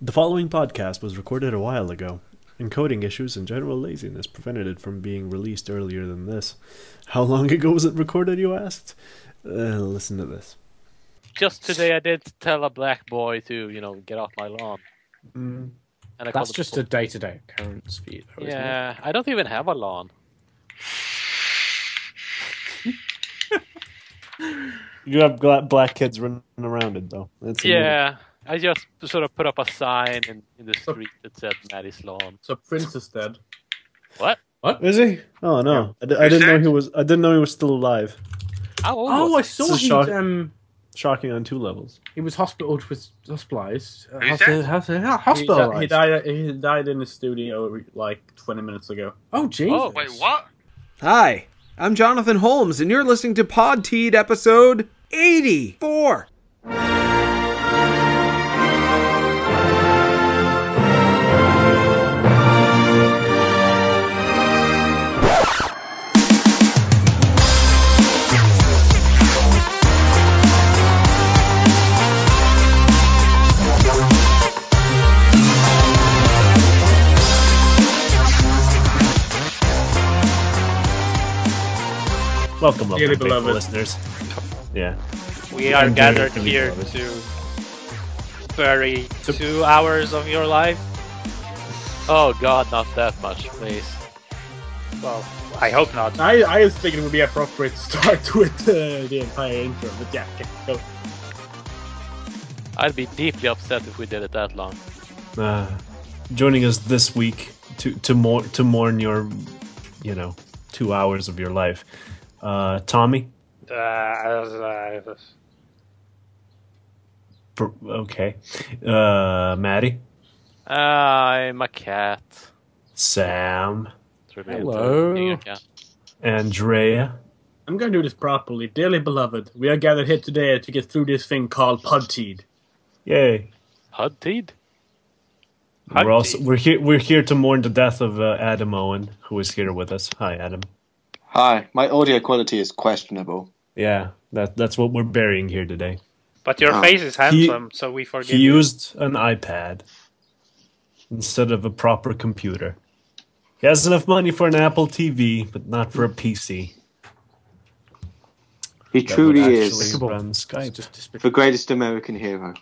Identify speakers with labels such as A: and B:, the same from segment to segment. A: The following podcast was recorded a while ago. Encoding issues and general laziness prevented it from being released earlier than this. How long ago was it recorded, you asked? Uh, listen to this.
B: Just today, I did tell a black boy to, you know, get off my lawn.
A: Mm.
B: And I called
C: That's
B: the
C: just a day to day occurrence for you, though,
B: pol-
C: isn't it?
B: yeah. I don't even have a lawn.
A: You have gla- black kids running around it, though. That's
B: Yeah, I just sort of put up a sign in, in the street that said Maddie's lawn.
D: So Prince is dead.
B: What?
A: Is he? Oh no! I d- I didn't know he was. I didn't know he was still alive.
B: How old?
C: Oh,
B: was
C: I saw
A: This is
C: he
A: shock-
C: um
A: Shocking on two levels.
C: he was hospital was hospitalized. Uh,
E: Who's
C: hospi-
E: that?
C: hospi- ho-
D: He, di- he
C: hospitalized.
D: died. He died in his studio like 20 minutes ago.
C: Oh Jesus!
B: Oh,
E: Wait, what?
F: Hi, I'm Jonathan Holmes, and you're listening to Pod Teed episode 84.
A: Welcome, welcome,
D: Dearly
A: faithful
D: beloved.
A: listeners. Yeah.
G: We are
A: And
G: gathered
A: dearly
G: here
A: beloved.
G: to bury two hours of your life.
B: Oh God, not that much, please.
G: Well, I hope not.
D: I I was thinking it would be appropriate to start with uh, the entire intro, but yeah, okay, go.
B: I'd be deeply upset if we did it that long.
A: Uh, joining us this week to to mourn to mourn your, you know, two hours of your life. Uh, Tommy.
G: Uh, uh,
A: Br- Okay. Uh, Maddie.
B: I'm a cat.
A: Sam.
B: It's really
C: Hello.
B: being a cat.
A: Andrea.
D: I'm gonna do this properly, dearly beloved. We are gathered here today to get through this thing called Podteed.
A: Yay.
B: Hud teed?
A: We're also we're here we're here to mourn the death of uh, Adam Owen, who is here with us. Hi, Adam.
H: Hi, my audio quality is questionable.
A: Yeah, that that's what we're burying here today.
G: but your
H: Oh.
G: face is handsome, so we forgive
A: He
G: you.
A: used an iPad instead of a proper computer. He has enough money for an Apple TV, but not for a PC.
H: He
A: that
H: truly
A: would
H: is
A: actually run Skype.
C: It's just despicable.
H: the greatest American hero.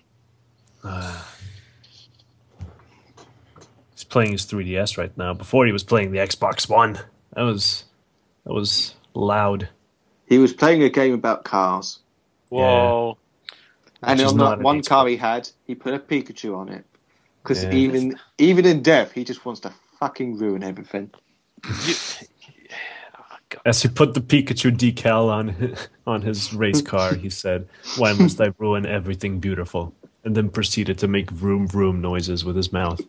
A: He's playing his 3DS right now. Before he was playing the Xbox One. That was that was loud.
H: He was playing a game about cars,
B: Whoa.
H: and
A: Which is
H: on
A: not
H: that
A: an
H: one
A: expert.
H: car he had, he put a Pikachu on it. Because
A: Yeah.
H: even even in death, he just wants to fucking ruin everything.
A: As he put the Pikachu decal on his, on his race car, he said, "Why must I ruin everything beautiful?" And then proceeded to make vroom vroom noises with his mouth.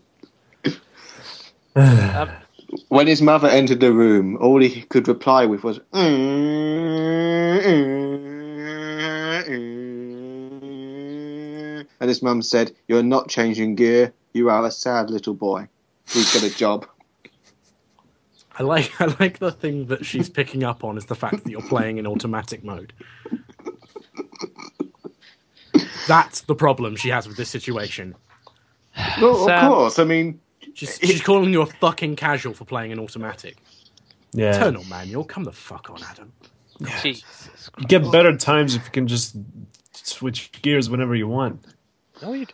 H: When his mother entered the room, all he could reply with was. "Mm, And his mum said, You're not changing gear. You are a sad little boy. Please get a job.
C: I like I like the thing that she's picking up on is the fact that you're playing in automatic mode. That's the problem she has with this situation.
H: Well, of
B: Sam-
H: course. I mean,
C: She's, she's calling you a fucking casual for playing in automatic.
A: Yeah,
C: Turn on manual. Come the fuck on, Adam.
B: Jesus
A: you
B: Christ.
A: get better times if you can just switch gears whenever you want.
B: No, you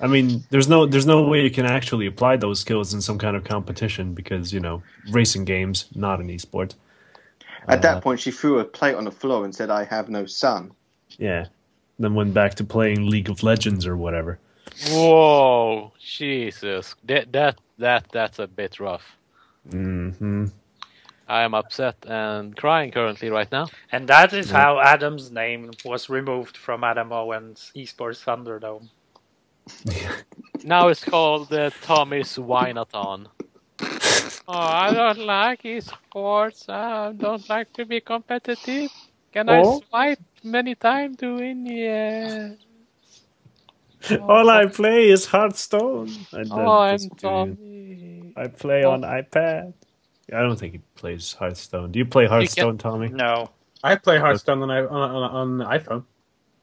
A: I mean, there's no there's no way you can actually apply those skills in some kind of competition because you know racing games not an esport.
H: At that point, she threw a plate on the floor and said, I have no son.
A: Yeah, then went back to playing League of Legends or whatever.
B: Whoa, Jesus, that that that that's a bit rough.
A: hmm
B: I am upset and crying currently right now.
G: And that is how Adam's name was removed from Adam Owen's Esports Thunderdome.
B: Now it's called uh, Tommy's Wineathon. Oh, I don't like esports. I don't like to be competitive. Can I swipe many times to win? Yeah.
A: All I play is Hearthstone. And then
B: Oh, I'm
A: just do-
B: Tommy.
A: I play on iPad. I don't think he plays Hearthstone. Do you play Hearthstone, Tommy?
G: No.
D: I play Hearthstone on I- on, on, on iPhone.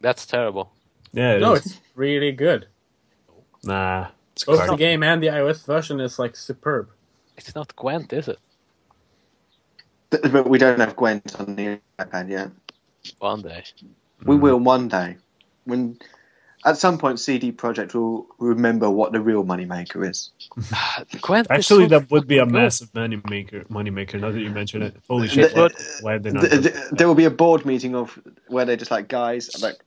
B: That's terrible.
A: Yeah, it
D: No,
A: is.
D: it's really good.
A: nah.
E: It's
D: Both the
E: card-
D: game and the iOS version is like superb.
B: It's not Gwent, is it?
H: Th- But we don't have Gwent on the iPad yet.
B: One day.
H: We will one day. When at some point, CD Projekt will remember what the real moneymaker is.
B: Gwent is
A: Actually,
B: so
A: that would be a
B: fucking good.
A: massive money maker. Money maker. Now that you mention it, holy
H: It
A: shit! Why,
H: would.
A: why have they not?
H: Th-
A: done
H: th-
A: that?
H: there will be a board meeting of where they're just like, guys, like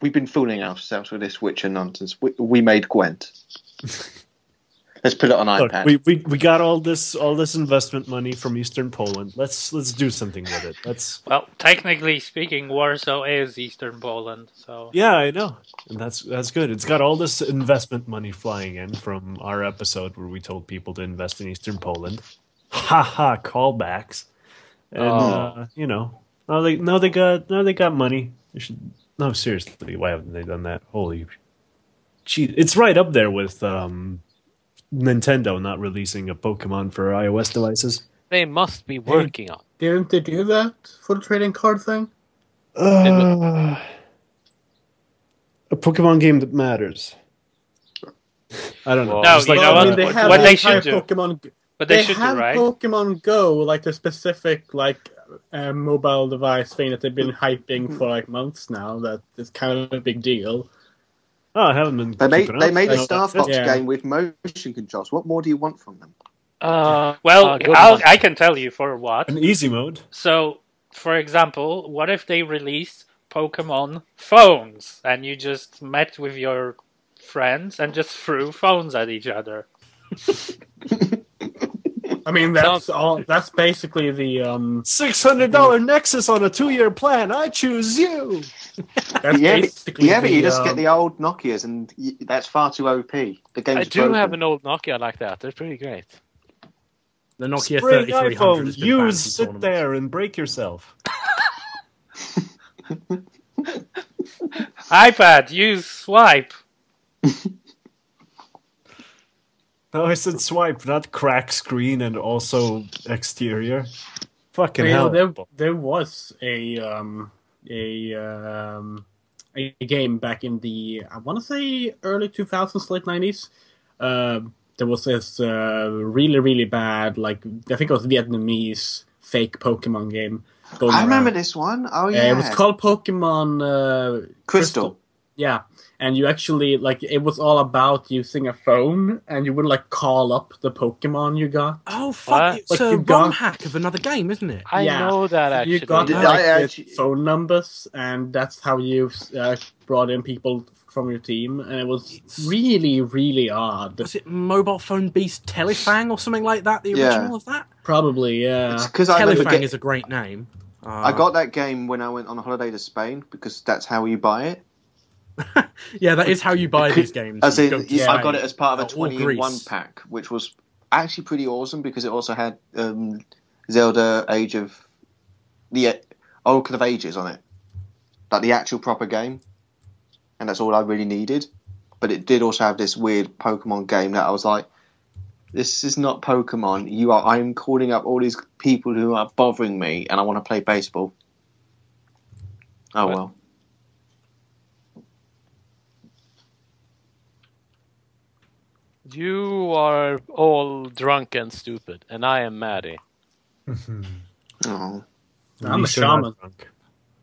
H: we've been fooling ourselves with this Witcher nonsense. We, we made Gwent. Let's put it on
A: Look,
H: iPad.
A: we, we we got all this all this investment money from Eastern Poland. Let's let's do something with it. Let's
G: Well, technically speaking, Warsaw is Eastern Poland, so
A: yeah, I know, and that's that's good. It's got all this investment money flying in from our episode where we told people to invest in Eastern Poland. Ha ha! Callbacks, and uh, you know now they now they got now they got money. They should no seriously. Why haven't they done that? Holy, gee, it's right up there with um, Nintendo not releasing a Pokemon for iOS devices.
B: They must be working on.
D: Didn't they do that for the trading card thing?
A: Uh, a Pokemon game that matters. I don't know.
G: No,
A: Just
G: you
A: like-
G: know
D: I
G: what?
D: mean, they have
G: what
D: the
G: they
D: entire
G: should do.
D: Pokemon. Go-
G: but
D: they
G: they, should do
D: have
G: right.
D: Pokemon Go, like the specific like uh, mobile device thing that they've been hyping for like months now. That is kind of a big deal.
A: Oh, I haven't been.
H: They made,
A: keeping
H: they
A: up.
H: made
A: I
H: a
A: know
H: Star
A: that's it.
H: Fox
D: Yeah.
H: game with motion controls. What more do you want from them?
B: Uh,
G: Well,
B: uh, good
G: I'll,
B: one.
G: I can tell you for what.
A: An easy mode.
G: So, for example, what if they released Pokemon phones and you just met with your friends and just threw phones at each other?
D: I mean, that's all. That's basically the um.
A: Six hundred dollar Nexus on a two year plan. I choose you.
D: That's
H: yeah, but,
D: basically
H: yeah, but you
D: the,
H: just
D: um,
H: get the old Nokias, and y that's far too OP. The game's
B: I do
H: broken.
B: have an old Nokia like that. They're pretty great.
C: The Nokia
A: Spring
C: 3300
A: iPhone.
C: has been banned
A: Use
C: from
A: sit
C: tournaments.
A: there and break yourself.
G: iPad, use swipe.
A: No, Oh, I said swipe, not crack screen, and also exterior. Fucking
D: you know,
A: hell.
D: there, there was a um a um a a game back in the I want to say early 2000s, late 90s. Uh, there was this uh, really really bad like I think it was Vietnamese fake Pokemon game. Going
H: I remember
D: around.
H: this one. Oh
D: Uh,
H: yeah,
D: it was called Pokemon uh,
H: Crystal.
D: Yeah, and you actually like it was all about using a phone, and you would like call up the Pokemon you got.
C: Oh fuck!
B: What?
C: It's
D: Like,
C: a
D: you
C: ROM
D: got-
C: hack of another game, isn't it?
B: I
D: Yeah.
B: know that
D: So
B: actually.
D: You got
H: Did
D: like,
H: I
D: the
H: actually-
D: phone numbers, and that's how you uh, brought in people from your team, and it was really, really odd.
C: Was it Mobile Phone Beast Telefang or something like that? The
H: Yeah.
C: original of that?
D: Probably, uh, yeah.
H: It's because I remember
C: Telefang
H: get-
C: is a great name. Uh,
H: I got that game when I went on holiday to Spain because that's how you buy it.
C: Yeah, that is how you buy these games.
H: As
C: You
H: in,
C: go to
H: I got
C: Spain.
H: it as part of a
C: uh, or
H: twenty in one
C: Greece.
H: pack, which was actually pretty awesome because it also had um, Zelda Age of the uh, Oracle of Ages on it, like the actual proper game, and that's all I really needed. But it did also have this weird Pokemon game that I was like, "This is not Pokemon. You are. I'm calling up all these people who are bothering me, and I want to play baseball." Oh well.
B: You are all drunk and stupid, and I am Maddie.
H: Oh.
D: I'm a shaman.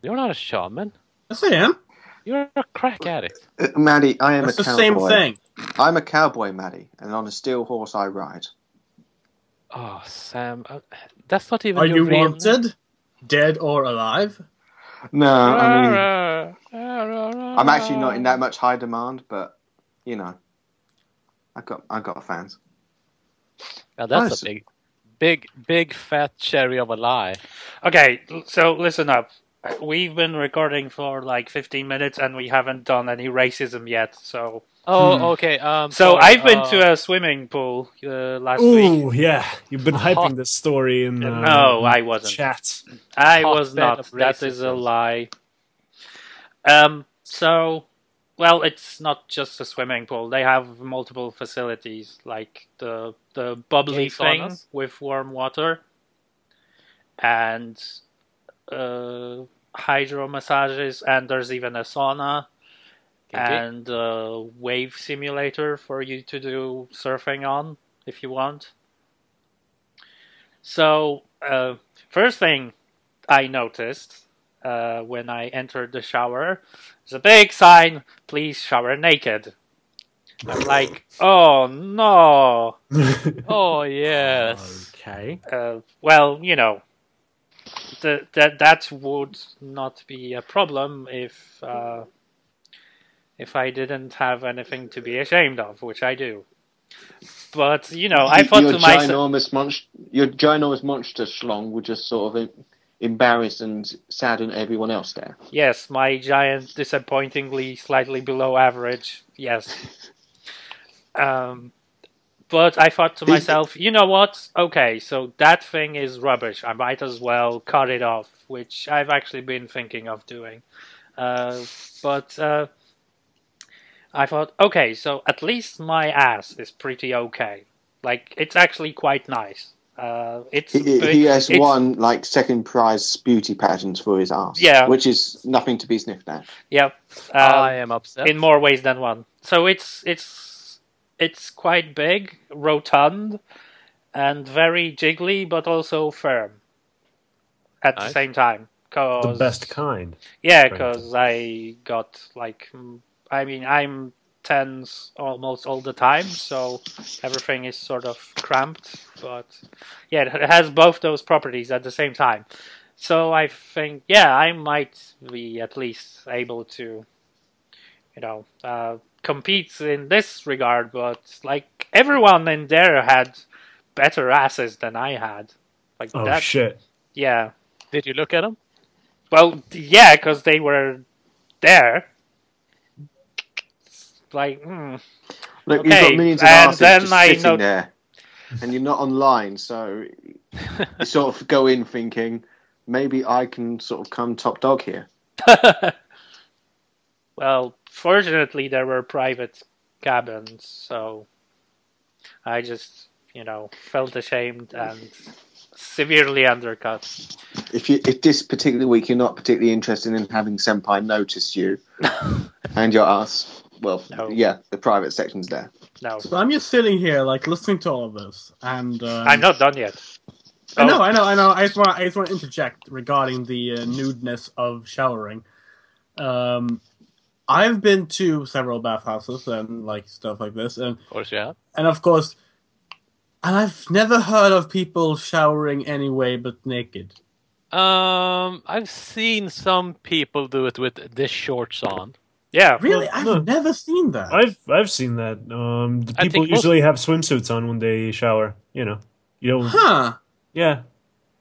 B: You're not a shaman.
D: Yes, I am.
B: You're a crack addict.
H: Uh, Maddie, I am
D: That's
H: a
D: the same
H: cowboy.
D: thing.
H: I'm a cowboy, Maddie, and on a steel horse I ride.
B: Oh, Sam, uh, that's not even
D: Are
B: your
D: you
B: real
D: wanted, dead or alive?
H: No, Uh, I mean,
B: I'm
H: I'm actually not in that much high demand, but you know, I got I got fans.
B: that's
H: Nice.
B: a big, big, big fat cherry of a lie.
G: Okay, l- so listen up. We've been recording for like 15 minutes and we haven't done any racism yet. So,
B: Oh, okay. Um,
G: Hmm. so
B: sorry,
G: I've been
B: uh,
G: to a swimming pool uh, last week.
A: Ooh, yeah. You've been hyping this story in uh,
G: No, I wasn't.
A: chat.
G: I was
B: hotbed
G: not.
B: of
G: That is a
B: racism.
G: lie. Um. So, well, it's not just a swimming pool. They have multiple facilities, like the the bubbly
B: Gay
G: thing
B: saunas?
G: with warm water, and uh, hydro massages, and there's even a sauna. and uh, wave simulator for you to do surfing on if you want. So, uh, first thing I noticed uh, when I entered the shower is a big sign please shower naked. I'm like, oh no.
B: Oh yes.
C: Okay.
G: Uh, well, you know, the, that that would not be a problem if uh, if I didn't have anything to be ashamed of, which I do. But you know, I thought
H: your
G: to myself,
H: ginormous monster, your ginormous monster schlong would just sort of em- embarrass and sadden everyone else there.
G: yes, my giant, disappointingly slightly below average, yes. Um, but I thought to
H: Is it-
G: myself, you know what? Okay, so that thing is rubbish. I might as well cut it off, which I've actually been thinking of doing. Uh, but uh, I thought, okay, so at least my ass is pretty okay. Like it's actually quite nice. Uh, it's
H: He,
G: big-
H: he has
G: it's-
H: won like second prize beauty pageant for his ass.
G: Yeah.
H: which is nothing to be sniffed at.
G: Yeah, um,
B: I am upset.
G: in more ways than one. So it's it's it's quite big, rotund, and very jiggly, but also firm at the
B: Nice.
G: same time.
A: The
G: Cause
A: best kind.
G: Yeah,
A: Right.
G: because I got like, mm, I mean, I'm tens almost all the time, so everything is sort of cramped. But yeah, it has both those properties at the same time. So I think, yeah, I might be at least able to, you know, uh, compete in this regard. But like everyone in there had better asses than I had. Like
A: Oh
G: that,
A: shit!
G: yeah.
B: Did you look at them?
G: Well, yeah, because they were there. Like, hmm.
H: Look,
G: Okay,
H: you've got millions of
G: and
H: asses
G: then
H: just
G: I
H: sitting
G: note-
H: there, and you're not online, so you sort of go in thinking maybe I can sort of come top dog here.
G: well, fortunately, there were private cabins, so I just, you know, felt ashamed and severely undercut.
H: If you if this particular week you're not particularly interested in having senpai notice you and your ass, well,
G: No.
H: yeah, the private section's there.
G: No,
D: So I'm just sitting here, like listening to all of this, and um,
G: I'm not done yet.
D: I know, I know, I know. I just want, I just want to interject regarding the uh, nudeness of showering. Um, I've been to several bathhouses and like stuff like this, and
B: Of course, yeah.
D: and of course, and I've never heard of people showering anyway but naked.
B: Um, I've seen some people do it with the shorts on.
G: Yeah,
D: Really,
A: Well,
D: I've
A: no.
D: never seen that.
A: I've I've seen that. Um, the
B: I
A: people
B: think most-
A: usually have swimsuits on when they shower. You know, you don't.
D: huh?
A: Yeah,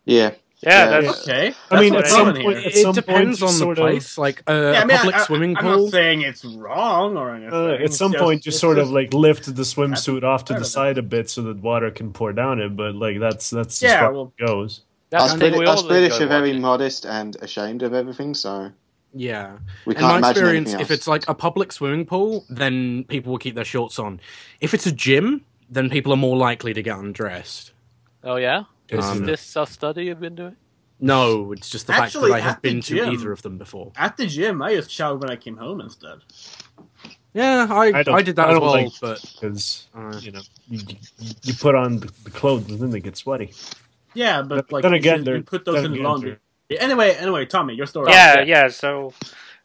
H: Yeah,
G: yeah,
H: Yeah.
G: that's
D: Okay.
A: I mean,
G: what
A: at
G: I
A: some
D: mean.
A: point,
D: It-
A: at
C: It
A: some point,
C: depends
A: you
C: on the
A: sort
C: place. Like uh,
D: Yeah,
C: a
D: I mean,
C: public
D: I, I,
C: swimming
D: I'm
C: pool.
D: not saying it's wrong or anything.
A: Of, uh, at
D: It's
A: some
D: just-
A: point, you
D: it's
A: sort of
D: just-
A: like lift the swimsuit off to
D: part
A: the
D: of it.
A: side a bit so that water can pour down it. But like that's that's as
D: Yeah,
A: far as
D: well-
A: it goes.
B: That's
H: us,
B: the
H: Brit-
B: thing we
H: us
B: all
H: British
B: enjoy
H: are very
B: watching.
H: modest and ashamed of everything, so
C: Yeah.
H: we
C: In
H: can't
C: my
H: imagine
C: experience,
H: anything else.
C: if it's like a public swimming pool, then people will keep their shorts on. If it's a gym, then people are more likely to get undressed.
B: Oh yeah. Is
A: Um,
B: this a study you've been doing?
C: No, it's just the
D: Actually,
C: fact that I
D: at
C: have
D: the
C: been to
D: gym-
C: either of them before.
D: at the gym, I just showered when I came home instead.
C: Yeah, I,
A: I
C: I,
A: don't-
C: did that
A: I
C: as
A: don't
C: well,
A: like-
C: but
A: because
C: uh,
A: you know you, you- you put on the, the clothes and then they get sweaty.
D: Yeah, but
A: But
D: like
A: then
D: you
A: again,
D: should-
A: they're-
D: you put those
A: then
D: in the
A: again,
D: laundry. Anyway, anyway, Tommy, your story.
G: yeah, yeah. So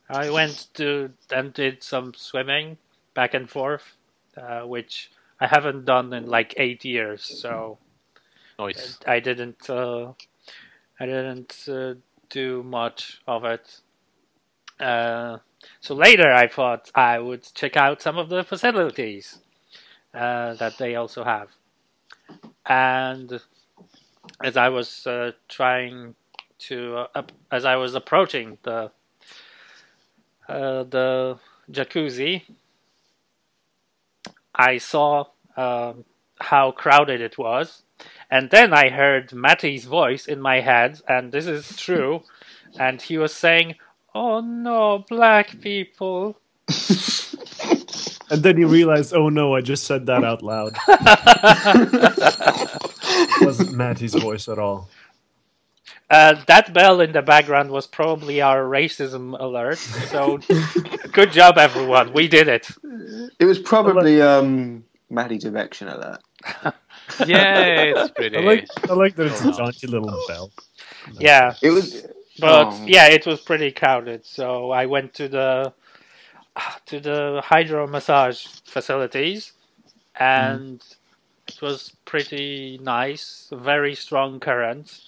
G: I went to and did some swimming back and forth, uh, which I haven't done in like eight years. So
B: Nice.
G: I didn't, uh, I didn't uh, do much of it. Uh, so later, I thought I would check out some of the facilities uh, that they also have, and as I was uh, trying to uh, up, as I was approaching the uh, the jacuzzi, I saw um, how crowded it was, and then I heard Matty's voice in my head, and this is true, and he was saying, "Oh no, black people."
A: And then you realize, oh no, I just said that out loud. it wasn't Matty's voice at all.
G: Uh, that bell in the background was probably our racism alert. So, good job, everyone. We did it.
H: It was probably um, Maddie direction at that.
B: Yeah, it's pretty.
A: I like, I like that it's a jaunty little bell.
G: Yeah,
H: It was.
G: but
H: Oh.
G: yeah, it was pretty crowded. So I went to the to the hydro massage facilities, and it was pretty nice. Very strong current,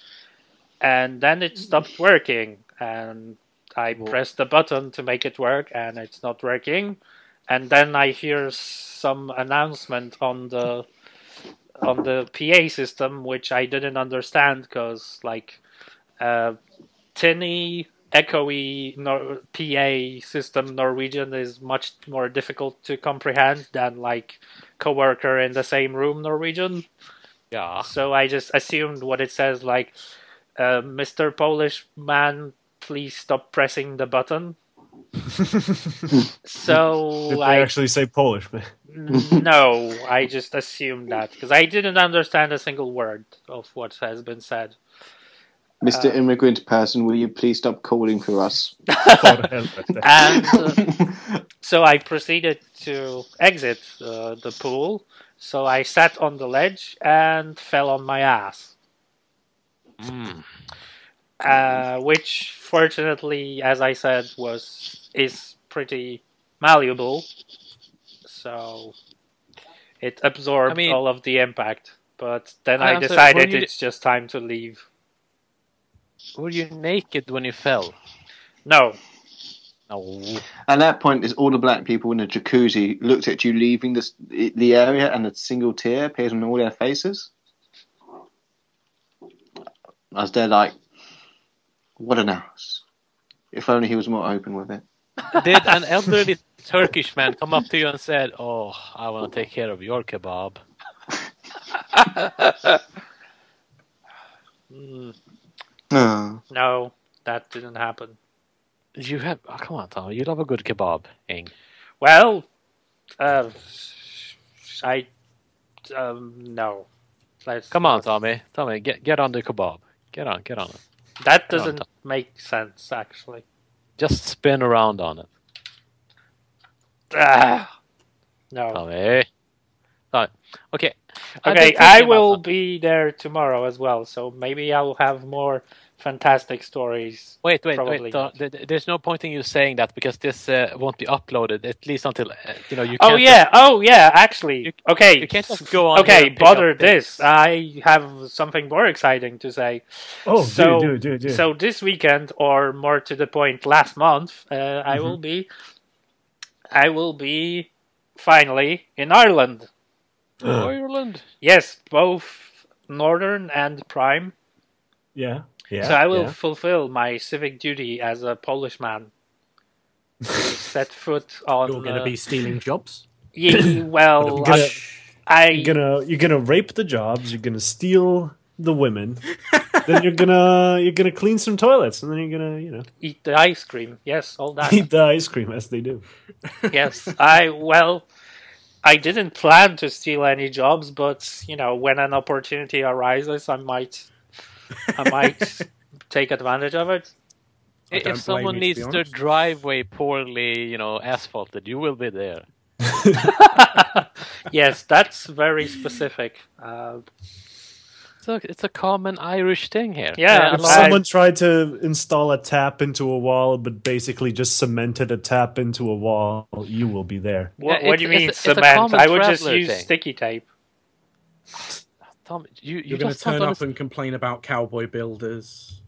G: and then it stopped working. And I pressed the button to make it work, and it's not working. And then I hear some announcement on the on the PA system, which I didn't understand because like uh, tinny, echoey nor- PA system Norwegian is much more difficult to comprehend than like coworker in the same room Norwegian.
B: Yeah.
G: So I just assumed what it says, like, uh, "Mr. Polish man, please stop pressing the button."
A: Did
G: so
A: they
G: I
A: actually say Polish? man?
G: no, I just assumed that because I didn't understand a single word of what has been said.
I: Um,
H: Mr. Immigrant Person, will you please stop calling for us?
A: For hell with that.
G: And uh, so I proceeded to exit uh, the pool. So I sat on the ledge and fell on my ass.
B: Mm.
G: uh, which fortunately, as I said, was is pretty malleable, so it absorbed
B: I mean-
G: all of the impact. But then
B: I
G: I,
B: am sorry,
G: decided
B: when you
G: it's just time to leave.
B: Were you naked when you fell?
G: No,
B: No.
H: At that point, there's all the black people in the jacuzzi looked at you leaving this, the area, and a single tear appears on all their faces. As they're like, what an ass. If only he was more open with it.
B: Did an elderly Turkish man come up to you and said, "Oh, I want to take care of your kebab"?
G: Mm,
H: No.
G: no, that didn't happen.
B: You have. Oh, come on, Tom. You love a good kebab, Ing.
G: Well, uh, I um, no. Let's,
B: Come on, Tommy. Tommy, get get on the kebab. Get on, get on it.
G: that
B: come on,
G: doesn't
B: Tom.
G: make sense actually.
B: Just spin around on it,
G: Ah, no.
B: Tommy. Tommy. Okay. I've been
G: Okay,
B: thinking
G: I
B: about
G: will
B: that.
G: be there tomorrow as well, so maybe I'll have more fantastic stories.
B: Wait, wait,
G: probably
B: wait. Tom, th- th- there's no point in you saying that because this uh, won't be uploaded at least until uh, you know you.
G: Oh
B: can't-
G: yeah, oh yeah, actually.
B: You-
G: okay.
B: you can't just go on here
G: Okay,
B: and pick up
G: bother
B: things.
G: this. I have something more exciting to say.
A: Oh,
G: So-
A: do, do, do, do.
G: So this weekend or more to the point last month, uh, I will
A: Mm-hmm.
G: be I will be finally in Ireland.
B: Ireland.
G: Yes, both Northern and Prime.
A: yeah, yeah.
G: so I will
A: yeah.
G: fulfill my civic duty as a Polish man. set foot on.
C: You're going to
G: uh,
C: be stealing jobs.
G: ye- well,
A: I'm gonna-
G: I- I.
A: You're gonna you're gonna rape the jobs. You're gonna steal the women. then you're gonna you're gonna clean some toilets, and then you're gonna you know
G: eat the ice cream. Yes, all that.
A: eat the ice cream as they do.
G: yes, I well, I didn't plan to steal any jobs, but you know, when an opportunity arises, I might, I might take advantage of it.
C: I don't blame
B: If someone
C: you, to
B: needs
C: be
B: their
C: honest.
B: driveway poorly, you know, asphalted, you will be there.
G: yes, that's very specific. Uh,
B: It's a, it's a common Irish thing here.
G: Yeah,
A: If
G: I like-
A: someone tried to install a tap into a wall, but basically just cemented a tap into a wall, you will be there.
B: Yeah,
G: wha- what
B: it's-
G: do you mean
B: it's a- it's a
G: cement?
B: common
G: I would just
B: traveler
G: use
B: thing.
G: sticky tape.
B: Tom, you, you
C: You're going to
B: just don't
C: turn up
B: understand-
C: and complain about cowboy builders.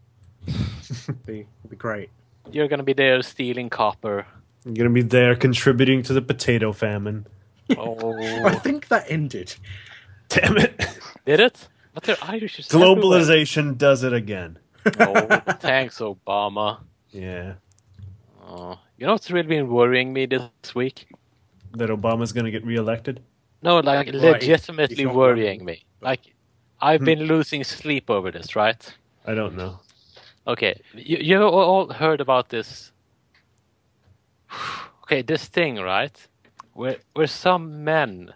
C: be, be great.
B: You're gonna be there stealing copper.
A: You're gonna be there contributing to the potato famine.
C: I
B: Oh,
C: think that ended.
A: Damn it!
B: did it? But they're Irish. it's everywhere.
A: Globalization does it again.
B: Oh, thanks, Obama.
A: Yeah,
B: Oh, you know what's really been worrying me this week?
A: that Obama's gonna get reelected.
B: No, like legitimately
C: He's not Hmm.
B: worrying
C: running.
B: me. Like, I've been losing sleep over this, right?
A: I don't know.
B: Okay, you you all- all heard about this? Okay, this thing, right? Where where some men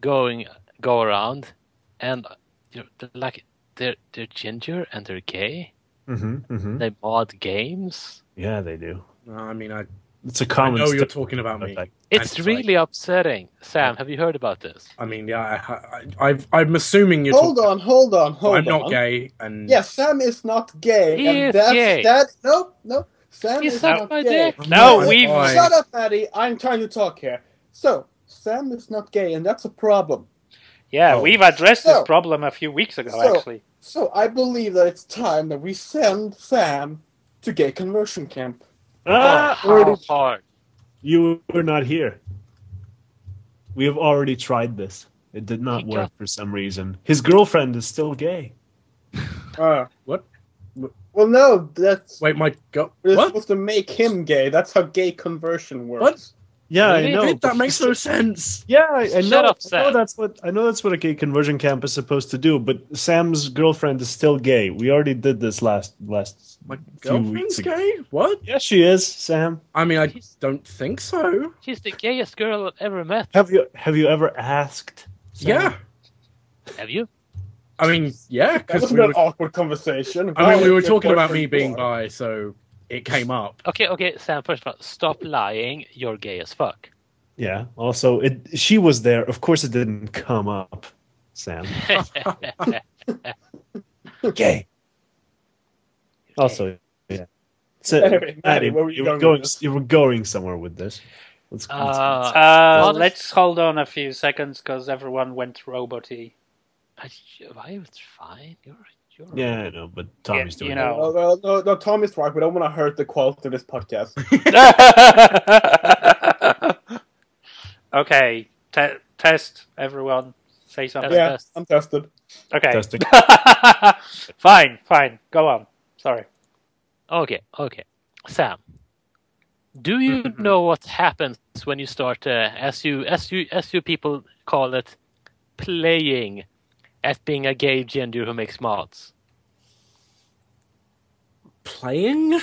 B: going go around and you know, they're like they're they're ginger and they're gay
A: Mm-hmm, mm-hmm.
B: They mod games.
A: Yeah, they do.
I: No, I mean, I,
A: It's a
I: I
A: common.
I: know you're
A: st-
I: talking about me.
A: effect.
I: That's
B: It's
I: right.
B: really upsetting. Sam, have you heard about this?
I: I mean, yeah, I, I, I, I'm assuming you're
D: Hold
I: talking.
D: on, hold on, hold
I: I'm
D: on.
I: not gay, and
D: Yes, Sam is not gay.
B: He
D: and
B: is
D: that's,
B: gay.
D: That, no, no. Sam
B: He
D: is
B: sucked
D: not
B: my
D: gay.
B: dick.
G: No,
I: Oh,
G: we
I: boy.
D: Shut up, Maddie. I'm trying to talk here. So, Sam is not gay, and that's a problem.
G: yeah
I: Oh.
G: we've addressed this
D: So-
G: problem a few weeks ago
D: so-
G: actually.
D: So, I believe that it's time that we send Sam to gay conversion camp.
A: Ah,
B: Oh, hard.
A: you were not here. We have already tried this. It did not
B: He
A: work for some reason. His girlfriend is still gay.
D: Uh,
I: What?
D: Well, no, that's.
I: Wait, my God,
D: We're
I: what?
D: supposed to make him gay. That's how gay conversion works.
A: Yeah,
B: Really?
A: I know.
I: Wait,
A: but
I: that makes no sense.
A: Yeah, I, I
B: Shut
A: know.
B: up,
A: I know
B: Sam.
A: that's what I know. That's what a gay conversion camp is supposed to do. But Sam's girlfriend is still gay. We already did this last last.
I: My
A: weeks
I: girlfriend's
A: ago.
I: gay? What?
A: Yeah, she is. Sam,
I: I mean, I don't think so.
B: She's the gayest girl I've ever met.
A: have you have you ever asked? Sam?
I: Yeah.
B: Have you?
I: I mean, yeah,
D: That
I: because we
D: wasn't an
I: were,
D: awkward conversation.
I: I mean, we were
D: Why
I: talking about me
D: is your
I: being
D: boyfriend
I: bi, so it came up.
B: Okay, okay, Sam, first of all, stop lying. You're gay as fuck.
A: Yeah. Also, it she was there. Of course, it didn't come up. Sam, gay. Also, yeah. So,
D: Anyway, Maddie,
A: Maddie,
D: where were you
A: you, were
D: going with
A: going,
D: this?
A: you were going somewhere with this. Let's, let's-
B: uh,
G: Uh,
B: What is-
G: let's hold on a few seconds because everyone went roboty.
B: I, I was fine. You're, you're
A: yeah, I know, but Tommy's doing
G: you
A: it.
G: know.
D: Well, well, Oh, no, no, Tommy's right. We don't want to hurt the quality of this podcast.
G: okay, te- test everyone. Say something.
D: yeah,
B: Test.
D: I'm tested.
G: Okay.
A: Testing.
G: fine, fine. Go on. Sorry.
B: Okay, okay. Sam, do you
I: Mhm.
B: know what happens when you start, uh, as you as you as you people call it, playing at being a gay gender who makes mods?
I: Playing?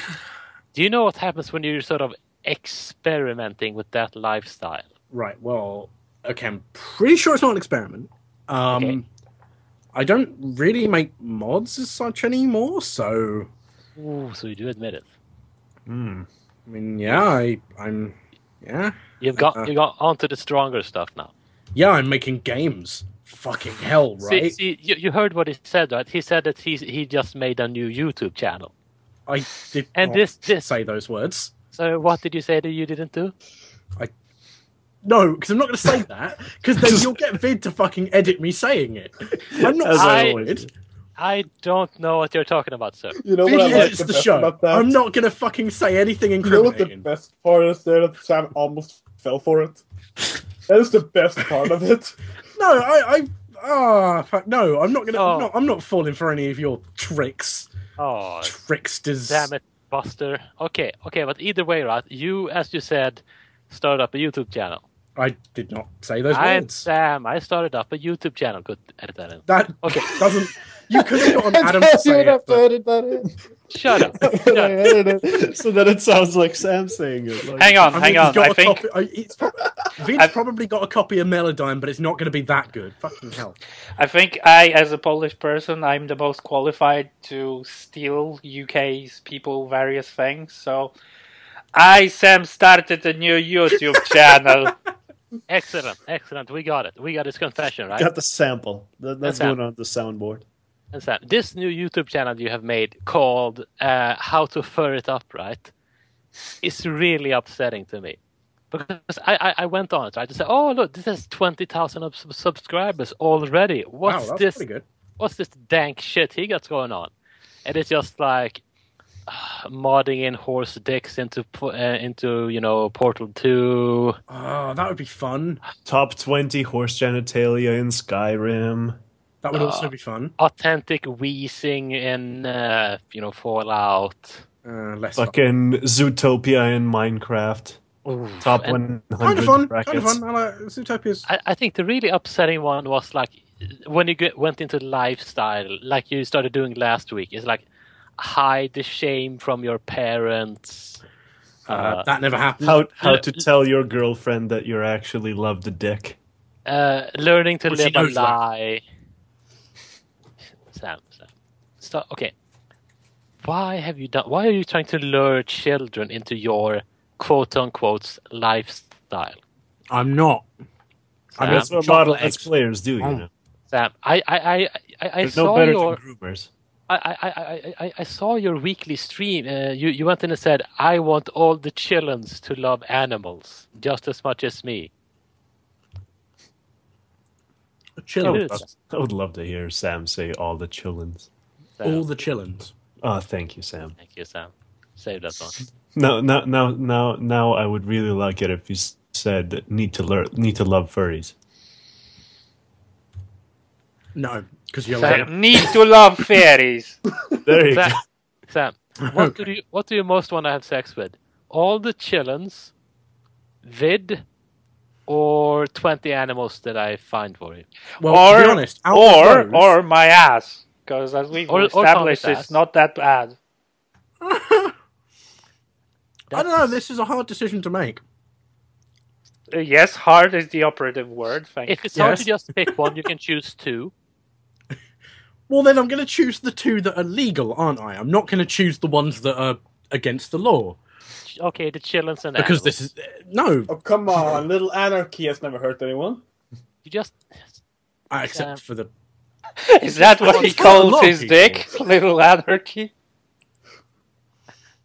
B: Do you know what happens when you're sort of experimenting with that lifestyle?
I: Right. Well, okay. I'm pretty sure it's not an experiment. Um,
B: Okay.
I: I don't really make mods as such anymore. So,
B: Ooh, so you do admit it.
A: Hmm.
I: I mean, yeah, I, I'm, yeah,
B: You've got
I: Uh-huh.
B: you got onto the stronger stuff now.
I: yeah, I'm making games. Fucking hell,
B: See,
I: right?
B: see you, you heard what he said, right? He said that he he just made a new YouTube channel.
I: I did
B: And
I: not
B: this this.
I: say those words.
B: So what did you say that you didn't do?
I: No, because I'm not going to say that. Because then you'll get Vid to fucking edit me saying it. I'm not
A: As I
I: saying
A: always
I: it.
B: I don't know what you're talking about, sir.
D: You know
I: Vid
D: what I like
I: edits
D: the,
I: the
D: best
I: show.
D: about that?
I: I'm not going to fucking say anything
D: You know what the
I: incriminating.
D: best part is there? That Sam almost fell for it. That is the best part of it.
I: No, I, I, ah, fuck, no, I'm not gonna,
B: Oh.
I: I'm, not, I'm not falling for any of your tricks,
B: Oh,
I: tricksters.
B: damn it, Buster. Okay, okay, but either way, right? You, as you said, started up a YouTube channel.
I: I did not say those
B: I am
I: words.
B: Sam. I started up a YouTube channel. Good, edit that in.
I: that
B: Okay.
I: doesn't. You could have gotten Adam
D: You
I: to say
D: would
I: it.
D: have to
I: But,
D: edit that in.
B: Shut up. Shut up.
A: so that it sounds like Sam saying it. Like,
G: Hang on,
I: I mean,
G: hang
I: he's
G: on.
I: got
G: I
I: a
G: think
I: Copy, I- it's, Vin's
G: I've-
I: probably got a copy of Melodyne, but it's not going to be that good. Fucking hell.
G: I think I, as a Polish person, I'm the most qualified to steal UK's people various things. So, I Sam started a new YouTube channel.
B: Excellent, excellent. We got it. We got his confession, right?
A: Got the sample. That, that's
B: The sample.
A: going on the soundboard.
B: And Sam, this new YouTube channel you have made called uh, "How to Fur It Up," right? It's really upsetting to me because I, I, I went on it right to say, "Oh look, this has twenty thousand sub- subscribers already. What's
I: wow, Oh, that's
B: this?
I: pretty good.
B: What's this dank shit he got going on?" And it's just like uh, modding in horse dicks into po- uh, into you know Portal Two.
I: Oh, that would be fun.
A: Top 20 horse genitalia in Skyrim.
I: That would also be fun.
B: authentic wheezing in uh, you know Fallout.
I: Uh, less fun.
A: Fucking Zootopia in Minecraft. Top
B: and-
A: 100
I: Kind of fun.
A: brackets.
I: Kind of fun. I like Zootopia's.
B: I, I think the really upsetting one was like when you get, went into lifestyle, like you started doing last week. It's like hide the shame from your parents.
I: Uh, that never happened.
A: How, how
B: L-
A: to tell your girlfriend that you're actually loved a dick.
B: Uh, learning to
I: Well, she
B: live a
I: knows that.
B: lie. Sam, Sam. Stop. Okay. why have you done? Why are you trying to lure children into your quote unquote lifestyle?
I: I'm not.
B: Sam,
A: That's what
I: chocolate
A: model X
I: eggs.
A: players do, you
I: Oh.
A: know.
B: Sam, I I I I, I
A: There's no
B: saw
A: better
B: your
A: than groomers.
B: I, I, I- I, I, I saw your weekly stream. Uh, you you went in and said, "I want all the chillens to love animals just as much as me."
A: I
I: Chillins.
A: would, love, I would love to hear Sam say all the chillins.
B: Sam,
I: All the chillins.
A: Oh, thank you, Sam.
B: Thank you, Sam. Save that one.
A: No, no, no, no, now I would really like it if you s- said need to learn, need to love furries.
I: No, because you're
G: Sam,
I: like,
G: need to love fairies.
A: There you go.
B: Sam, Sam, what do you what do you most want to have sex with? All the chillens, vid, or twenty animals that I find for you.
I: well,
G: or
I: to be honest, out
G: or
I: of those-
G: or my ass, because as we've
B: Or- or
G: established,
B: Tommy's
G: it's
B: ass.
G: not that bad.
I: I don't know. This is a hard decision to make.
G: Uh, yes, hard is the operative word. Thank you.
B: If it's hard to
I: Yes.
B: just pick one, you can choose two.
I: Well, then I'm going to choose the two that are legal, aren't I? I'm not going to choose the ones that are against the law
B: Okay, the chillens and
I: because
B: animals.
I: this is no,
D: Oh come on, little anarchy has never hurt anyone.
B: you just
I: uh, except
B: Sam.
I: for the
G: Is that what he
I: It's not a
G: calls
I: lot,
G: his
I: people.
G: dick? Little anarchy.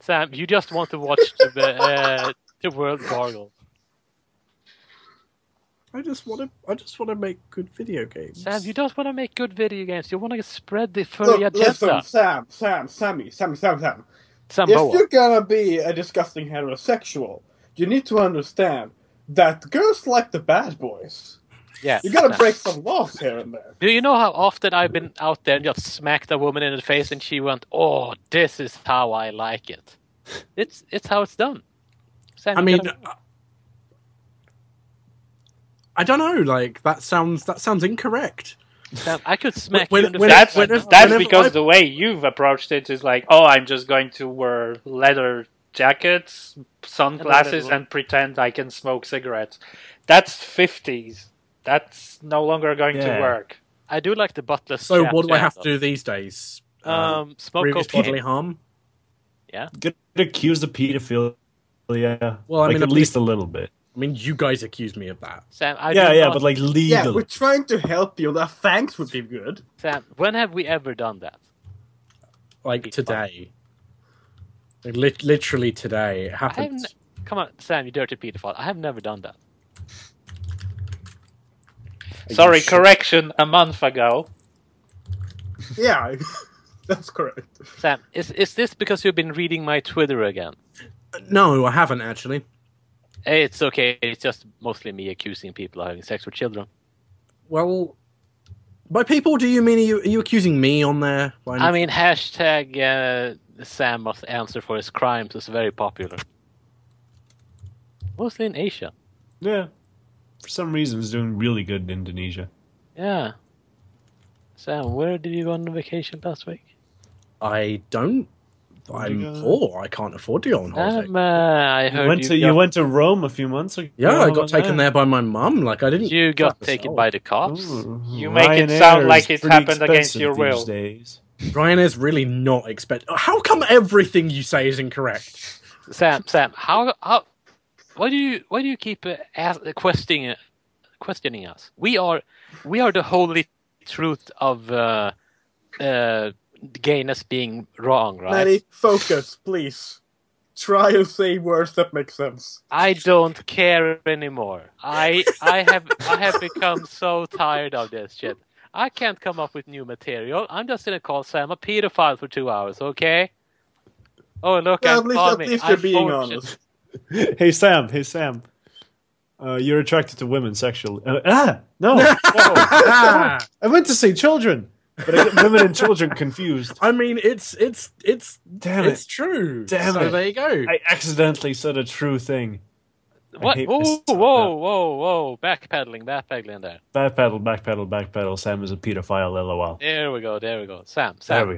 B: Sam, you just want to watch the uh, the world gargle.
I: I just want to. I just want to make good video games.
B: Sam, you don't want to make good video games. You want to spread the furry
D: Look, listen,
B: agenda.
D: Sam, Sam, Sammy, Sammy, Sam, Sam. If
B: Samboa.
D: you're gonna be a disgusting heterosexual, you need to understand that girls like the bad boys.
B: Yes.
D: You gotta
B: Sam.
D: break some laws here and there.
B: Do you know how often I've been out there and just smacked a woman in the face and she went, "Oh, this is how I like it." It's it's how it's done. Sam,
I: I
B: you
I: mean,
B: gotta-
I: uh, I don't know. Like that sounds. That sounds incorrect.
B: Sam, I could smack
I: uh, when-
B: you in the
I: when-
B: face.
G: That's
I: Whenever-
G: that's
I: whenever
G: because
I: I-
G: the way you've approached it is like, oh, I'm just going to wear leather jackets, sunglasses,
B: little-
G: and pretend I can smoke cigarettes. That's fifties. That's no longer going
A: Yeah.
G: to work.
B: I do like the butler.
I: So what do I have to do these days? Uh,
B: Um, smoke
I: previous
B: cocaine.
I: bodily harm.
A: Get accused of pedophilia.
I: Well, I
A: like
I: mean,
A: at
I: I-
A: least a little bit.
I: I mean, you guys accuse me of that.
B: Sam, I
A: yeah,
B: do
A: yeah,
B: not-
A: but like
D: Yeah,
A: legal.
D: we're trying to help you. That thanks would be good.
B: Sam, when have we ever done that?
I: Like today. Like, lit literally today, it
B: I have
I: happened.
B: n- come on, Sam, you dirty pedophile. I have never done that.
G: Sorry, correction. A month ago.
D: Yeah, that's correct.
B: Sam, is is this because you've been reading my Twitter again?
I: No, I haven't actually.
B: Hey, It's okay. It's just mostly me accusing people of having sex with children.
I: Well, by people, do you mean are you, are you accusing me on there? By any-
B: I mean, hashtag uh, Sam must answer for his crimes is very popular. Mostly in Asia.
A: yeah. For some reason, it's doing really good in Indonesia.
B: Yeah. Sam, where did you go on vacation last week?
I: I don't. I'm
A: Go-
I: poor. I can't afford to go on holiday.
B: Sam, uh, I
A: You
B: heard
A: went to you went to Rome a few months ago.
I: yeah, I
A: How
I: got
A: about
I: taken
A: that?
I: there by my mum. Like I didn't.
B: you got
I: Fuck
B: taken
I: myself.
B: by the cops.
A: Ooh,
G: You make it
A: Ryanair
G: sound
A: is
G: like it's
A: pretty
G: happened against
A: expensive
G: your
A: these
G: will.
A: Days.
I: Ryanair's really not expect. How come everything you say is incorrect?
B: Sam, Sam, how, how, why do you, why do you keep uh, ask, questioning, questioning us? We are, we are the holy truth of uh, uh, gayness being wrong, right?
D: Manny, focus, please. Try and say words that make sense.
B: I don't care anymore. I, I have, I have become so tired of this shit. I can't come up with new material. I'm just gonna call Sam a pedophile for two hours, okay? Oh look, I'm
D: Well, at least, at
B: calming.
D: least you're
B: I'm
D: being
B: fortunate.
D: honest.
A: hey Sam, hey Sam. Uh, you're attracted to women sexually. Uh, ah, no, no. I meant to say children, but I get women and children confused.
I: I mean, it's it's it's
A: Damn
I: it's
A: it!
I: true.
A: Damn
I: so
A: it.
I: there you go.
A: I accidentally said a true thing.
B: What?
A: hate
B: Whoa,
A: this.
B: whoa, whoa, whoa, whoa! Backpedaling, backpedaling there.
A: Backpedal, backpedal, backpedal. Sam is a pedophile. LOL.
B: There we go. There we go. Sam.
A: There
B: Sam.
A: we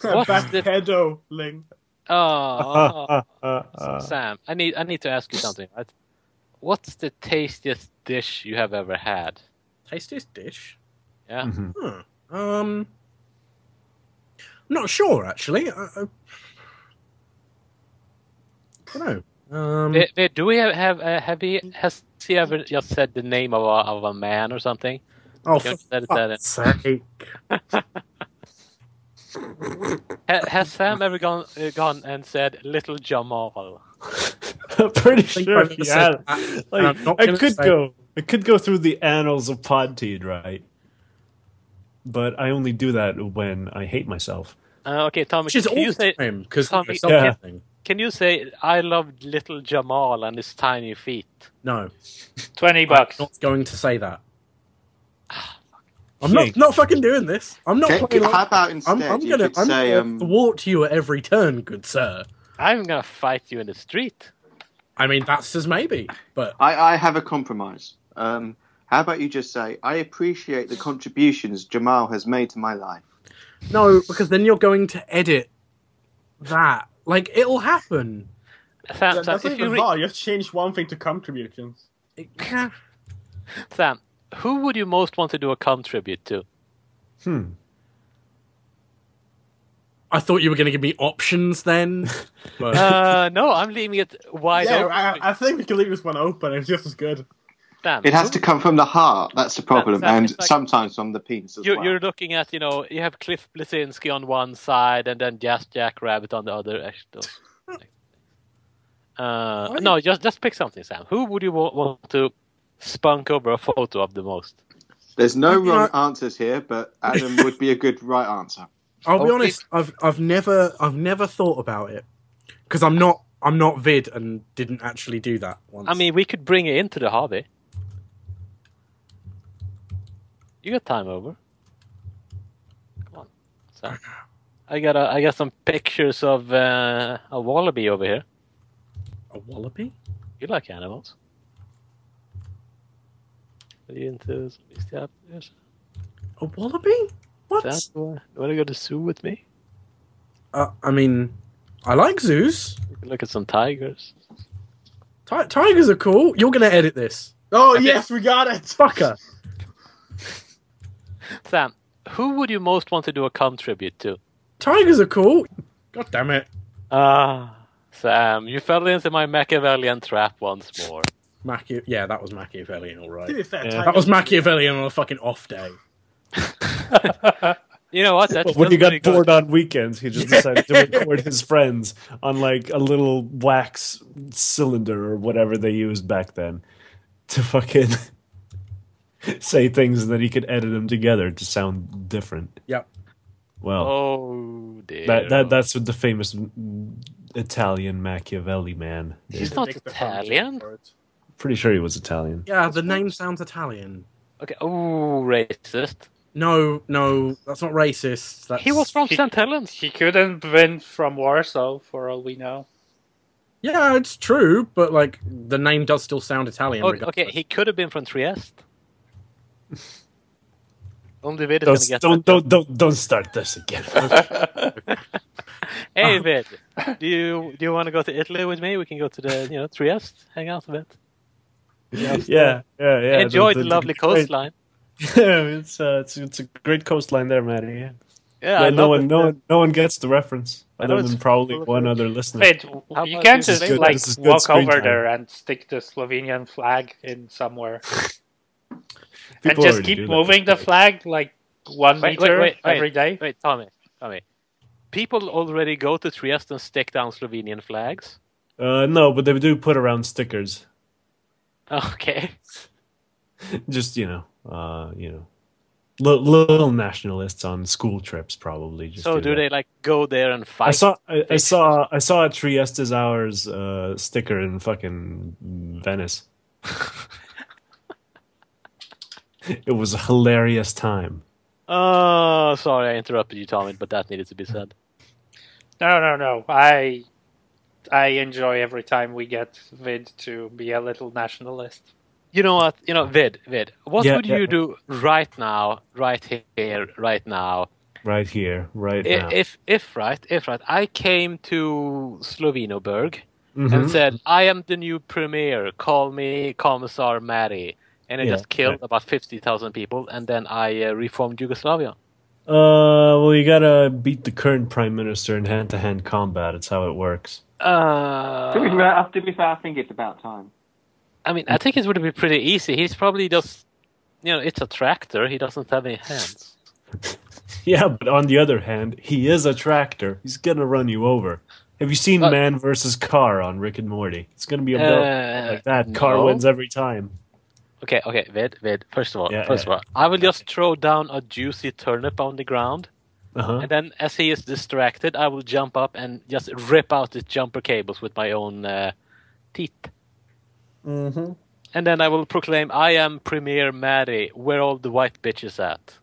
A: go.
B: What's
D: Back
B: the-
D: pedaling.
B: Oh,
A: Uh, uh, uh.
B: Sam. I need. I need to ask you something. Right? What's the tastiest dish you have ever had?
A: Mm-hmm.
I: Tastiest dish.
B: Yeah.
A: Mhm.
I: Huh. Um. Not sure actually. I, I, I don't know. Um,
A: Hmm.
B: They, they, do we have, have uh, have he has he ever just said the name of a, of a man or something?
I: oh,
B: Don't
I: for
B: let it- let it-
I: fuck's sake.
B: Ha, has Sam ever gone uh, gone and said little Jamal?
A: I'm pretty
I: think
A: sure
I: I've
A: he
I: said
A: had.
I: that, and
A: Like,
I: I'm not
A: I
I: gonna
A: could
I: say-
A: go. I could go through the annals of Podteed, right? But I only do that when I hate myself.
B: Uh, okay, Tommy,
I: Which is
B: can you
I: all
B: say
I: the time because
B: Tommy-
A: Yeah.
I: something.
B: can you say I loved little Jamal and his tiny feet?
I: No,
G: Twenty
I: I'm
G: bucks.
I: not going to say that. I'm
A: Yeah.
I: not not fucking doing this. I'm not
H: Can-
I: playing.
H: can- how
I: Like,
H: about instead
I: I'm, I'm
H: you
I: gonna
H: could
I: I'm
H: say,
I: gonna
H: um,
I: thwart you at every turn, good sir.
B: I'm gonna fight you in the street.
I: I mean, that's as maybe, but
H: I, I have a compromise. Um, how about you just say, I appreciate the contributions Jamal has made to my life.
I: no, because then you're going to edit that. Like it'll happen.
B: Sam,
D: That
B: Sam,
D: doesn't
B: if you
D: even
B: re-
D: bar. You've changed one thing to contributions.
I: It-
B: Sam, who would you most want to do a cum tribute to?
A: Hmm.
I: I thought you were going to give me options then. But
B: Uh, no, I'm leaving it wide
D: yeah,
B: open.
D: I, I think we can leave this one open. It's just as good.
B: Sam,
H: It has
B: who-
H: to come from the heart. That's the problem,
B: That- that
H: and
B: is like-
H: sometimes from the penis as
B: you,
H: well.
B: You're looking at, you know, you have Cliff Blazinski on one side and then Jazz Jack Rabbit on the other. Actually, those- uh, no, just just pick something, Sam. Who would you wa- want to spunk over a photo of the most?
H: There's no
I: You're
H: wrong
I: not-
H: answers here, but Adam would be a good right answer.
I: I'll be
B: Okay.
I: honest, I've I've never I've never thought about it because I'm not I'm not vid and didn't actually do that once.
B: I mean, we could bring it into the hobby. You got time over. Come on, Sam. I got a, I got some pictures of uh, a wallaby over here.
I: a wallaby.
B: You like animals. Are you into bestial? Yes.
I: A wallaby? What?
B: That one. You want to go to zoo with me?
I: Uh, I mean, I like zoos.
B: We can look at some tigers.
I: Ti- tigers are cool. You're gonna edit this,
D: Oh yes, we got it.
I: fucker.
B: Sam, who would you most want to do a cum tribute to?
I: Tigers are cool. God damn it,
B: Ah, Sam, you fell into my Machiavellian trap once more.
I: Machi. Yeah, that was Machiavellian, all
D: To
I: right.
D: be fair,
A: Yeah.
D: Tiger-
I: That was Machiavellian on a fucking off day.
B: You know what? That's
A: when he
B: still
A: got
B: pretty good.
A: bored on weekends, he just decided to record his friends on like a little wax cylinder or whatever they used back then to fucking say things, and then he could edit them together to sound different.
I: Yep.
A: Well,
B: Oh dear.
A: that that that's what the famous Italian Machiavelli man. did.
B: He's not
D: Make the thumbs up
B: Italian.
D: for it.
A: Pretty sure he was Italian.
I: Yeah, the name sounds Italian.
B: Okay. Oh, racist.
I: No, no, that's not racist. That's...
B: He was from
G: He-
B: St. Helens.
G: He couldn't win from Warsaw, for all we know.
I: Yeah, it's true, but like the name does still sound Italian.
B: Oh, Okay,
I: regardless.
B: okay, he could have been from Trieste. Only Vid is
A: Don't
B: gonna get
A: don't,
B: that
A: don't don't don't start this again.
B: Hey Vid, do you do you want to go to Italy with me? We can go to the you know Trieste, hang out a bit,
A: yeah, yeah, yeah.
B: enjoy the, lovely coastline.
A: it's uh, it's it's a great coastline there, Matty. Yeah.
B: Yeah, I
A: Yeah, no
B: love
A: one,
B: it.
A: no one, no one gets the reference
B: I know
A: other
B: it's
A: than probably
B: full of
A: one
B: it.
A: other listener.
G: Wait,
B: How
G: you
B: about
G: can't
B: Hmm. this is
G: just
B: good-
G: like
A: this is good
G: walk
A: screen
G: over
A: time.
G: there and stick the Slovenian flag in somewhere and
A: People
G: just
A: already
G: keep
A: do that.
G: moving the flag like one
B: Wait, wait,
G: meter
B: wait, wait.
G: every day.
B: Wait, Tommy, Tommy, people already go to Trieste and stick down Slovenian flags.
A: Uh, no, but they do put around stickers.
B: Okay,
A: Just you know, uh, you know, li- little nationalists on school trips probably. Just
B: so do
A: that.
B: they like go there and fight?
A: I saw, I, I saw, I saw a Trieste's Hours uh, sticker in fucking Venice. it was a hilarious time.
B: Oh, sorry, I interrupted you, Tommy, but that needed to be said.
G: No, no, no. I I enjoy every time we get Vid to be a little nationalist.
B: You know what? You know, Vid, Vid. What
A: Yeah,
B: would
A: yeah.
B: you do right now, right here, right now,
A: Right here, right
B: I-
A: now.
B: if if right, if right? I came to Slovenoberg
A: Mhm.
B: and said, "I am the new premier. Call me Commissar Mary." And I
A: Yeah,
B: just killed
A: right.
B: about fifty thousand people, and then I uh, reformed Yugoslavia.
A: Uh, well, you gotta beat the current prime minister in hand-to-hand combat. It's how it works.
B: Uh,
E: To be fair, to be fair, I think it's about time.
B: I mean, I think it would be pretty easy. He's probably just, you know, it's a tractor. He doesn't have any hands.
A: Yeah, but on the other hand, he is a tractor. He's gonna run you over. Have you seen
B: Uh,
A: Man versus Car on Rick and Morty? It's gonna be a
B: Uh,
A: battle like that. Car
B: no.
A: wins every time.
B: Okay, okay, wait, wait. First of all,
A: Yeah,
B: first
A: yeah.
B: of all, I will just throw down a juicy turnip on the ground,
A: Uh-huh.
B: and then as he is distracted, I will jump up and just rip out the jumper cables with my own uh, teeth.
A: Mm-hmm.
B: And then I will proclaim, I am Premier Mary, where all the white bitches at.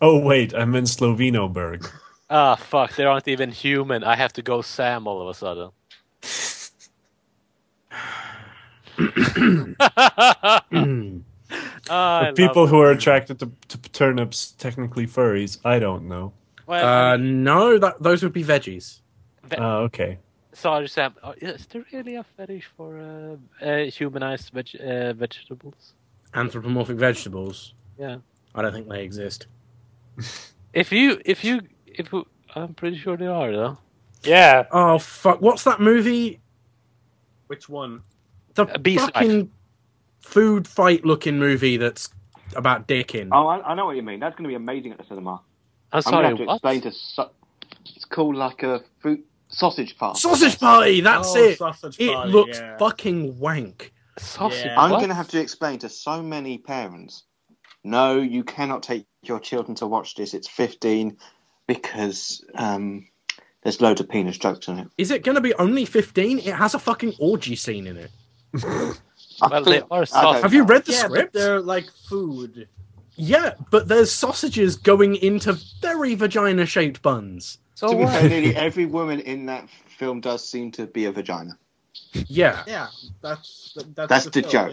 A: Oh wait, I'm in Slovenoberg.
B: Ah, fuck, they aren't even human. I have to go Sam all of a sudden. Ah, I
A: The
B: love
A: people
B: it.
A: who are attracted to, to turnips, technically furries, I don't know.
B: Well,
C: Uh, no, that those would be veggies.
B: ve-
A: Uh, okay.
B: sorry, Sam. uh, Is there really a fetish for uh, uh, humanized veg- uh, vegetables?
C: Anthropomorphic vegetables.
B: Yeah.
C: I don't think they exist.
B: If you, if you, if you, I'm pretty sure they are though.
G: Yeah,
C: Oh fuck! What's that movie?
D: Which one?
C: The
B: A Bee's Life.
C: fucking food fight looking movie that's about dick in.
E: Oh, I, I know what you mean. That's going to be amazing at the cinema. I'm going
B: I'm sorry.
E: to have to
B: what?
E: explain to. Su- it's called like a fruit sausage farm.
C: Sausage pie. That's
D: Oh,
C: it.
D: Sausage
C: It
D: Party,
C: looks
D: yeah.
C: fucking wank.
B: Sausage.
D: Yeah.
B: what?
H: I'm going to have to explain to so many parents no, you cannot take your children to watch this. It's 15 because um, there's loads of penis jokes in it.
C: Is it gonna be only fifteen? It has a fucking orgy scene in it.
H: I
B: Well, they
H: think-
B: are
H: I don't
B: sausage.
C: Have you
H: know.
C: read the
D: Yeah, but
C: script?
D: they're like food.
C: Yeah, but there's sausages going into very vagina shaped buns.
B: So
H: to be
B: what?
H: fair, nearly every woman in that film does seem to be a vagina.
C: Yeah.
D: Yeah, that's that's,
H: That's the
D: film,
H: joke.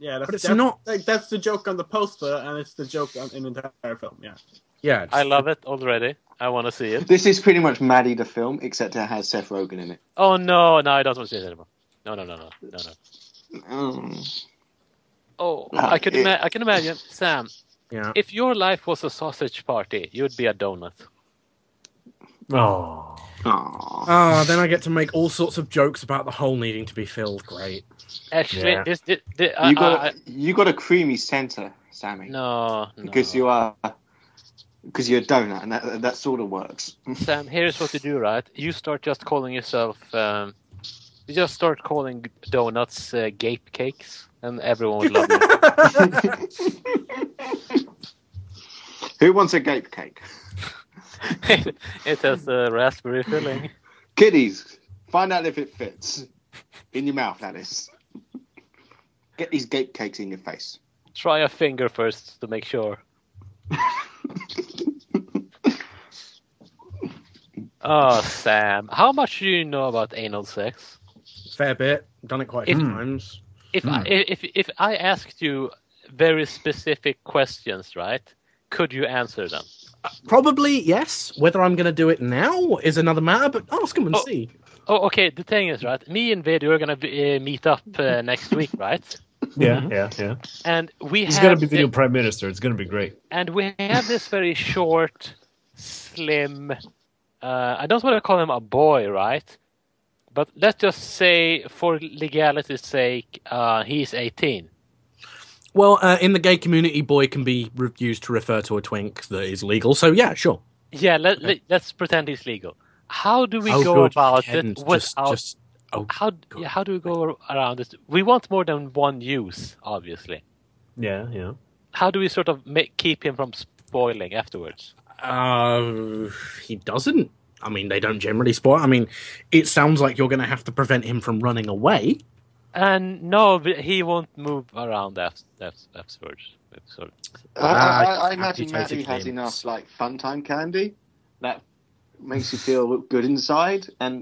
D: Yeah, yeah that's,
C: But it's
D: that's-
C: not-
D: Like, that's the joke on the poster, and it's the joke on, in the entire film. Yeah.
C: Yeah.
B: I love it already. I want to see it.
H: This is pretty much Maddie the film, except it has Seth Rogen in it.
B: Oh no, no, I don't want to see it anymore. No, no, no, no, no, no.
H: Mm.
B: Oh,
H: Ah,
B: I can
H: it-
B: ima- I can imagine, Sam.
C: Yeah.
B: If your life was a sausage party, you'd be a donut.
A: Oh,
H: Aw.
C: Ah, then I get to make all sorts of jokes about the hole needing to be filled. Great.
B: Actually,
A: Yeah.
B: this, this, this I,
H: you got
B: Uh, I, I,
H: you got a creamy centre, Sammy,
B: no, no.
H: because you are because you're a donut, and that that sort of works.
B: Sam, um, here's what you do, right? You start just calling yourself. Um, you just start calling donuts uh, gape cakes, and everyone would love you.
H: Who wants a gape cake?
B: it has a raspberry filling.
H: Kiddies, find out if it fits in your mouth. That is. Get these gape cakes in your face.
B: Try a finger first to make sure. Oh, Sam, how much do you know about anal sex?
C: Fair bit. Done it quite a few
B: Hmm.
A: Mm.
C: times.
B: if I, if if I asked you very specific questions, right? Could you answer them?
C: Probably, yes. Whether I'm going to do it now is another matter, but ask them and
B: Oh.
C: see.
B: Oh, okay. The thing is, right? Me and Vedu are gonna be, uh, meet up uh, next week, right?
A: yeah, yeah, yeah.
B: And we
A: He's
B: have
A: gonna be the new
B: thi-
A: prime minister. It's gonna be great.
B: and we have this very short, slim. Uh, I don't want to call him a boy, right? But let's just say, for legality's sake, uh, he's eighteen.
C: Well, uh, in the gay community, boy can be re- used to refer to a twink that is legal. So, yeah, sure.
B: Yeah, let, let, let's pretend he's legal. How do we
C: Oh,
B: go
C: good.
B: about
C: Ken,
B: it without
C: just, oh,
B: how yeah, how do we go around this? We want more than one use, obviously.
A: Yeah, yeah.
B: How do we sort of make, keep him from spoiling afterwards?
C: uh, he doesn't. I mean, they don't generally spoil. I mean, it sounds like you're going to have to prevent him from running away.
B: And no, but he won't move around af- af- afterwards. Sort of.
H: I, I, I,
C: Ah,
H: I imagine Maddie
C: amputated
H: has
C: limbs.
H: enough like fun time candy that makes you feel good inside and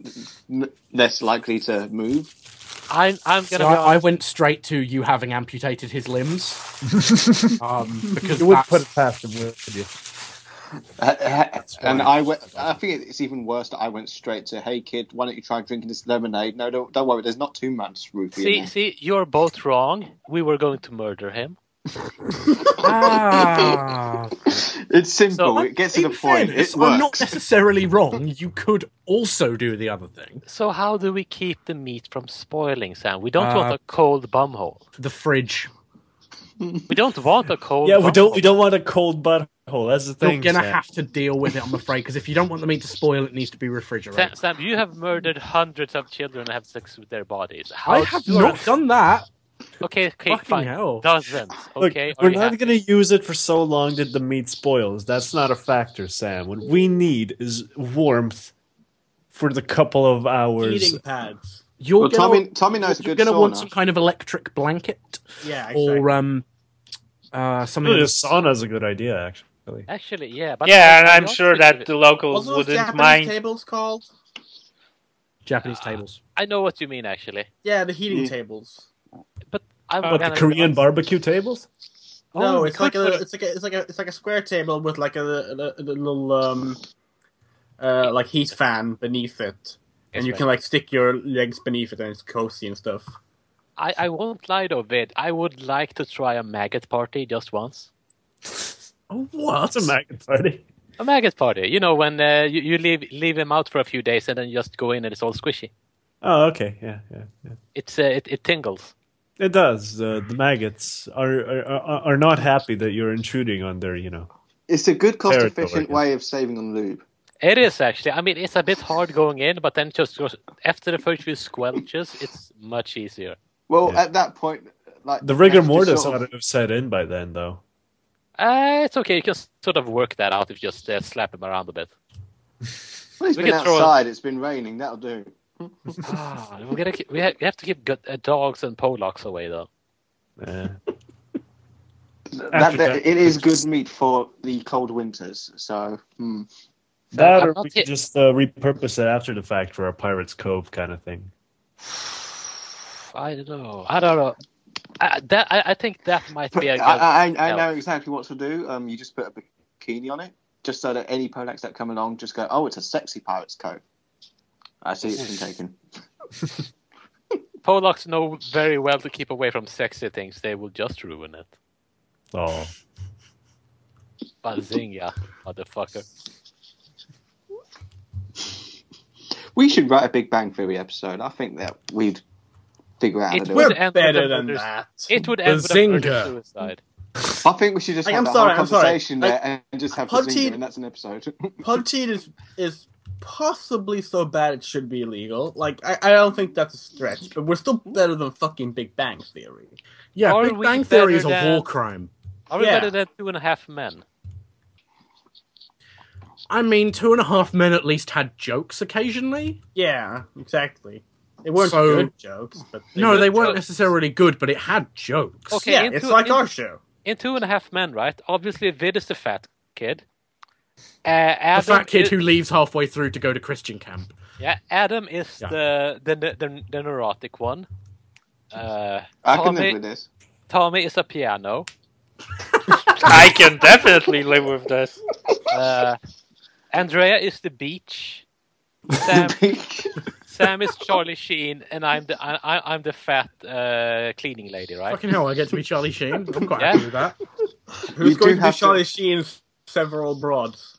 H: m- less likely to move.
B: I'm I'm
C: So
B: gonna be
C: I, I
B: honest.
C: went straight to you having amputated his limbs um, because
A: You wouldn't
C: that's,
A: put it past him, would you?
H: Uh, uh, and
A: why-
H: I went. I think it's even worse that I went straight to, "Hey kid, why don't you try drinking this lemonade?" No, don't, don't worry. There's not too much roofie. in
B: See,
H: there.
B: see, you're both wrong. We were going to murder him.
C: Ah,
H: It's simple.
B: So-
H: it gets to the
C: In
H: point.
C: fairness,
H: It
C: I'm not
H: works.
C: necessarily wrong. You could also do the other thing.
B: So how do we keep the meat from spoiling, Sam? We don't
C: Uh,
B: want a cold bumhole.
C: The fridge.
B: We don't want a cold.
A: Yeah, we
B: bumhole.
A: don't we don't want a cold butthole. That's the thing.
C: You're gonna
A: Sam.
C: have to deal with it, I'm afraid, because if you don't want the meat to spoil, it needs to be refrigerated.
B: Sam, Sam, you have murdered hundreds of children and have sex with their bodies. How
C: I have
B: do-
C: not done that.
B: Okay, okay,
C: Fucking
B: fine.
C: hell.
B: Dozens.
A: Look,
B: Okay, are
A: we're
B: you
A: not
B: happy?
A: going to use it for so long that the meat spoils. That's not a factor, Sam. What we need is warmth for the couple of hours.
D: Eating pads.
C: You're
H: Well,
C: gonna,
H: Tommy, Tommy knows a
C: you're
H: good
C: gonna
H: sauna.
C: want some kind of electric blanket
D: Yeah, exactly.
C: or um, uh, something.
A: Really, a
C: that's-
A: sauna's a good idea, actually.
B: Actually, yeah, but
G: yeah, and
B: I
G: I'm
B: don't
G: sure
B: think
G: that
B: it-
G: the
D: What
G: locals
D: are those
G: wouldn't
D: Japanese
G: mind.
D: tables called?
C: Japanese tables.
B: I know what you mean actually.
D: Yeah, the heating
H: Yeah.
D: tables.
B: I'm
A: What the
B: gonna-
A: Korean barbecue tables?
B: Oh,
D: no, it's like a little, it's like a, it's like a, it's like a square table with like a, a- a little um, uh, like heat fan beneath it, and you
B: right.
D: can like stick your legs beneath it, and it's cozy and stuff.
B: I, I won't lie though, Vid. I would like to try a maggot party just once.
C: Oh, what?
A: That's a maggot party.
B: A maggot party, you know, when uh, you, you leave leave him out for a few days and then you just go in and it's all squishy.
A: Oh, okay. Yeah, yeah. yeah.
B: It's uh, it, it tingles.
A: It does. Uh, the maggots are, are are are not happy that you're intruding on their, you know.
H: It's a good, cost
A: Territory.
H: efficient way of saving on lube.
B: It is actually. I mean, it's a bit hard going in, but then just goes, after the first few squelches, it's much easier.
H: Well,
A: Yeah.
H: at that point, like
A: The rigor
H: that's just
A: mortis
H: sort
A: ought
H: of-
A: to have set in by then, though.
B: Uh, it's okay. You can sort of work that out if you just uh, slap him around a bit.
H: Well, it's
B: we
H: been
B: could throw a-
H: outside. It's been raining. That'll do.
B: Ah, we're gonna keep, we, ha- we have to keep good, uh, dogs and polacks away though.
A: Yeah.
H: That, that, it is good meat for the cold winters. So, hmm.
A: That
B: I'm
A: or
B: not
A: we
B: hit-
A: could just uh, repurpose it after the fact for our Pirates Cove kind of thing.
B: I don't know. I don't know. I, that I, I think that might
H: But
B: be a good.
H: I, I, I
B: help.
H: know exactly what to do. Um, you just put a bikini on it, just so that any Polacks that come along just go, "Oh, it's a sexy pirate's coat." I see it's been taken.
B: Polacks know very well to keep away from sexy things. They will just ruin it.
A: Oh,
B: Bazinga, motherfucker.
H: We should write a Big Bang Theory episode. I think that we'd figure out how to
B: It
H: do
B: would
H: it.
D: We're
B: end with
D: better
B: a
D: than
B: murder-
D: that.
B: It would end with a murder
C: Bazinga.
B: suicide.
H: I think we should just
D: Like,
H: have
D: I'm
H: that
D: sorry,
H: whole
D: I'm sorry.
H: conversation
D: Like,
H: there and just have
D: Hot
H: the
D: tea-
H: zinger, and that's an episode.
D: Pub cheat is is possibly so bad it should be illegal. Like I, I don't think that's a stretch, but we're still better than fucking Big Bang Theory.
C: Yeah,
B: Are
C: Big
B: Oh, we
C: Bang Theory is a
B: better than-
C: war crime.
B: Are we
D: Yeah.
B: better than two and a half men?
C: I mean, two and a half men at least had jokes occasionally.
D: Yeah, exactly. They weren't
C: So-
D: good jokes, but they
C: no,
D: were
C: they weren't
D: jokes.
C: necessarily good, but it had jokes.
B: Okay.
D: Yeah,
B: into-
D: it's like
B: in-
D: our show.
B: In two and a half men, right? Obviously, Vid is the fat kid. Uh,
C: The
B: Adam
C: fat kid
B: is,
C: who leaves halfway through to go to Christian camp.
B: yeah, Adam is
C: Yeah.
B: The, the, the the neurotic one. Uh,
H: I can live
B: Tommy,
H: with this.
B: Tommy is a piano.
G: I can definitely live with this.
B: Uh, Andrea is the beach. Sam, Sam is Charlie Sheen, and I'm the I, I- I'm the fat uh, cleaning lady, right?
C: Fucking hell, I get to be Charlie Sheen. I'm quite
B: Yeah.
C: happy with that.
D: Who's going
H: do
D: to be
H: have to-
D: Charlie Sheen's several broads?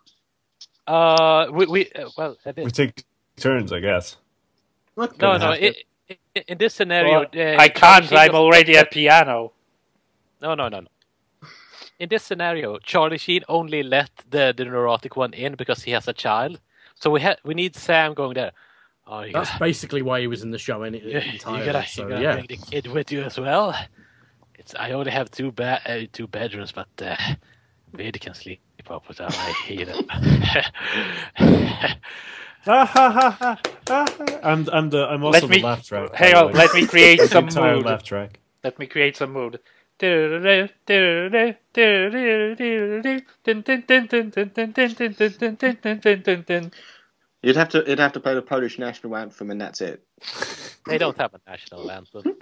B: Uh, we we uh, well, a bit.
A: we take turns, I guess.
D: Not
B: no
D: gonna
B: no.
D: happen.
B: It, i in this scenario, uh,
G: I can't.
B: Charlie Sheen
G: I'm
B: does-
G: already a piano.
B: No no no no. In this scenario, Charlie Sheen only let the, the neurotic one in because he has a child. So we ha- we need Sam going there. Oh, you
C: That's
B: gotta,
C: basically why he was in the show in
B: you, you
C: entirely.
B: gotta,
C: so,
B: you gotta
C: yeah.
B: bring the kid with you as well. It's I only have two ba- uh, two bedrooms, but uh, Vid can sleep up without my heat up.
A: Ah, ha, ha, ha, ha, ha. I'm I'm the I'm also
G: Let me-
A: the laugh track. by
G: Hang
A: the
G: on,
A: way.
G: oh, let me create
A: the
G: some
A: entire
G: mood.
A: laugh track.
G: Let me create some mood. They
H: You'd have to, it'd have to play the Polish national anthem, and that's it.
B: They don't have a national anthem.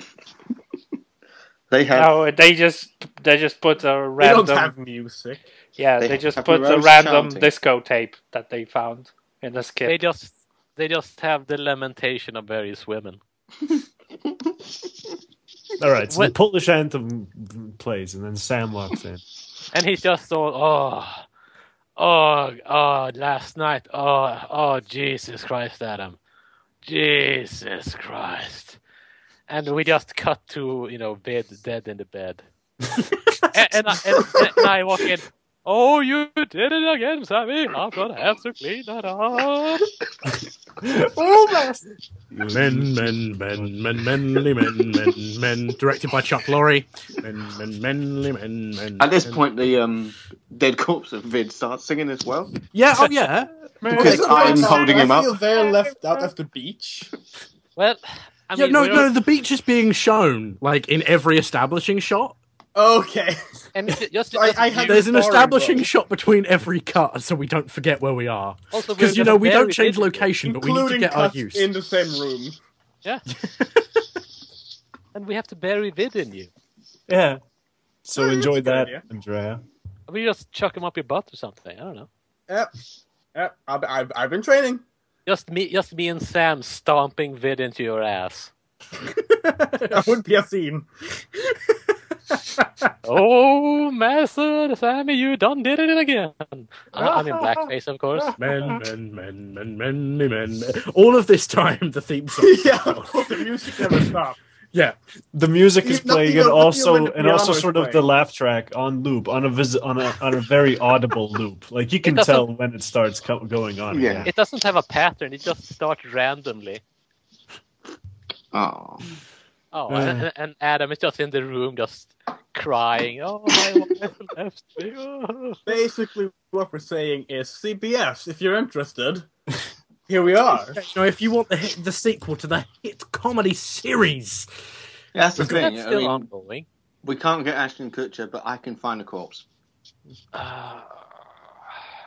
H: They have.
G: just they just put a
D: they don't
G: random
D: have music.
G: yeah
H: they
G: they just
H: have
G: put a
H: roast
G: random
H: shouting.
G: disco tape that they found in the
B: They
G: skip.
B: just they just have the lamentation of various women.
A: All right, so
B: What-
A: the Polish anthem plays, and then Sam walks in.
B: And he's just all, oh, Oh, oh, last night. Oh, oh, Jesus Christ, Adam. Jesus Christ. And we just cut to, you know, bed, dead in the bed. and, and, I, and, and I walk in. Oh, you did it again, Sammy. I'm going to have to clean that up.
H: Almost.
C: Men, men, men, men, menly men, men, men. Directed by Chuck Lorre. Men, men, menly men, men.
H: At this
C: men.
H: point, the um, dead corpse of Vid starts singing as well.
C: yeah, oh yeah.
H: Because I'm holding him
D: I
H: up.
D: feel very left out at the beach.
B: Well, I
C: yeah
B: mean,
C: no,
B: we
C: no,
B: were-
C: the beach is being shown like in every establishing shot.
D: Okay.
B: and ju- just,
D: I-
B: just
D: I had-
B: you-
C: There's an
D: Sorry,
C: establishing
D: bro.
C: shot between every cut, so we don't forget where we are.
B: also we were
C: Because you
B: just
C: know we don't
B: very
C: change
B: visible.
C: location, but we need to
D: Including
C: get our
D: cuts
C: use.
D: in the same room.
B: Yeah. and we have to bury vid in you.
A: Yeah. So
D: that's
A: enjoy
D: a good
A: that,
D: idea.
A: Andrea.
B: We just chuck him up your butt or something. I don't know.
D: Yep. Yep. I've, I've, I've been training.
B: Just me, just me and Sam stomping vid into your ass.
D: That would be a scene.
B: Oh, master Sammy, you done did it again. I- I'm in blackface, of course.
C: Men, men, men, men, menly men. All of this time, the theme song.
D: yeah, of course, the music never stopped.
C: yeah.
A: The music
D: You-
A: is
D: no,
A: playing,
D: you
A: and
D: don't feel
A: also
D: when the
A: and also
D: piano is
A: sort of the
D: playing.
A: laugh track on loop on a vis- on a on a very audible loop. Like you can
B: doesn't-
A: tell when it starts co- going on.
H: Yeah.
A: again.
B: It doesn't have a pattern. It just starts randomly.
H: Oh.
B: Oh, and, and Adam is just in the room, just crying. Oh, my wife left me. Oh.
D: Basically, what we're saying is CBS, if you're interested, here we are.
C: Now, if you want the hit, the sequel to the hit comedy series,
H: Yeah, that's the
B: That's
H: thing. I
B: still
H: mean,
B: ongoing.
H: we can't get Ashton Kutcher, but I can find a corpse.
B: Uh,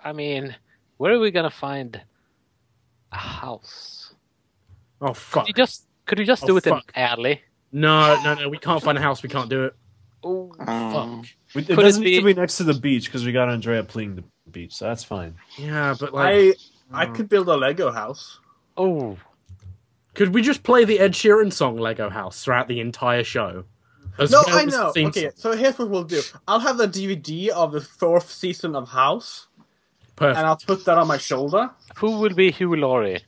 B: I mean, where are we gonna find a house?
C: oh fuck,
B: You just could you just
C: Oh,
B: do it
C: fuck.
B: in an alley?
C: no, no, no, we can't find a house. We can't do it.
B: Oh,
H: Um,
A: We- It
B: Could it
A: doesn't need to
B: be-
A: be next to the beach because we got Andrea playing the beach, so that's fine.
C: Yeah, but like,
D: I I could build a Lego house.
B: oh,
C: could we just play the Ed Sheeran song "Lego House" throughout the entire show? As
D: No,
C: well
D: I
C: as the
D: know.
C: theme
D: Okay,
C: song.
D: so here's what we'll do. I'll have the DVD of the fourth season of House,
C: perfect.
D: and I'll put that on my shoulder.
B: who will be Hugh Laurie?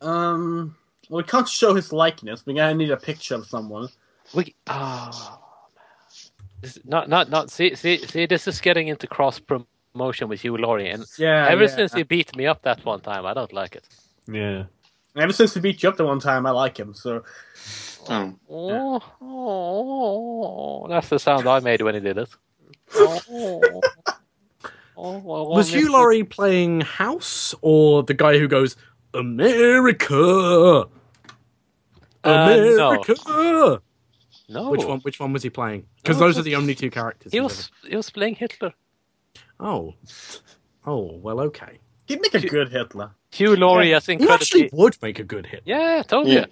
D: Um, well, we can't show his likeness. We're gonna need a picture of someone.
B: We ah, This- not not not see see see. This is getting into cross promotion with Hugh Laurie, and
D: Yeah.
B: ever
D: yeah.
B: since he beat me up that one time, I don't like it.
A: Yeah.
D: ever since we beat you up the one time, I like him. So
H: oh.
B: Oh, oh, that's the sound I made when he did it. Oh, oh, oh,
C: Was Hugh Laurie playing House or the guy who goes America?
B: Uh, no. Oh.
C: America.
B: No,
C: Which one? Which one was he playing? Because
B: No,
C: those
B: it
C: are the only two characters.
B: He
C: he's
B: was he was playing Hitler.
C: ever- Oh. Oh well, okay.
D: he'd make a good Hitler.
B: Hugh Laurie as
C: He
B: incredibly.
C: actually would make a good hit.
B: Yeah, totally.
H: Yeah.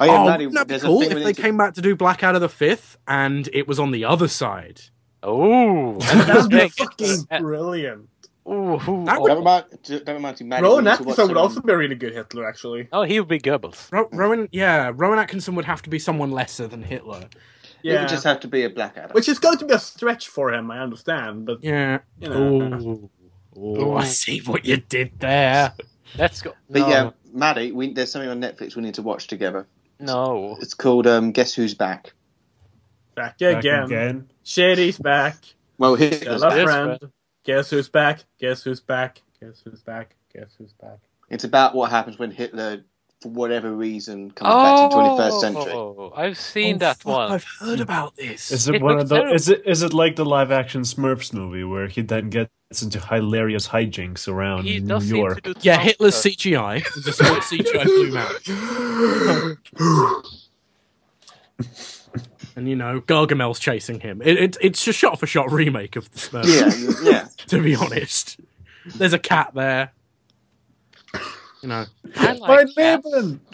H: Oh, yeah,
C: Oh,
H: Maddie,
C: wouldn't that be
H: there's a
C: cool
H: thing
C: if
H: with
C: they
H: inter-
C: came back to do Blackadder the Fifth and it was on the other side?
B: Oh,
D: That would be
B: Like,
D: fucking
B: uh,
D: brilliant.
B: ooh, who-
C: That
B: oh,
C: would-
H: Don't remind, don't remind you, Maddie. we
D: Rowan
H: used to watch,
D: Atkinson would
H: um,
D: also be a really good Hitler, actually.
B: oh, he would be Goebbels.
H: Mm.
C: Ro- Rowan, yeah, Rowan Atkinson would have to be someone lesser than Hitler.
H: It
D: Yeah,
H: would just have to be a Blackadder.
D: which is going to be a stretch for him. I understand, but
C: Yeah.
D: you know.
C: Oh, I see what you did there.
B: Let's go.
H: But
B: No,
H: yeah, Maddie, we, there's something on Netflix we need to watch together.
B: no.
H: It's called um, Guess Who's Back.
D: Back
A: Back
D: again.
A: again.
D: Shady's back.
H: Well,
D: Got
H: Hitler's
D: a
B: Yes,
H: back.
D: friend. Guess who's back? Guess who's back? Guess who's back? Guess who's back?
H: It's about what happens when Hitler, for whatever reason, comes back to the 21st century.
B: Oh, I've seen
C: Oh,
B: that
C: fuck,
B: one.
C: I've heard about this.
A: Is it,
B: It
A: one
B: looks
A: of the?
B: terrible.
A: Is it is it like the live action Smurfs movie where he then gets into hilarious hijinks around
B: He
A: New
B: does seem to
A: York?
B: do.
C: yeah,
B: Trump uh,
C: Hitler's
B: stuff.
C: CGI. It's a small CGI blue man. And you know, Gargamel's chasing him. It, it, it's a shot for shot remake of the Smurfs.
H: Yeah, you- yeah.
C: to be honest. There's a cat there. You know,
B: I like cats.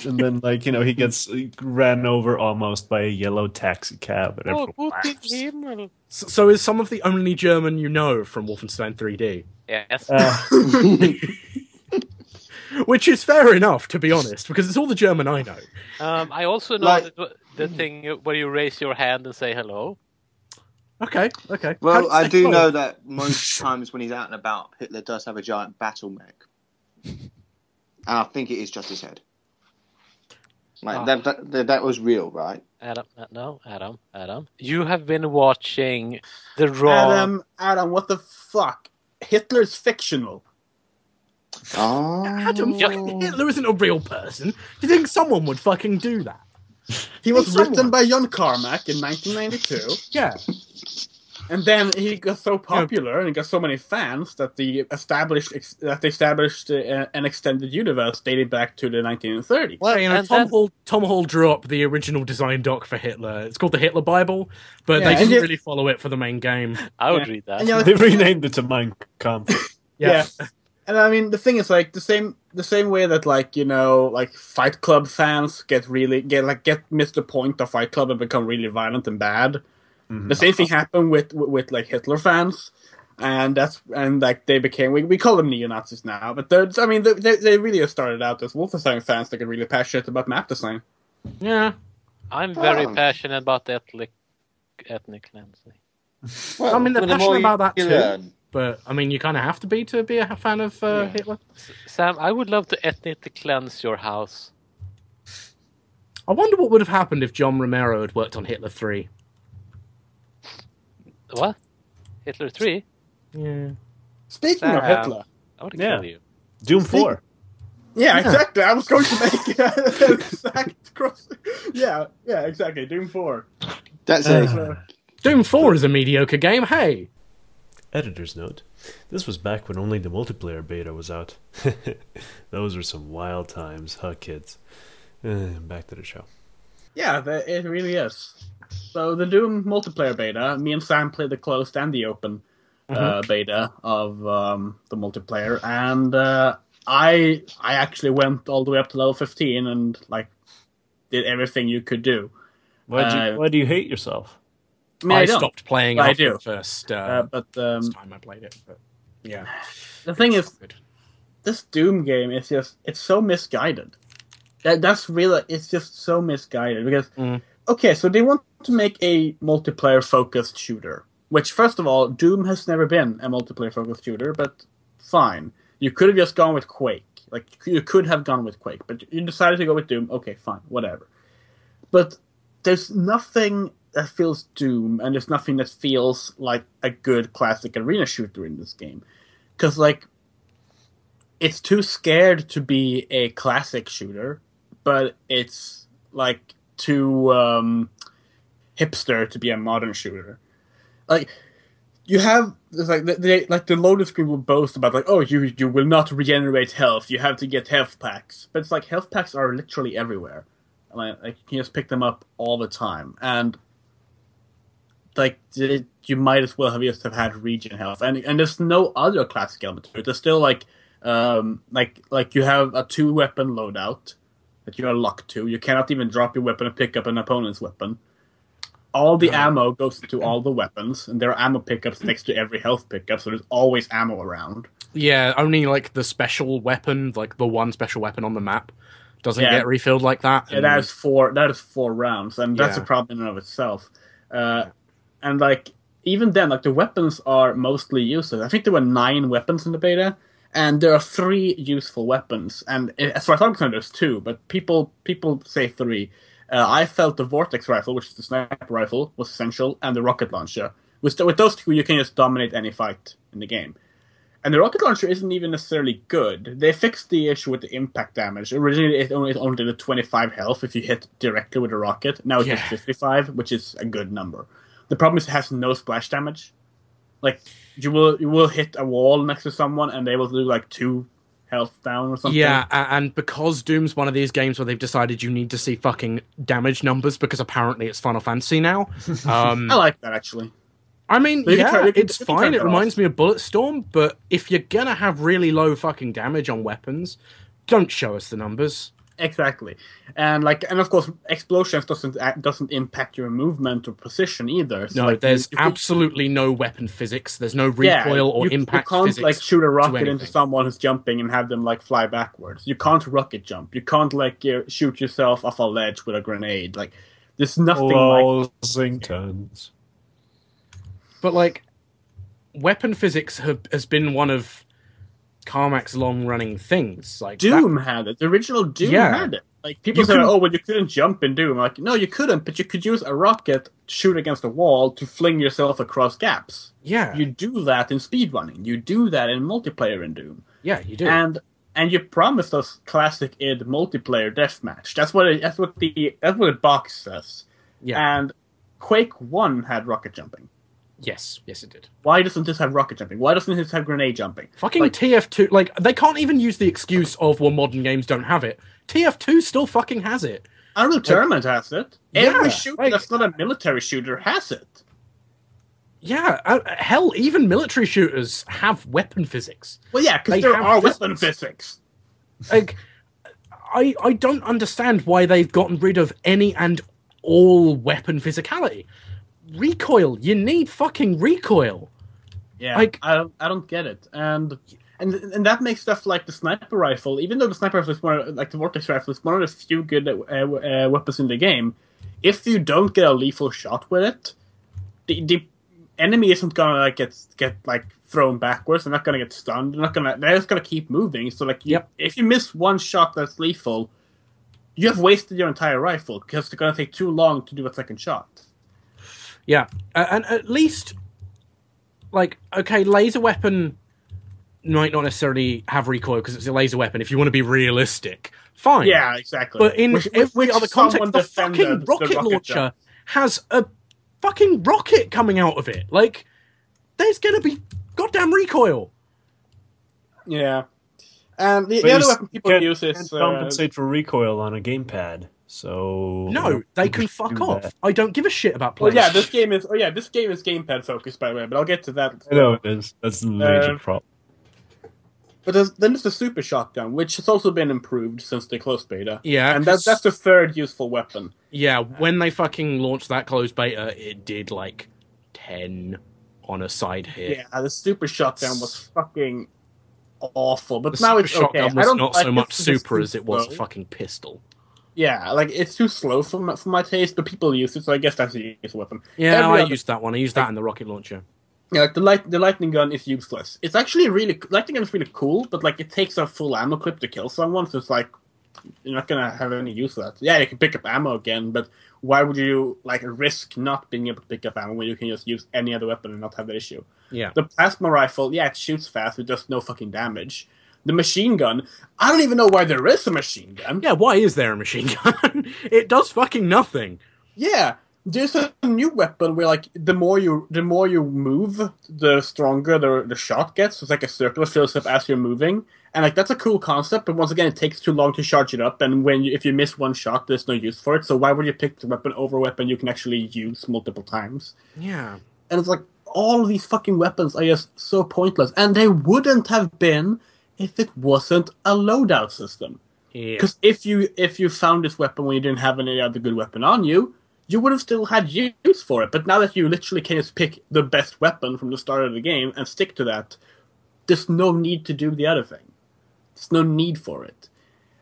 A: And then like you know he gets he ran over almost by a yellow taxi cab and
B: Oh,
A: everyone
B: good
A: laughs.
B: himmel.
C: so, so is some of the only German you know from Wolfenstein 3D,
B: Yes.
A: Uh,
C: which is fair enough to be honest, because it's all the German I know.
B: Um, I also know
H: Like-
B: that the, the thing where you raise your hand and say hello.
C: Okay, okay. How
H: Well,
C: does
H: I
C: that
H: do
C: go?
H: know that most times when he's out and about, Hitler does have a giant battle mech, and I think it is just his head. Like
B: Ah.
H: that, that, that, that was real, right?
B: Adam, uh, no, Adam, Adam. You have been watching The Raw.
D: Adam, Adam, what the fuck? Hitler's fictional.
H: Oh,
C: Adam, fucking Hitler isn't a real person. Do you think someone would fucking do that?
D: He was
C: Hey, someone.
D: written by John Carmack in 1992,
C: Yeah.
D: and then he got so popular and he got so many fans that the established ex- that they established uh, an extended universe dated back to the 1930s.
C: Well, you know,
B: And
C: Tom,
B: then-
C: Hall, Tom Hall drew up the original design doc for Hitler. It's called the Hitler Bible, but
D: Yeah,
C: they
D: and
C: didn't
D: you-
C: really follow it for the main game.
B: I would
D: Yeah.
B: read that.
D: And, you know,
A: They renamed it to Mein Kampf.
D: yeah. And I mean, the thing is, like the same the same way that like you know, like Fight Club fans get really get like get miss the point of Fight Club and become really violent and bad. The same thing happened with, with like Hitler fans, and that's and like they became we, we call them neo Nazis now, but they're I mean they, they they really started out as Wolfenstein fans that get really passionate about map design.
C: Yeah.
B: I'm very
H: Oh.
B: passionate about ethnic ethnic cleansing.
H: Well,
C: I mean, they're
H: well, the
C: passionate
H: more
C: about that
H: you
C: too.
H: learn.
C: But, I mean, you kind of have to be to be a fan of uh,
H: Yeah.
C: Hitler.
B: Sam, I would love to ethnically cleanse your house.
C: I wonder what would have happened if John Romero had worked on Hitler 3.
B: What? Hitler 3?
C: Yeah.
D: Speaking of
B: Sam.
D: Hitler,
B: I would
A: Yeah.
B: kill you.
A: Doom 4.
D: yeah,
C: Yeah.
D: exactly. I was going to make an exact cross. Yeah, yeah, exactly. Doom Four.
H: That's it.
A: Uh,
C: Doom 4 is a mediocre game, hey!
A: editor's note. This was back when only the multiplayer beta was out. Those were some wild times, huh, kids? Eh, back to the show.
D: Yeah, the, it really is. So the Doom multiplayer beta, me and Sam played the closed and the open uh, beta of um, the multiplayer, and uh, I I actually went all the way up to level fifteen and like did everything you could do.
A: Why do
D: Uh,
A: you, why do you hate yourself?
D: I, mean,
C: I,
D: I don't,
C: stopped playing
D: I
C: after
D: do.
C: the first uh,
D: uh, but um,
C: time I played it. But, yeah.
D: the thing is,
C: Good.
D: this Doom game is just it's so misguided. That that's really it's just so misguided because
C: Mm.
D: okay, so they want to make a multiplayer focused shooter, which first of all, Doom has never been a multiplayer focused shooter, but fine. You could have just gone with Quake. Like you could have gone with Quake, but you decided to go with Doom. Okay, fine, whatever. But there's nothing that feels Doom, and there's nothing that feels like a good classic arena shooter in this game, because like it's too scared to be a classic shooter, but it's like too um, hipster to be a modern shooter. Like you have it's like they- they like the loaded screen will boast about like oh you you will not regenerate health you have to get health packs but it's like health packs are literally everywhere and like, like you can just pick them up all the time and like it, you might as well have just have had region health and and there's no other classic element to it there's still like um, like like you have a two weapon loadout that you are locked to. You cannot even drop your weapon and pick up an opponent's weapon. All the ammo goes to all the weapons, and there are ammo pickups next to every health pickup, so there's always ammo around.
C: Yeah, only like the special weapon, like the one special weapon on the map, doesn't
D: Yeah.
C: get refilled like that.
D: Yeah, that is four. That is four rounds, and that's
C: Yeah.
D: a problem in and of itself. Uh, and like even then, like the weapons are mostly useless. I think there were nine weapons in the beta, and there are three useful weapons. And uh, as far as I'm concerned, there's two, but people people say three. Uh, I felt the vortex rifle, which is the sniper rifle, was essential, and the rocket launcher. With, with those two, you can just dominate any fight in the game. And the rocket launcher isn't even necessarily good. They fixed the issue with the impact damage. Originally, it only it only did a 25 health if you hit directly with a rocket. Now it's
C: Yeah.
D: just 55, which is a good number. The problem is it has no splash damage. Like you will you will hit a wall next to someone and they will do like two health down or something.
C: Yeah, a- and because Doom's one of these games where they've decided you need to see fucking damage numbers because apparently it's Final Fantasy now. Um,
D: I like that actually.
C: I mean,
D: But you can
C: yeah,
D: turn- you can-
C: it's
D: you can turn
C: fine. It
D: that
C: reminds
D: off.
C: me of Bulletstorm, but if you're gonna have really low fucking damage on weapons, don't show us the numbers.
D: Exactly, and like and of course explosions doesn't act- doesn't impact your movement or position either. So,
C: No,
D: like, you-
C: there's
D: you could-
C: absolutely no weapon physics. There's no recoil or
D: you,
C: impact
D: You can't
C: physics.
D: like shoot a rocket into
C: anything.
D: someone who's jumping and have them like fly backwards. You can't rocket jump. You can't like you- shoot yourself off a ledge with a grenade. Like there's nothing like
A: Losing tons.
C: But like, weapon physics have, has been one of Carmack's long-running things. Like that-
D: Doom had it. The original Doom
C: Yeah.
D: had it. Like people
C: You
D: say,
C: couldn't-
D: "Oh, well, you couldn't jump in Doom." Like, no, you couldn't, but you could use a rocket, shoot against a wall to fling yourself across gaps.
C: yeah,
D: You do that in speedrunning. You do that in multiplayer in Doom.
C: yeah, you do.
D: and and you promised us classic id multiplayer deathmatch. That's what it, that's what the that's what the box says.
C: yeah,
D: And Quake One had rocket jumping.
C: yes, yes, it did.
D: Why doesn't this have rocket jumping? Why doesn't this have grenade jumping?
C: Fucking TF2, like they can't even use the excuse of well, modern games don't have it. TF2 still fucking has it.
D: Unreal Tournament has it.
C: Yeah,
D: Every shooter
C: like-
D: that's not a military shooter has it.
C: Yeah, uh, hell, even military shooters have weapon physics.
D: Well, yeah,
C: They
D: because there
C: have
D: are
C: physics.
D: weapon physics.
C: Like, I I don't understand why they've gotten rid of any and all weapon physicality. Recoil, you need fucking recoil.
D: Yeah,
C: Like-
D: I don't, I don't get it, and and and that makes stuff like the sniper rifle. Even though the sniper rifle is one of, like the vortex rifle is one of the few good uh, uh, weapons in the game, if you don't get a lethal shot with it, the, the enemy isn't gonna like get get like thrown backwards. They're not gonna get stunned. They're not gonna. They're just gonna keep moving. So like, you,
C: Yep.
D: if you miss one shot that's lethal, you have wasted your entire rifle because it's gonna take too long to do a second shot.
C: Yeah, uh, and at least, like, okay, laser weapon might not necessarily have recoil because it's a laser weapon. If you want to be realistic, fine.
D: Yeah, exactly.
C: but in
D: Which-
C: every
D: which
C: other
D: someone
C: context, the
D: defended
C: fucking
D: the
C: rocket, launcher
D: jump.
C: has a fucking rocket coming out of it. Like, there's gonna be goddamn recoil.
D: Yeah. And the,
A: But
D: the
A: you
D: other
A: s-
D: weapon people
A: can't-
D: use
A: can't
D: is uh,
A: compensate for recoil on a gamepad. So
C: No, they can
A: should
C: fuck
A: do
C: off.
A: that.
C: I don't give a shit about
D: well,
C: playing.
D: yeah, this game is oh yeah, this game is gamepad focused by the way, but I'll get to that.
A: I know it is. That's the
D: Uh,
A: major problem.
D: But there's, then there's the super shotgun, which has also been improved since the closed beta.
C: Yeah,
D: and that's
C: 'cause-
D: that's the third useful weapon.
C: Yeah, when they fucking launched that closed beta, it did like ten on a side hit.
D: Yeah, the super shotgun was fucking awful, but
C: The
D: now
C: super
D: it's okay.
C: shotgun
D: I
C: was
D: don't
C: not
D: like
C: so
D: it
C: much
D: because it's
C: super
D: too
C: as it was a
D: slow.
C: fucking pistol.
D: Yeah, like it's too slow for my, for my taste, but people use it, so I guess that's a useful weapon.
C: Yeah,
D: Every
C: I
D: other-
C: used that one. I used that in the rocket launcher.
D: Yeah, like the light, the lightning gun is useless. It's actually really lightning gun is really cool, but like it takes a full ammo clip to kill someone, so it's like you're not gonna have any use of that. Yeah, you can pick up ammo again, but why would you like risk not being able to pick up ammo when you can just use any other weapon and not have that issue?
C: Yeah.
D: The plasma rifle, yeah, it shoots fast with just no fucking damage. The machine gun, I don't even know why there is a machine gun.
C: Yeah, why is there a machine gun? it does fucking nothing.
D: Yeah, there's a new weapon where like the more you the more you move, the stronger the the shot gets. So it's like a circular fills up as you're moving, and like that's a cool concept. But once again, it takes too long to charge it up, and when you, if you miss one shot, there's no use for it. So why would you pick the weapon over a weapon you can actually use multiple times?
C: Yeah.
D: And it's like all of these fucking weapons are just so pointless, and they wouldn't have been if it wasn't a loadout system.
C: Yeah.
D: Because if you if you found this weapon when you didn't have any other good weapon on you, you would have still had use for it. But now that you literally can just pick the best weapon from the start of the game and stick to that, there's no need to do the other thing. There's no need for it.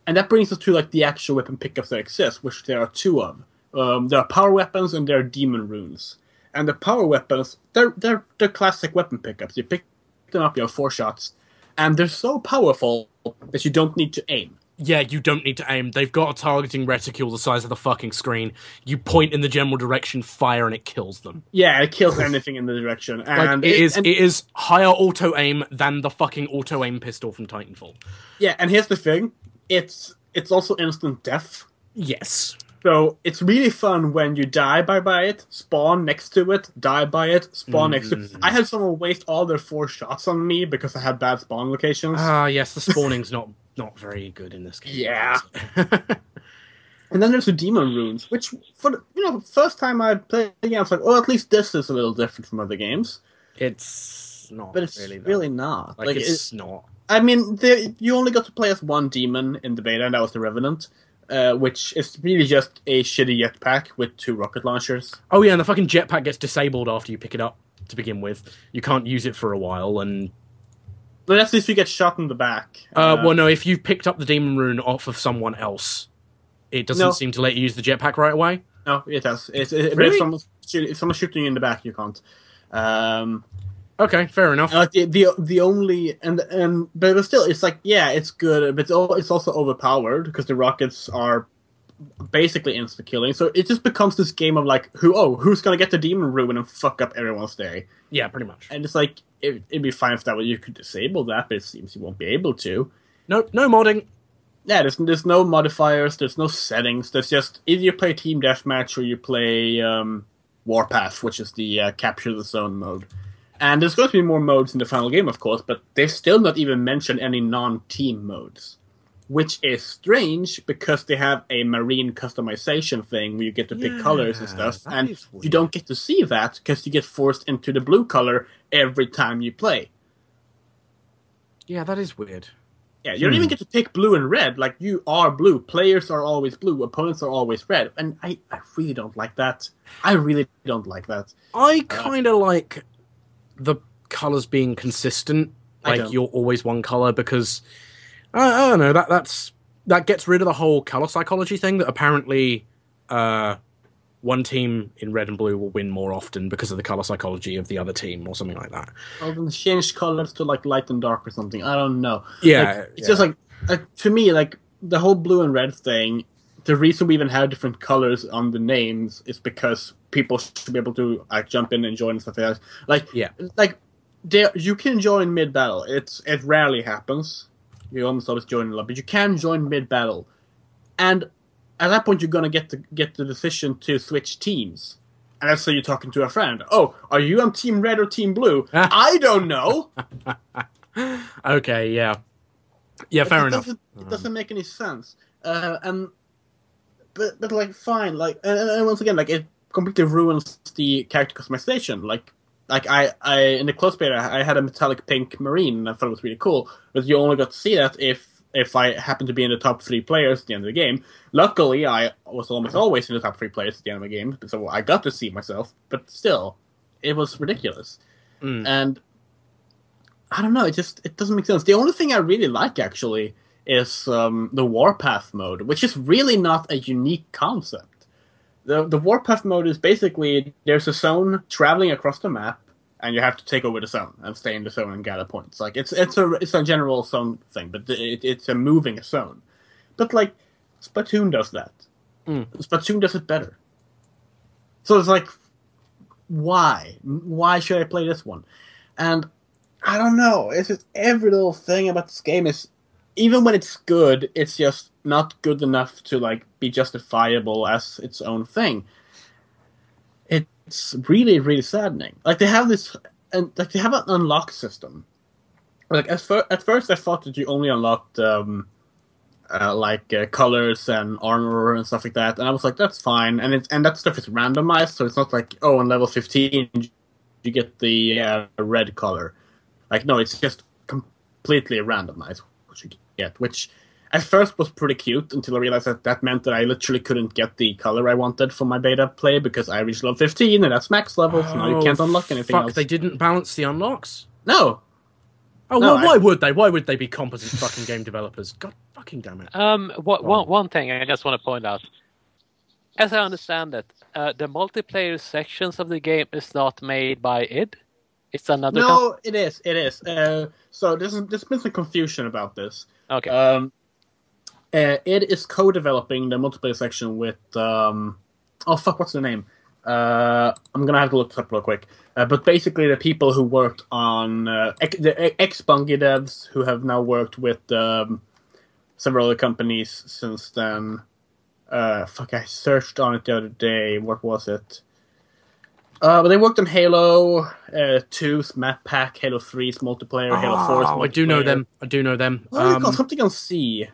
D: And that brings us to like the actual weapon pickups that exist, which there are two of. Um, there are power weapons and there are demon runes. And the power weapons, they're they're they're classic weapon pickups. You pick them up, you have four shots, and they're so powerful that you don't need to aim.
C: Yeah, you don't need to aim. They've got a targeting reticule the size of the fucking screen. You point in the general direction, fire, and it kills them.
D: Yeah, it kills anything in the direction.
C: Like,
D: And
C: it is
D: and-
C: it is higher auto aim than the fucking auto aim pistol from Titanfall.
D: yeah, and here's the thing: it's it's also instant death.
C: Yes.
D: So it's really fun when you die by by it, spawn next to it, die by it, spawn next to it. I
C: Mm.
D: had someone waste all their four shots on me because I had bad spawn locations.
C: Ah, yes. The spawning's not not very good in this game.
D: Yeah. And then there's the demon runes, which for the, you know, first time I played the game, I was like, oh, at least this is a little different from other games.
C: it's not.
D: But it's really,
C: that.
D: not.
C: like,
D: Like,
C: it's,
D: it-
C: not.
D: I mean, the, you only got to play as one demon in the beta, and that was the Revenant, uh, which is really just a shitty jetpack with two rocket launchers.
C: Oh yeah, and the fucking jetpack gets disabled after you pick it up to begin with. You can't use it for a while, and
D: But that's if you get shot in the back.
C: uh,
D: Um,
C: well, no, if you've picked up the demon rune off of someone else, it doesn't
D: No.
C: seem to let you use the jetpack right away.
D: no, it does. It's, it, but
C: Really?
D: if someone's, shoot- if someone's shooting you in the back, you can't. Um,
C: Okay, fair enough.
D: uh, the, the the only and and but it was still it's like yeah it's good but it's all, it's also overpowered because the rockets are basically insta killing so it just becomes this game of like who oh who's gonna get the demon ruin and fuck up everyone's day
C: yeah, pretty much.
D: and it's like it, it'd be fine if that way you could disable that but it seems you won't be able to
C: No, no modding.
D: yeah, there's, there's no modifiers, there's no settings. There's just either you play team deathmatch or you play um, Warpath, which is the uh, capture the zone mode. And there's going to be more modes in the final game, of course, but they've still not even mentioned any non-team modes, which is strange because they have a marine customization thing where you get to pick colors and
A: Yeah,
D: stuff,
A: that
D: and
A: is
D: you
A: weird.
D: don't get to see that because you get forced into the blue color every time you play.
C: Yeah, that is weird.
D: Yeah, you don't even get to pick blue and red. Like you are blue. Players are always blue. Opponents are always red. And I, I really don't like that. I really don't like that.
C: I
D: Uh,
C: kind of like the colors being consistent.
D: I
C: Like
D: don't.
C: you're always one color because I, I don't know that that's that gets rid of the whole color psychology thing that apparently uh, one team in red and blue will win more often because of the color psychology of the other team or something like that.
D: Or then change colors to like light and dark or something. I don't know.
C: Yeah,
D: Like, it's
C: yeah.
D: just like uh, to me, like the whole blue and red thing. The reason we even have different colors on the names is because people should be able to like jump in and join and stuff like that. Like
C: Yeah.
D: like there you can join mid battle. It's it rarely happens. You almost always join in love, but you can join mid battle, and at that point you're gonna get to get the decision to switch teams. And let's say you're talking to a friend. Oh, are you on team red or team blue? I don't know.
C: okay, yeah, yeah, fair
D: it
C: enough. Uh-huh.
D: Doesn't, it doesn't make any sense. Uh, and but but like fine, like and, and- and once again, like it completely ruins the character customization. Like like I, I in the close beta, I had a metallic pink marine, and I thought it was really cool. But you only got to see that if if I happened to be in the top three players at the end of the game. Luckily, I was almost always in the top three players at the end of the game, so I got to see myself. But still, it was ridiculous
C: Mm.
D: and I don't know. It just it doesn't make sense. The only thing I really like actually is um, the Warpath mode, which is really not a unique concept. the The Warpath mode is basically there's a zone traveling across the map, and you have to take over the zone and stay in the zone and gather points. Like it's it's a it's a general zone thing, but it, it's a moving zone. But like Splatoon does that.
C: Mm.
D: Splatoon does it better. So it's like, why? Why should I play this one? And I don't know. It's just every little thing about this game is, even when it's good, it's just not good enough to like be justifiable as its own thing. It's really really saddening. Like they have this, and like they have an unlock system. Like at, fir- at first, I thought that you only unlocked um, uh, like uh, colors and armor and stuff like that, and I was like, that's fine. And it's and that stuff is randomized, so it's not like oh, on level fifteen you get the uh, red color. Like no, it's just completely randomized what you get, which at first was pretty cute until I realized that that meant that I literally couldn't get the color I wanted for my beta play because I reached level 15 and that's max level, so now you
C: Oh,
D: can't unlock anything
C: fuck,
D: else.
C: They didn't balance the unlocks.
D: no,
C: Oh,
D: No,
C: well,
D: I-
C: why would they? Why would they be competent fucking game developers? God fucking damn it.
B: Um, what,
C: Go
B: one,
C: on.
B: one thing I just want to point out. As I understand it, uh, the multiplayer sections of the game is not made by id. It's another company.
D: no, it is, it is. Uh, so there's, there's been some confusion about this.
B: Okay.
D: Um, uh, it is co-developing the multiplayer section with um, oh fuck, what's the name? Uh, I'm gonna have to look this up real quick. Uh, but basically, the people who worked on uh, ex- the ex Bungie devs who have now worked with um, several other companies since then. Uh, fuck, I searched on it the other day. What was it? Uh, but they worked on Halo uh, 2's map pack, Halo 3's multiplayer, Halo 4's
C: Oh, I do know
D: multiplayer.
C: them. I do know them.
D: What is it called?
C: Um,
D: Something on C.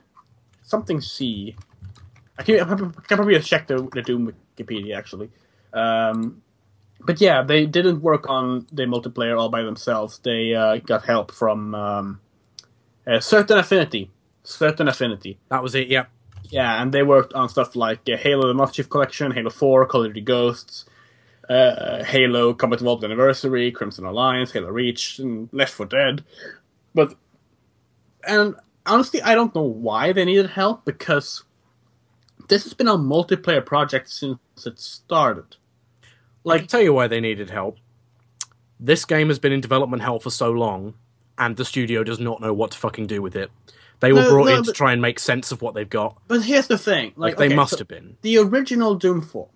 D: Something C. I can, I can probably check the, the Doom Wikipedia actually. Um, but yeah, they didn't work on the multiplayer all by themselves. They uh, got help from um, uh, Certain Affinity. Certain Affinity.
C: that was it. Yeah.
D: Yeah, and they worked on stuff like uh, Halo the Master Chief Collection, Halo 4, Call of Duty Ghosts, uh, Halo Combat Evolved Anniversary, Crimson Alliance, Halo Reach, and Left 4 Dead. But, and honestly, I don't know why they needed help because this has been a multiplayer project since it started.
C: Like, I can tell you why they needed help. this game has been in development hell for so long, and the studio does not know what to fucking do with it. They were
D: No,
C: brought
D: no,
C: in to
D: but-
C: try and make sense of what they've got.
D: But here's the thing:
C: Like,
D: like,
C: they
D: okay,
C: must
D: so
C: have been.
D: the original Doom Four.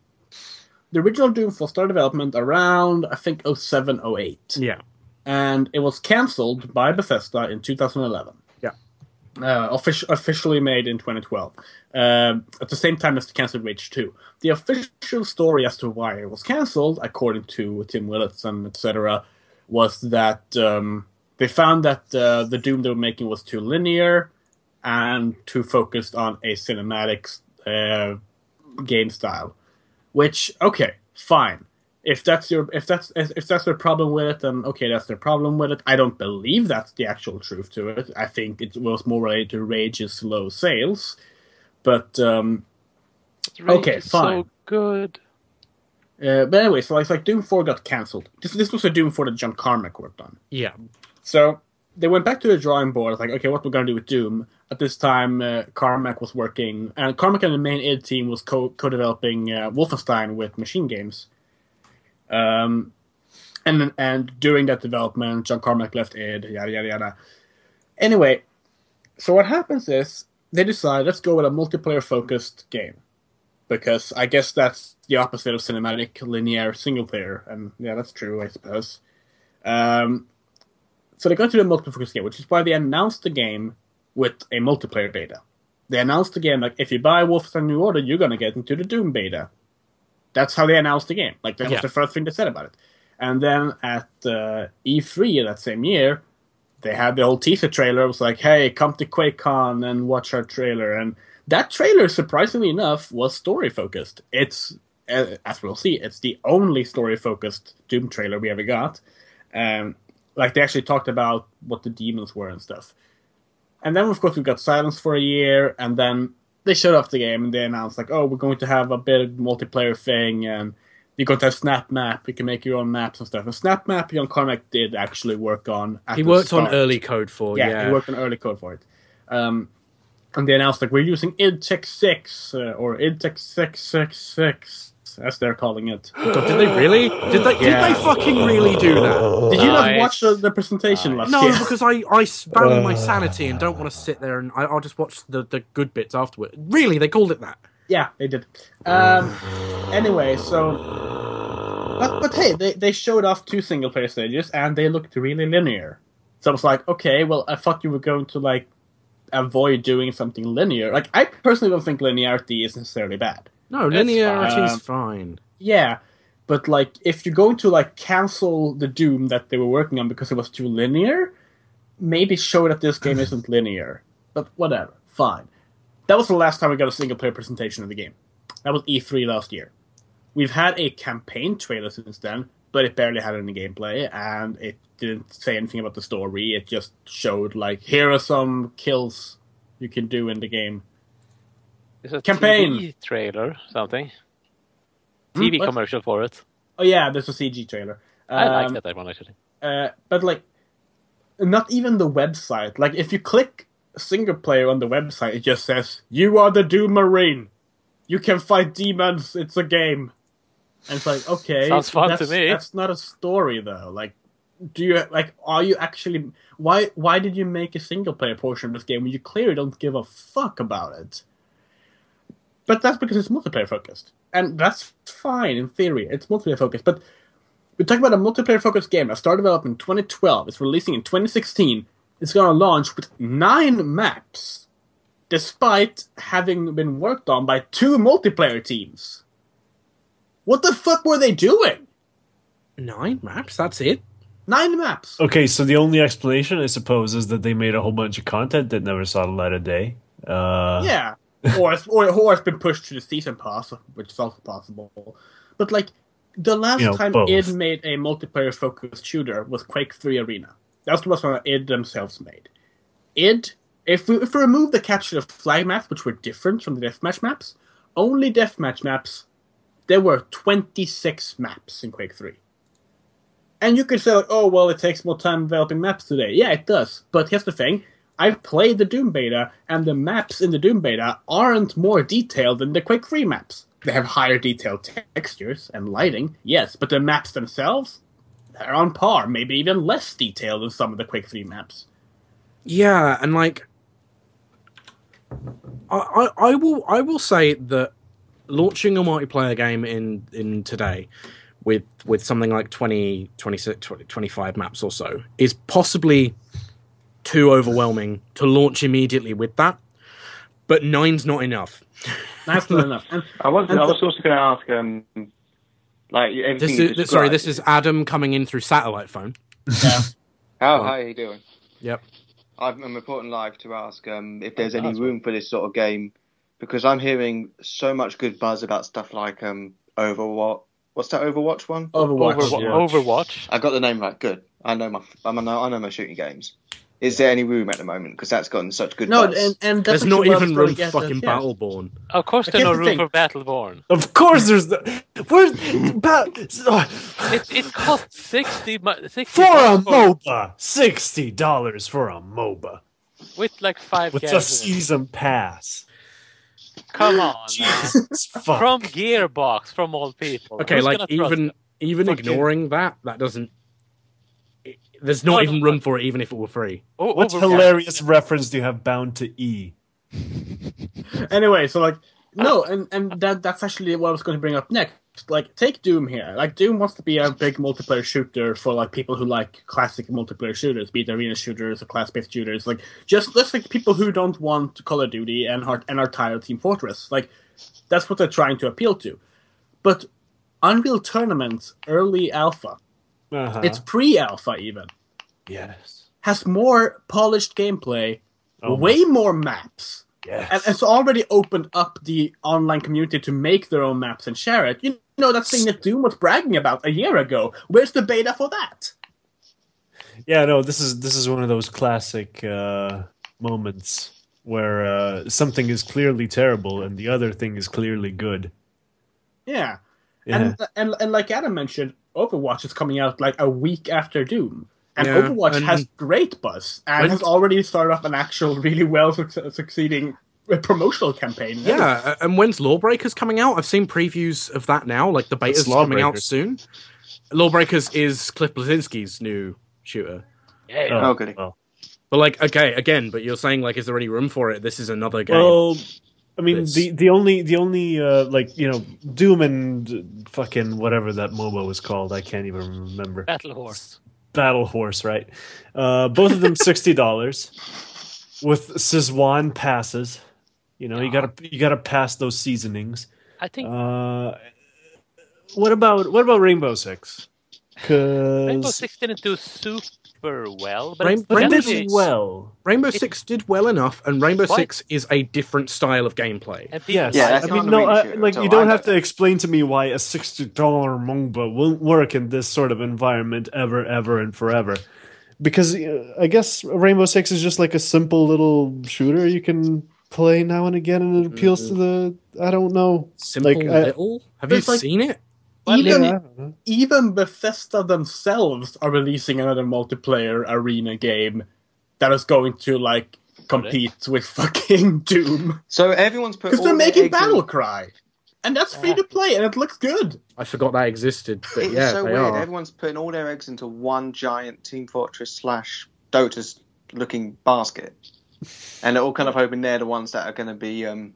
D: The original Doom Four started development around I think 07, 08.
C: Yeah.
D: and it was cancelled by Bethesda in 2011.
C: Yeah.
D: Uh, offic- officially made in 2012, um, at the same time as the cancelled Rage 2. The official story as to why it was cancelled, according to Tim Willits and etc., was that um, they found that uh, the Doom they were making was too linear and too focused on a cinematic uh, game style. Which, okay, fine if that's your if that's if that's their problem with it, then okay, that's their problem with it. I don't believe that's the actual truth to it. I think it was more related to Rage's low sales, but um,
B: Rage
D: Okay,
B: is
D: fine.
B: So good.
D: uh, but anyway, so it's like Doom Four got cancelled. This this was a Doom Four that John Carmack worked on.
C: Yeah.
D: So they went back to the drawing board. It's like, okay, what we're gonna do with Doom? At this time, uh, Carmack was working, and Carmack and the main id team was co- co-developing uh, Wolfenstein with Machine Games. Um, and and during that development, John Carmack left id. Yada yada yada. Anyway, so what happens is they decide let's go with a multiplayer-focused game. Because I guess that's the opposite of cinematic, linear, single player, and yeah, that's true, I suppose. Um, so they got to the multiplayer game, which is why they announced the game with a multiplayer beta. They announced the game like if you buy Wolfenstein New Order, you're gonna get into the Doom beta. That's how they announced the game. Like that
C: Yeah.
D: was the first thing they said about it. And then at uh, E3 that same year, they had the whole teaser trailer. It was like, hey, come to QuakeCon and watch our trailer. And that trailer, surprisingly enough, was story focused. It's uh, as we'll see, it's the only story focused Doom trailer we ever got. Um, like they actually talked about what the demons were and stuff. And then of course we got silence for a year, and then they shut off the game and they announced like, oh, we're going to have a big multiplayer thing, and you're going to have snap map. You can make your own maps and stuff. And snap map, John Carmack did actually work on. At
C: He
D: the
C: worked on
D: start.
C: early code for yeah.
D: Yeah, he worked on early code for it. Um, and they announced like we're using IdTech six uh, or IdTech six six six as they're calling it.
C: God, did they really? Did they?
D: Yeah.
C: Did they fucking really do that?
D: Did you not
B: Nice.
D: watch the, the presentation last
C: No,
D: year?
C: because I, I value my sanity and don't want to sit there and I, I'll just watch the, the good bits afterward. Really, they called it that.
D: Yeah, they did. Um, anyway, so but but hey, they they showed off two single player stages and they looked really linear. So I was like, okay, well, I thought you were going to like avoid doing something linear. Like I personally don't think linearity is necessarily bad.
C: No,
B: That's
C: linearity is
D: fine.
C: fine.
D: Yeah, but like if you're going to like cancel the Doom that they were working on because it was too linear, maybe show that this game isn't linear. But whatever, fine. That was the last time we got a single player presentation of the game. That was E3 last year. We've had a campaign trailer since then, but it barely had any gameplay, and it didn't say anything about the story. It just showed like here are some kills you can do in the game.
B: It's a
D: Campaign.
B: TV trailer, something.
D: Hmm,
B: TV
D: what?
B: commercial for it.
D: Oh yeah, there's a CG trailer.
B: I
D: Um,
B: like that one actually.
D: Uh, but like not even the website like if you click single player on the website it just says you are the doom marine you can fight demons it's a game and it's like okay
B: Sounds fun to
D: that's-
B: me.
D: that's not a story though like do you like are you actually why why did you make a single player portion of this game when you clearly don't give a fuck about it but that's because it's multiplayer focused and that's fine in theory it's multiplayer focused but we talk about a multiplayer focused game that started developed in 2012. It's releasing in 2016. It's going to launch with nine maps, despite having been worked on by two multiplayer teams. What the fuck were they doing?
C: Nine maps, that's it.
D: Nine maps.
A: Okay, so the only explanation, I suppose, is that they made a whole bunch of content that never saw the light of day. Uh,
D: Yeah. or, it's, or, or it's been pushed to the season pass, which is also possible. But, like, the last
A: You know,
D: time
A: both.
D: id made a multiplayer focused shooter was Quake 3 Arena. That's the last one that id themselves made. Id, if we, if we remove the capture of flag maps, which were different from the deathmatch maps, only deathmatch maps, there were 26 maps in Quake 3. And you could say, like, oh, well, it takes more time developing maps today. Yeah, it does. But here's the thing I've played the Doom beta, and the maps in the Doom beta aren't more detailed than the Quake 3 maps. They have higher detailed textures and lighting, yes, but the maps themselves, they're on par, maybe even less detailed than some of the Quake 3 maps.
C: Yeah, and like, I, I, I will I will say that launching a multiplayer game in in today with with something like 20, 26, 20 25 maps or so is possibly too overwhelming to launch immediately with that. But nine's not enough.
D: That's not enough. And
I: I was, I was also going to ask, um, like everything.
C: This
I: you
C: is, this- sorry,
I: described.
C: this is Adam coming in through satellite phone.
H: How, how are you doing?
C: Yep.
H: I'm I'm reporting live to ask um, if there's any room for this sort of game, because I'm hearing so much good buzz about stuff like um, Overwatch. What's that Overwatch one?
D: Overwatch.
B: Overwatch.
D: yeah.
B: Overwatch.
H: I got the name right. Good. I know my I know, I know my shooting games. Is there any room at the moment? Because that's gotten such good.
D: No,
H: buzz.
D: and, and that's
C: There's not
D: actually what I
C: even
D: was gonna
C: room for
D: get at,
C: fucking
D: yeah.
C: Battleborn.
B: Of course, there's
D: Here's
B: no
D: the
B: room
D: thing.
B: for Battleborn.
A: Of course, there's the where's about
B: It, it costs 60, mu- 60
A: for a
B: bucks
A: MOBA, sixty dollars for a MOBA
B: with like five
A: with a
B: games. in it.
A: season pass.
B: Come on, man.
A: Jesus fuck.
B: from Gearbox, from all people.
C: Okay,
B: Who's
C: like
B: gonna trust
C: even
B: them?
C: even
A: Fuck you.
C: ignoring that, that doesn't. It, there's not
B: No,
C: even
B: no,
C: room for it, even if it were free.
B: O-
A: What
B: Overwatch.
A: hilarious reference do you have bound to E?
D: anyway, so like
A: Uh,
D: no, and and that that's actually what I was going to bring up next. Like, take Doom here. Like, Doom wants to be a big multiplayer shooter for like people who like classic multiplayer shooters, be it arena shooters or class-based shooters. Like, just let's like people who don't want Call of Duty and are and are tired of Team Fortress. Like, that's what they're trying to appeal to. But Unreal Tournament's early alpha,
A: Uh-huh.
D: it's pre-alpha even,
A: yes.
D: has more polished gameplay,
A: Oh my-
D: way more maps
A: yes.
D: and it's already opened up the online community to make their own maps and share it. You know that thing that Doom was bragging about a year ago. Where's the beta for that?
A: yeah no this is this is one of those classic uh moments where uh something is clearly terrible and the other thing is clearly good
D: Yeah,
A: yeah
D: and, and and like Adam mentioned, Overwatch is coming out like a week after Doom, and
C: Yeah,
D: Overwatch
C: and-
D: has great buzz and
C: When-
D: has already started off an actual really well suc succeeding uh, promotional campaign.
C: Yeah, a- and when's Lawbreakers coming out? I've seen previews of that now. Like the beta's coming out
A: Lawbreakers?
C: soon. Lawbreakers is Cliff Blazinski's new shooter.
B: Yeah.
H: Oh, goody.
A: well.
C: But like, okay, again, but you're saying like, is there any room for it? This is another game.
A: Well, I mean
C: This-
A: the the only the only uh like you know Doom and fucking whatever that MOBA was called I can't even remember
B: Battle Horse.
A: Battle Horse right uh both of them sixty dollars with Szechuan passes you know you gotta you gotta pass those seasonings
B: I think
A: Uh, what about what about Rainbow Six?
B: Rainbow
A: Because
B: Six didn't do super well, but
C: Rain-
B: it's
A: but
C: Rainbow
A: did
B: definitely-
A: well.
C: Rainbow Six did well enough, and Rainbow
B: What?
C: Six is a different style of gameplay.
B: and people
A: Yes,
H: Yeah,
A: I
H: that's
A: mean,
H: not
A: no,
H: a
A: I,
H: ratio
A: like
H: at all.
A: you don't
H: I
A: have
H: know
A: to explain to me why a sixty dollar MOBA won't work in this sort of environment ever, ever, and forever. Because uh, I guess Rainbow Six is just like a simple little shooter you can play now and again, and it appeals to the
B: Mm-hmm.
A: I don't know.
C: Simple
A: Like, I-
C: little. Have you
D: It's like-
C: seen it?
D: even
A: Yeah, I don't know.
D: even Bethesda themselves are releasing another multiplayer arena game that is going to like compete with fucking Doom
H: So everyone's put.
D: because
H: Because
D: they're making Battle Cry, and that's free to play and it looks good.
C: I forgot that existed. But
H: It's
C: yeah,
H: so
C: they
H: weird.
C: are.
H: Everyone's putting all their eggs into one giant Team Fortress slash Dota's looking basket, and they're all kind of hoping they're the ones that are going to be um,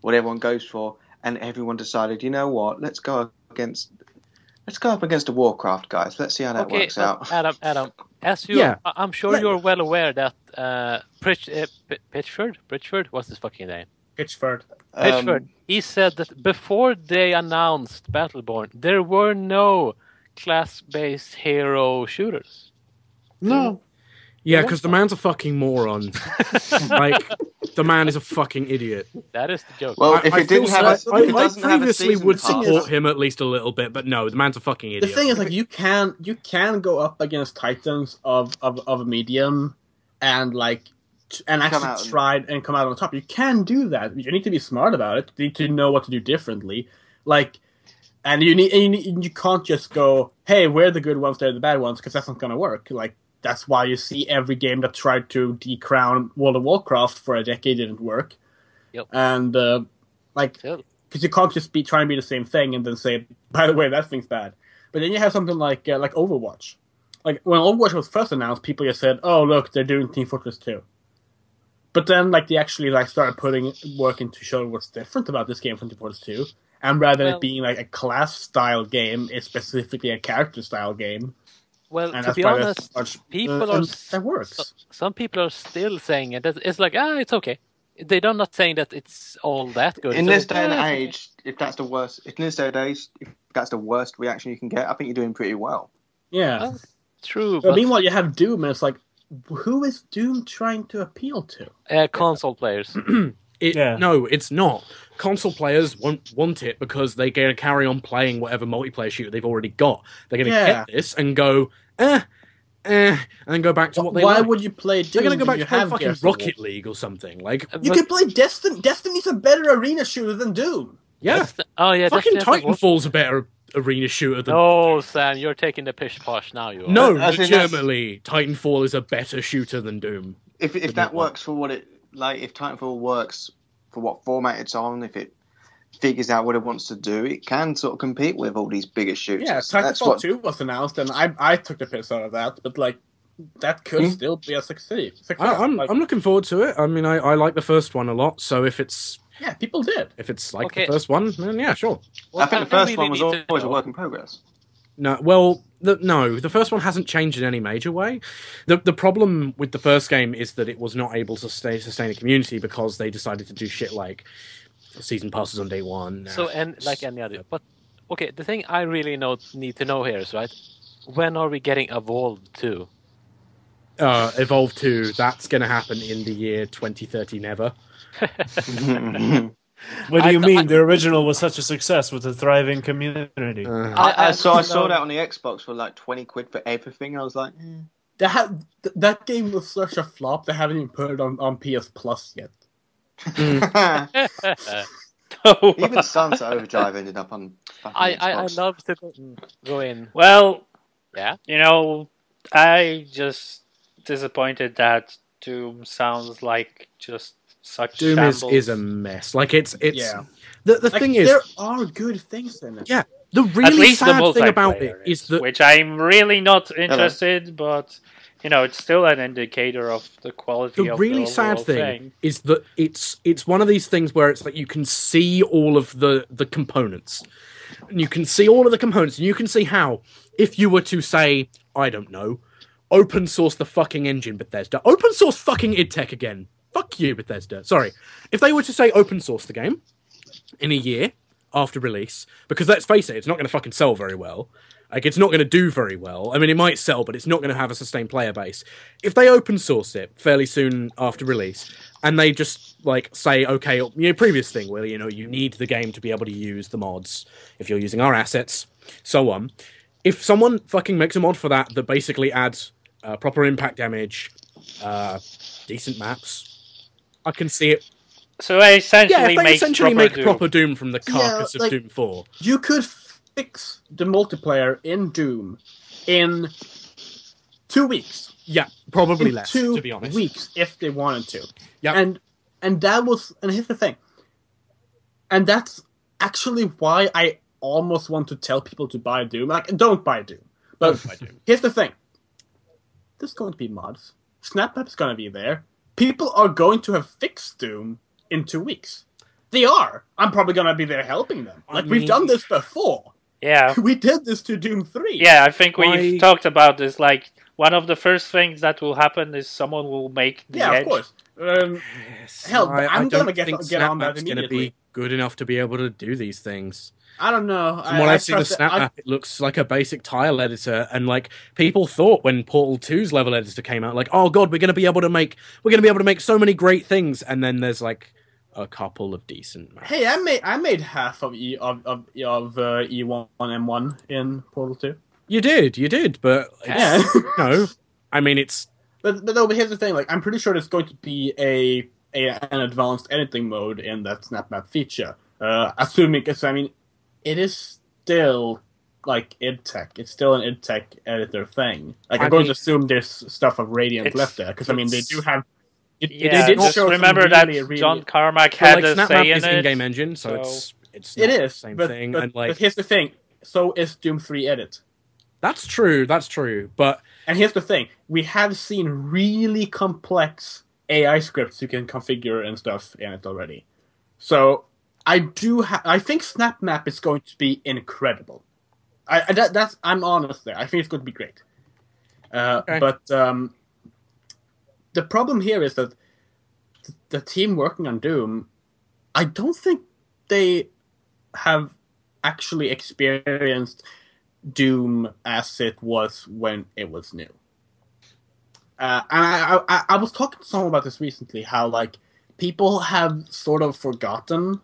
H: what everyone goes for. And everyone decided, you know what? Let's go against. Let's go up against a Warcraft, guys. Let's see how that
B: okay,
H: works
B: but
H: out.
B: Adam, Adam, as you,
C: Yeah.
B: I- I'm sure
C: Let-
B: you're well aware that uh, Pritch, uh, P- Pitchford, Pritchford, what's his fucking name?
D: Pitchford.
H: Um,
B: Pitchford. he said that before they announced Battleborn, there were no class-based hero shooters.
A: no.
C: Yeah, because the man's a fucking moron. like, the man is a fucking idiot.
B: That is the joke.
H: well,
C: I-
H: if
C: I
H: it didn't
C: feel
H: have, a,
C: sorry-
H: if it
C: I- I
H: doesn't have a
C: previously
H: season
C: would
H: pass,
C: support him at least a little bit, but no, the man's a fucking idiot.
D: The thing is, like, you can you can go up against titans of of of medium, and like, t- and
H: Come out
D: actually
H: and-
D: try and come out on top. You can do that. You need to be smart about it. You need to know what to do differently. Like, and you need and you, need, you can't just go, hey, we're the good ones, they're the bad ones, because that's not gonna work. Like. That's why you see every game that tried to decrown World of Warcraft for a decade didn't work.
B: Yep.
D: And uh, like,
B: Still,
D: because you can't just be trying to be the same thing and then say, by the way, that thing's bad. But then you have something like uh, like Overwatch. Like when Overwatch was first announced, people just said, "Oh, look, they're doing Team Fortress 2. But then, like they actually like started putting work into show what's different about this game from Team Fortress Two, and rather than
B: Well-
D: it being like a class style game, it's specifically a character style game.
B: Well,
D: And
B: to
D: that's
B: be
D: why there's
B: honest,
D: so much-
B: people
D: uh,
B: are
D: and that works.
B: so- some people are still saying it. It's like ah, it's okay. They don't not saying that it's all that good.
H: In
B: So,
H: this day and
B: "Ah, it's
H: age, if that's the worst, if in this day and age, if that's the worst reaction you can get, I think you're doing pretty well.
D: Yeah.
B: okay." Well, true,
D: But
B: but
D: meanwhile, you have Doom, and it's like, who is Doom trying to appeal to?
B: uh, console players.
C: It,
A: Yeah.
C: No, it's not. Console players won't want it because they're going to carry on playing whatever multiplayer shooter they've already got. They're going to
D: Yeah.
C: get this and go, eh, eh, and then go back to what they
D: Why
C: like.
D: would you play Doom?
C: they're
D: when
C: going to go back
D: you
C: to play
D: have
C: fucking
D: Gears of War?
C: Rocket League or something. Like,
D: You
B: But
D: can play Destiny. Destiny's a better arena shooter than Doom.
C: yeah,
B: that's the- oh yeah,
C: fucking
B: that's- that's-
C: Titanfall's a better arena shooter than.
B: No, Sam, you're taking the pish posh now. You are.
C: No,
H: I think that's-
C: legitimately, Titanfall is a better shooter than Doom.
H: If if
C: Good
H: that
C: one.
H: works for what it like, if Titanfall works for what format it's on, if it figures out what it wants to do, it can sort of compete with all these bigger shooters.
D: Yeah,
H: That's
D: Titanfall
H: what-
D: Two was announced, and I I took the piss out of that. But like, that could
H: Hmm?
D: still be a success. success.
C: I, I'm
D: Like,
C: I'm looking forward to it. I mean, I, I like the first one a lot. So if it's
D: yeah, people did.
C: if it's like
B: Okay.
C: the first one, then yeah, sure.
H: I think the
B: Well, I
H: first
B: really
H: one was
B: need to
H: always a
B: know.
H: work in progress.
C: No, well, the, no, the first one hasn't changed in any major way. The the problem with the first game is that it was not able to stay, sustain a community because they decided to do shit like season passes on day one.
B: So
C: uh,
B: and like any other, but okay. The thing I really know need to know here is right. When are we getting evolved to?
C: uh, Evolve Two, that's going to happen in the year twenty thirty. Never.
A: What do
B: I
A: you
B: th-
A: mean?
B: I-
A: the original was such a success with a thriving community.
C: Uh,
H: I, I saw I saw
B: no.
H: that on the Xbox for like twenty quid for everything. I was like, eh.
D: That ha- th- that game was such a flop. They haven't even put it on, on PS Plus yet.
G: uh,
H: even Sunset Overdrive ended up on. fucking
B: I, I, I
H: Xbox.
B: love to go- go in.
G: Well,
B: Yeah?
G: you know, I just disappointed that Doom sounds like just such
C: Doom is,
G: shambles.
C: is a mess. Like it's it's
D: Yeah.
C: the the
D: Like,
C: thing is
D: there are good things in it.
C: yeah the
G: At
C: really
G: least the
C: sad thing about it
G: multiplayer
C: is that
G: which I'm really not interested, but you know, it's still an indicator of the quality
C: the
G: of
C: really
G: the
C: sad
G: overall
C: thing, is that it's it's one of these things where it's like you can see all of the the components and you can see all of the components and you can see how if you were to say i don't know open source the fucking engine bethesda open source fucking id Tech again fuck you bethesda sorry if they were to say open source the game in a year after release because let's face it it's not going to fucking sell very well like it's not going to do very well i mean it might sell but it's not going to have a sustained player base if they open source it fairly soon after release and they just like say okay you know previous thing where you know you need the game to be able to use the mods if you're using our assets so on if someone fucking makes a mod for that that basically adds uh, proper impact damage uh, decent maps i can see it
G: So I
C: yeah
G: essentially
C: if they
G: make
C: essentially
G: proper
C: make
G: Doom.
C: proper doom from the
D: Yeah,
C: carcass
D: like-
C: of doom 4
D: You could fix the multiplayer in Doom in two weeks.
C: yeah probably
D: in
C: less
D: two
C: to be honest
D: weeks if they wanted to.
C: Yep.
D: And and that was and here's the thing. And that's actually why I almost want to tell people to buy Doom. Like don't buy Doom. But
C: Don't buy Doom.
D: here's the thing. There's going to be mods. Snapmap's gonna be there. People are going to have fixed Doom in two weeks. They are. I'm probably gonna be there helping them.
C: I
D: Like we've
C: mean-
D: done this before.
G: Yeah.
D: We did this to Doom three.
G: Yeah, I think we've
C: Why-
G: talked about this. Like one of the first things that will happen is someone will make the
D: Yeah,
G: edge.
D: of course. Um,
C: Yes,
D: Hell, I'm
C: I, I
D: gonna
C: don't
D: get-
C: think
D: get on that
C: SnapMap's going to be
D: immediately.
C: good enough to be able to do these things.
D: I don't know.
C: From
D: I,
C: what
D: I
C: I've seen of
D: trust it- I-
C: SnapMap, it looks like a basic tile editor, and like people thought when Portal 2's level editor came out, like, oh god, we're going to be able to make we're going to be able to make so many great things, and then there's like a couple of decent maps.
D: Hey, I made I made half of E of of of uh, E one M one in Portal Two.
C: You did, you did, but
D: Yeah,
C: it's, no, I mean it's
D: but, but no. But here's the thing: like, I'm pretty sure there's going to be a, a an advanced editing mode in that snap map feature. Uh, assuming, because I mean, it is still like id tech. It's still an id tech editor thing. Like,
C: I
D: I'm going
C: mean-
D: to assume there's stuff of Radiant
G: It's-
D: left there because I mean they
C: it's-
D: do have. It, it
G: Yeah,
D: did
G: just
D: show some
G: remember
D: really,
G: that
D: really-
G: John Carmack
C: but,
G: had
C: like
G: a say
C: SnapMap
G: in
C: is
G: it.
C: in-game engine, so,
G: so-
C: it's it's
D: It
C: not
D: is
C: the same
D: but,
C: thing,
D: But,
C: and
D: but
C: like
D: here's the thing: so is Doom 3 Edit.
C: That's true. That's true. But
D: And here's the thing we have seen really complex AI scripts you can configure and stuff in it already. So I do ha- I think SnapMap is going to be incredible. I, I that, that's I'm honest there. I think it's going to be great. Uh,
C: Okay.
D: But um, the problem here is that th- the team working on Doom, I don't think they have actually experienced Doom as it was when it was new. Uh, and I, I- I, I was talking to someone about this recently. How like people have sort of forgotten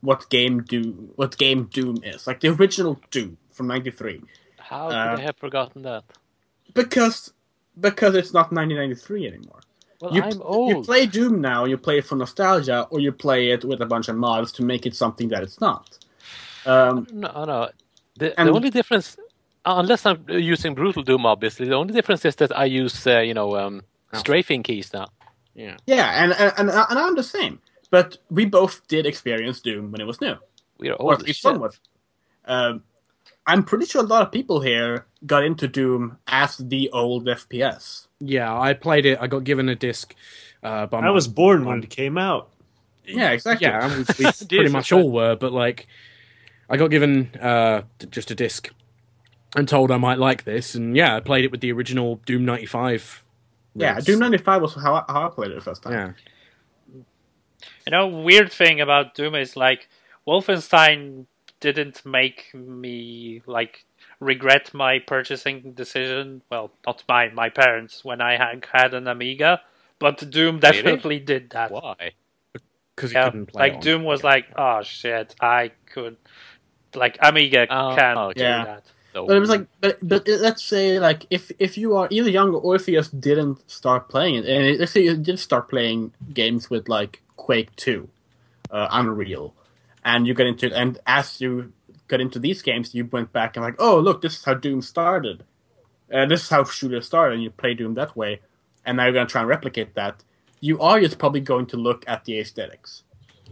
D: what game Doom, what game Doom is, like the original Doom from '93,
B: How could
D: Uh,
B: I have forgotten that?
D: because because it's not 1993 anymore.
B: Well,
D: you-
B: I'm
D: You
B: old.
D: play Doom now, you play it for nostalgia, or you play it with a bunch of mods to make it something that it's not. Um,
B: No, no. The,
D: And-
B: the only difference, uh, unless I'm using Brutal Doom, obviously, the only difference is that I use, uh, you know, um, strafing keys now.
D: yeah, and, and and and I'm the same. But we both did experience Doom when it was new.
B: We're
D: or
B: old.
D: at
B: as
D: least
B: shit.
D: somewhat. Um, I'm pretty sure a lot of people here got into Doom as the old FPS.
C: yeah, I played it. I got given a disc. Uh, by
A: I
C: my-
A: was born when
B: um,
C: my-
A: it came out.
D: Yeah, exactly.
C: Yeah, and we, we pretty
B: Jesus,
C: much
B: man.
C: all were. But like, I got given uh, d- just a disc and told I might like this, and yeah, I played it with the original Doom '95.
D: Yeah,
C: release.
D: Doom 95 was how I, how I played it the first time.
C: Yeah,
G: You know, weird thing about Doom is like Wolfenstein didn't make me like regret my purchasing decision. Well, not mine, my parents when I had- had an Amiga, but Doom definitely did that.
B: Why?
C: because you
G: Yeah,
C: couldn't play. it
G: like
C: on-
G: Doom was like, oh shit, I could, like Amiga
B: Oh,
G: can
B: okay.
G: do
D: Yeah.
G: that.
B: So,
D: But it was like, but, but it- let's say like if if you are either young or if you just didn't start playing it, and let's say you did start playing games with like Quake Two, uh, Unreal, and you got into and as you got into these games, you went back and like, oh look, this is how Doom started, uh, this is how shooters started, and you play Doom that way, and now you're gonna try and replicate that. You are just probably going to look at the aesthetics.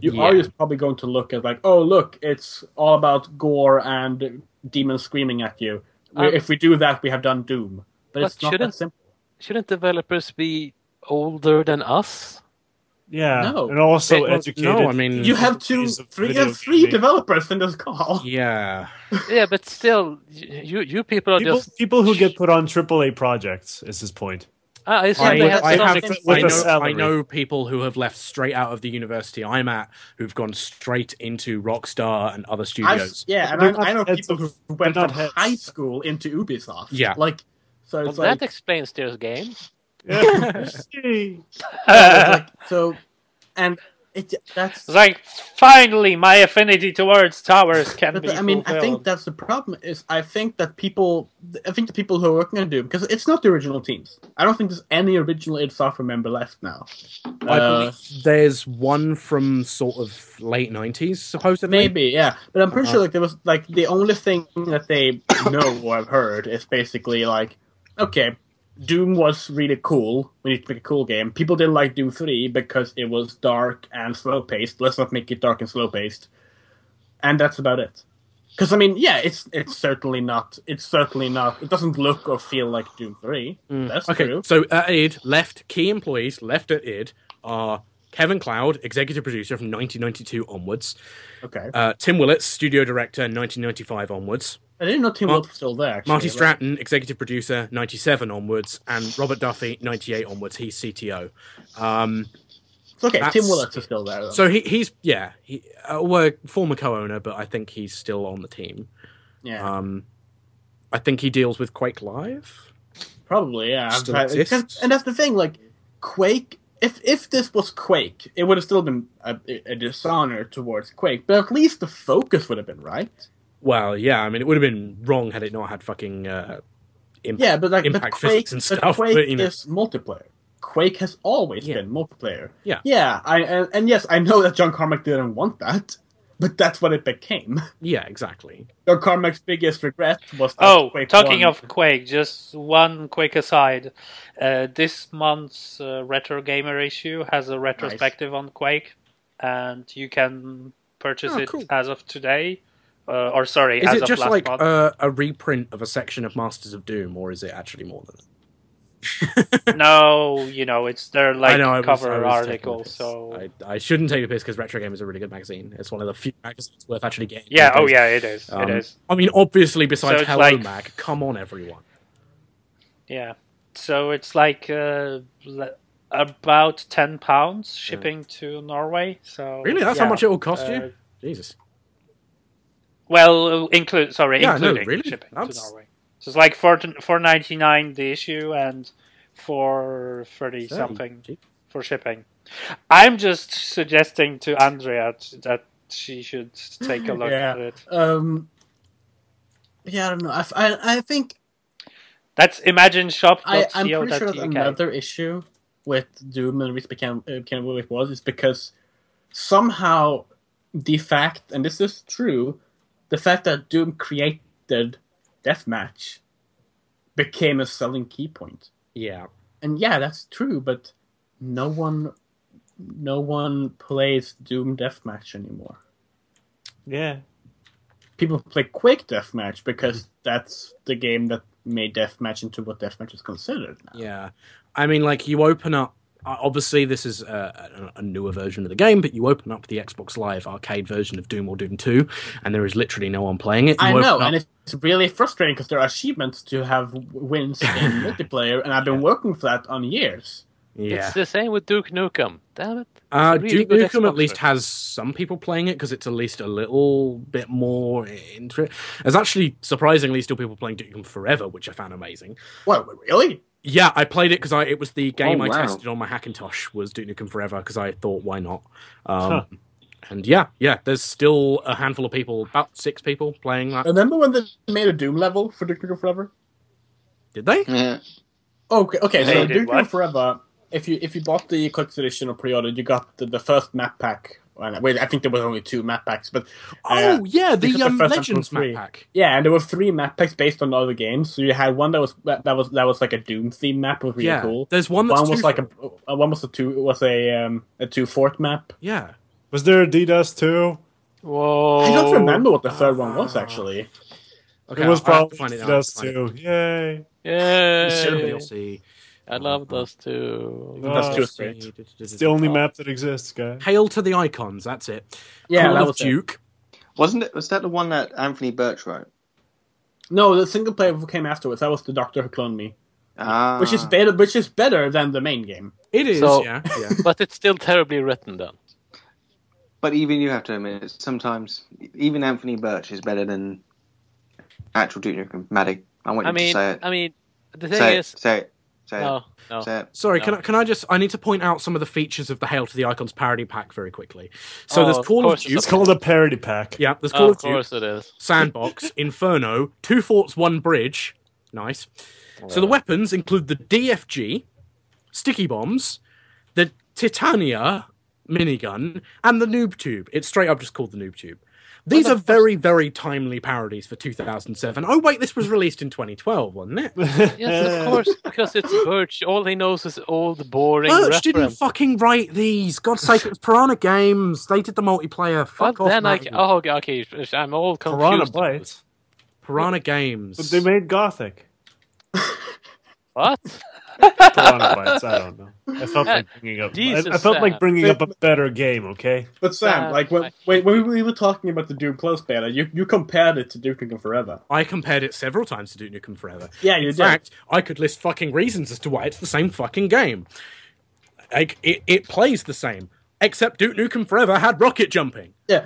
D: You are
C: Yeah.
D: just probably going to look at like, oh look, it's all about gore and demons screaming at you. We-
B: Um,
D: if we do that, we have done Doom. But,
B: but
D: it's not
B: shouldn't-
D: that simple.
B: shouldn't developers be older than us?
A: Yeah,
D: No.
A: and also
C: Well,
A: educated.
C: uh, No, I mean,
D: You have two,
A: Days of
D: three, you
A: video
D: have three
A: gaming.
D: developers in this call.
C: yeah,
B: Yeah, but still, y- you you people are
A: people,
B: just.
A: people who get put on AAA projects is his point.
B: Ah, I assume
C: I,
B: they have
D: I
B: some
D: have-
B: ex-
D: with
C: I,
A: a
C: know, I
A: salary.
C: know people who have left straight out of the university I'm at who've gone straight into Rockstar and other
D: I've-
C: studios.
D: yeah, and
A: They're
D: I,
A: not
D: I know
A: heads
D: people who
A: of-
D: went
A: they're not
D: from
A: heads.
D: high school into Ubisoft.
C: Yeah.
D: like so.
B: Well,
D: It's like,
B: that explains those games.
A: Yay.
D: yeah, it's like- so, and it that's.
G: It's like finally my affinity towards towers can
D: But
G: be
D: I mean, I think
G: fulfilled.
D: that's the problem. Is I think that people, I think the people who are working on Doom, because it's not the original teams. I don't think there's any original id Software member left now.
C: I
D: Uh,
C: believe there's one from sort of late 90s, supposedly.
D: Maybe, yeah. But I'm
C: uh-huh.
D: pretty sure like there was like the only thing that they know or have heard is basically like, okay, Doom was really cool. We need to make a cool game. People didn't like Doom three because it was dark and slow paced. Let's not make it dark and slow paced. And that's about it. Because I mean, yeah, it's it's certainly not. It's certainly not. It doesn't look or feel like Doom three. That's
C: Mm. Okay,
D: true.
C: so at id, left key employees left at id are Kevin Cloud, executive producer from 1992 onwards,
D: Okay,
C: uh, Tim Willits, studio director 1995 onwards,
D: I didn't know Tim
C: Mar-
D: Wolf was still there. Actually.
C: Marty
D: Like,
C: Stratton, executive producer 97 onwards, and Robert Duffy 98 onwards. He's CTO. Um,
D: it's okay, Tim
C: that's-
D: Willits is still there. though.
C: so he, he's yeah, he uh, well, former co-owner, but I think he's still on the team.
D: yeah.
C: Um, I think he deals with Quake Live.
D: Probably, yeah. I've
C: Still
D: tried- because-
C: exists?
D: And that's the thing, like Quake. If if this was Quake, it would have still been a, a dishonor towards Quake, but at least the focus would have been right.
C: Well, yeah, I mean, it would have been wrong had it not had fucking uh, imp-
D: Yeah, but like
C: impact
D: but Quake,
C: physics and
D: but
C: stuff.
D: Quake
C: But, you know,
D: is multiplayer. Quake has always
C: Yeah.
D: been multiplayer.
C: Yeah.
D: yeah. I and, and yes, I know that John Carmack didn't want that, but that's what it became.
C: yeah, exactly.
D: John Carmack's biggest regret was that
G: Oh,
D: Quake
G: talking
D: 1
G: of Quake, just one quick aside. Uh, this month's uh, Retro Gamer issue has a retrospective on Quake, and you can purchase
C: Oh,
G: it
C: cool.
G: as of today uh, or sorry,
C: Is
G: as
C: it
G: of
C: just
G: last
C: like uh,
G: month.
C: a, a reprint of a section of Masters of Doom, or is it actually more than that?
G: no, you know, it's their like
C: I know, I was-
G: cover
C: I was taking the
G: article.
C: piss.
G: So
C: I, I shouldn't take the piss because Retro Game is a really good magazine. It's one of the few magazines worth actually getting.
G: yeah,
C: these
G: oh
C: days.
G: yeah, it is.
C: Um,
G: it is.
C: I mean, obviously, besides
G: it's
C: Hello
G: like-
C: Mag, come on, everyone.
G: Yeah. So it's like uh, le- about ten pounds shipping to Norway. So
C: Really, that's how
G: yeah.
C: much it will cost
G: Uh,
C: you? Jesus.
G: Well, include sorry,
C: Yeah, no,
G: including
C: really?
G: shipping
C: That's-
G: to Norway. So it's like four four ninety nine the issue and four
C: Thirty,
G: thirty something
C: gee.
G: for shipping. I'm just suggesting to Andrea t- that she should take a look
D: Yeah.
G: at it.
D: Um, yeah, I don't know. I, f- I, I think
G: That's
D: I, I'm
G: imagineshop.co.uk.
D: pretty sure that another issue with Doom and Reese became uh, became what it was is because somehow the fact, and this is true, the fact that Doom created Deathmatch became a selling key point.
C: Yeah.
D: And yeah, that's true, but no one, no one plays Doom Deathmatch anymore.
A: Yeah.
D: people play Quake Deathmatch because that's the game that made Deathmatch into what Deathmatch is considered now.
C: Yeah, I mean, like you open up. uh, Obviously, this is a, a a newer version of the game, but you open up the Xbox Live arcade version of Doom or Doom Two, and there is literally no one playing it. You
D: I
C: open
D: know,
C: up-
D: and it's really frustrating because there are achievements to have w- wins in multiplayer, and I've been working for that on years.
C: yeah,
B: It's the same with Duke Nukem. Damn it.
C: uh,
B: really
C: Duke
B: good
C: Nukem at
B: Xbox
C: least
B: version.
C: has some people playing it because it's at least a little bit more into it. There's actually surprisingly still people playing Duke Nukem Forever, which I found amazing.
D: What, really?
C: Yeah, I played it because I it was the game
H: Oh,
C: I
H: wow.
C: tested on my Hackintosh was Duke Nukem Forever because I thought why not, um,
A: Huh.
C: and yeah, yeah. There's still a handful of people, about six people playing that.
D: Remember when they made a Doom level for Duke Nukem Forever?
C: Did they?
H: Yeah.
D: Okay, okay.
H: They
D: So
G: did
D: Duke
G: what?
D: Nukem Forever, if you if you bought the collector's edition or pre-order, you got the, the first map pack. Well, Wait, I think there was only two map packs, but uh,
C: oh yeah,
D: because
C: the
D: the
C: um,
D: first
C: Legends
D: one
C: map
D: was free.
C: pack.
D: Yeah, and there were three map packs based on other games. So you had one that was that, that was that was like a Doom theme map, was really
C: yeah,
D: cool.
C: there's one that's
D: One was
C: two
D: like
C: for-
D: a uh, one was a two was a um a two fort map.
C: yeah.
A: Was there a DDoS too?
B: Whoa.
D: I don't remember what the third one was actually.
C: Okay,
A: it was
C: I'll- I'll
A: probably
C: have to find it now, I'll have to
A: DDoS
C: find it.
A: too. Yay.
B: Yay.
C: You'll see.
B: I love those two.
A: That's
D: too
C: You'll
D: straight.
C: see.
A: Oh, It's the only map that exists, guys.
C: Hail to the icons. That's it.
D: Yeah,
C: Call
D: that
C: of
D: was it.
C: Duke.
H: Wasn't it? Was that the one that Anthony Birch wrote?
D: No, the single player came afterwards. That was the Doctor Who cloned me,
H: Ah,
D: which is better, which is better than the main game.
C: It is.
B: So-
C: yeah, yeah.
B: But it's still terribly written, then.
H: But even you have to admit, sometimes even Anthony Birch is better than actual Duke Nukem. Maddie, I want you
B: I mean,
H: to say it.
B: I mean, the thing
H: say, it
B: is, Oh,
H: say it. Say it.
B: no, no.
H: Say it.
C: Sorry, can
B: No.
C: I can I just I need to point out some of the features of the Hail to the Icons parody pack very quickly. So
B: Oh,
C: there's
B: of
C: Call of,
B: course it's
C: Duke.
A: It's called a parody pack.
C: yeah, there's Call
B: Oh,
C: of
B: of
C: Duke.
B: course it is.
C: Sandbox, Inferno, Two Forts, One Bridge. Nice. So the weapons include the DFG, sticky bombs, the Titania minigun, and the Noob Tube. It's straight up just called the Noob Tube. These are very, very timely parodies for 2007. Oh, wait, this was released in 2012, wasn't it?
B: Yes, of course, because it's Birch. All he knows is old, boring
C: Birch Oh, didn't
B: reference.
C: fucking write these. God's sake, it was Piranha Games. They did the multiplayer. Fuck
B: But
C: off,
B: then, I
C: Matty.
B: oh, okay, okay, sh- I'm all
A: Piranha
B: confused.
A: Bytes.
C: Piranha Games.
A: But they made Gothic.
B: What?
A: Piranha Bytes. I don't know. I felt like bringing up.
B: Jesus,
A: I, I felt like
B: Sam.
A: bringing up a better game. Okay.
D: But Sam,
B: Uh,
D: like when,
B: like-
D: when when we were talking about the Doom Plus beta, you you compared it to Duke Nukem Forever.
C: I compared it several times to Duke Nukem Forever.
D: Yeah, you
C: In
D: did.
C: fact, I could list fucking reasons as to why it's the same fucking game. Like it, it plays the same, except Duke Nukem Forever had rocket jumping.
D: Yeah.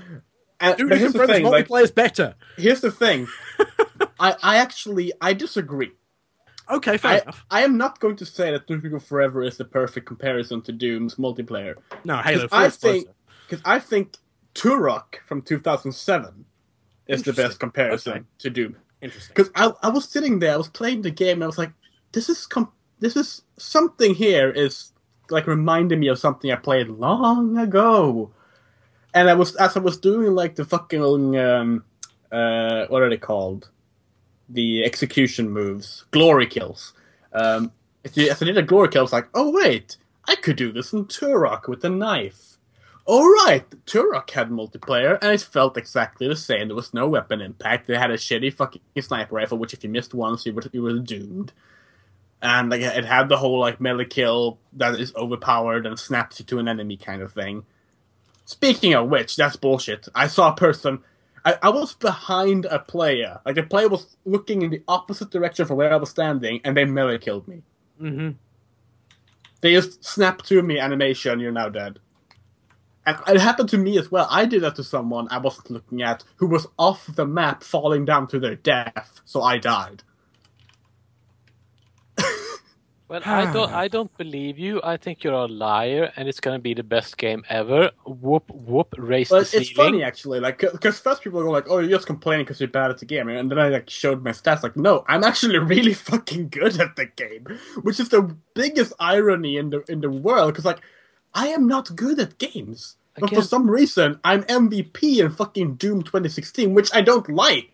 D: And,
C: Duke
D: but here's
C: Nukem
D: the
C: Forever's
D: thing, like,
C: multiplayer's better.
D: here's the thing. I, I actually I disagree.
C: Okay, fair
D: I,
C: enough.
D: I am not going to say that Duke Nukem Forever is the perfect comparison to Doom's multiplayer
C: No, Halo
D: 'cause I
C: 4 is
D: think-
C: closer.
D: because I think Turok from 2007 is the best
C: Interesting.
D: comparison
C: Okay.
D: to Doom.
C: Interesting.
D: Because I I was sitting there, I was playing the game, and I was like, this is com- this is something here is like reminding me of something I played long ago. And I was as I was doing like the fucking um uh what are they called? The execution moves, glory kills. Um, as I did a glory kill, I was like, oh wait, I could do this in Turok with a knife. All right, Turok had multiplayer, and it felt exactly the same. There was no weapon impact. They had a shitty fucking sniper rifle, which if you missed once, you were you were doomed. And like it had the whole like melee kill that is overpowered and snaps you to an enemy kind of thing. Speaking of which, that's bullshit. I saw a person. I, I was behind a player. Like the player was looking in the opposite direction from where I was standing, and they melee killed me.
F: Mm-hmm.
D: They just snap to me animation. You're now dead. And it happened to me as well. I did that to someone I wasn't looking at who was off the map, falling down to their death. So I died.
B: Well, I don't. I don't believe you. I think you're a liar, and it's gonna be the best game ever. Whoop whoop! Raise
D: Well,
B: the
D: it's
B: ceiling.
D: funny actually, like because first people go like, "Oh, you're just complaining because you're bad at the game," and then I like showed my stats, like, "No, I'm actually really fucking good at the game," which is the biggest irony in the in the world. Because like, I am not good at games, but for
B: Again-
D: some reason, I'm MVP in fucking Doom 2016, which I don't like.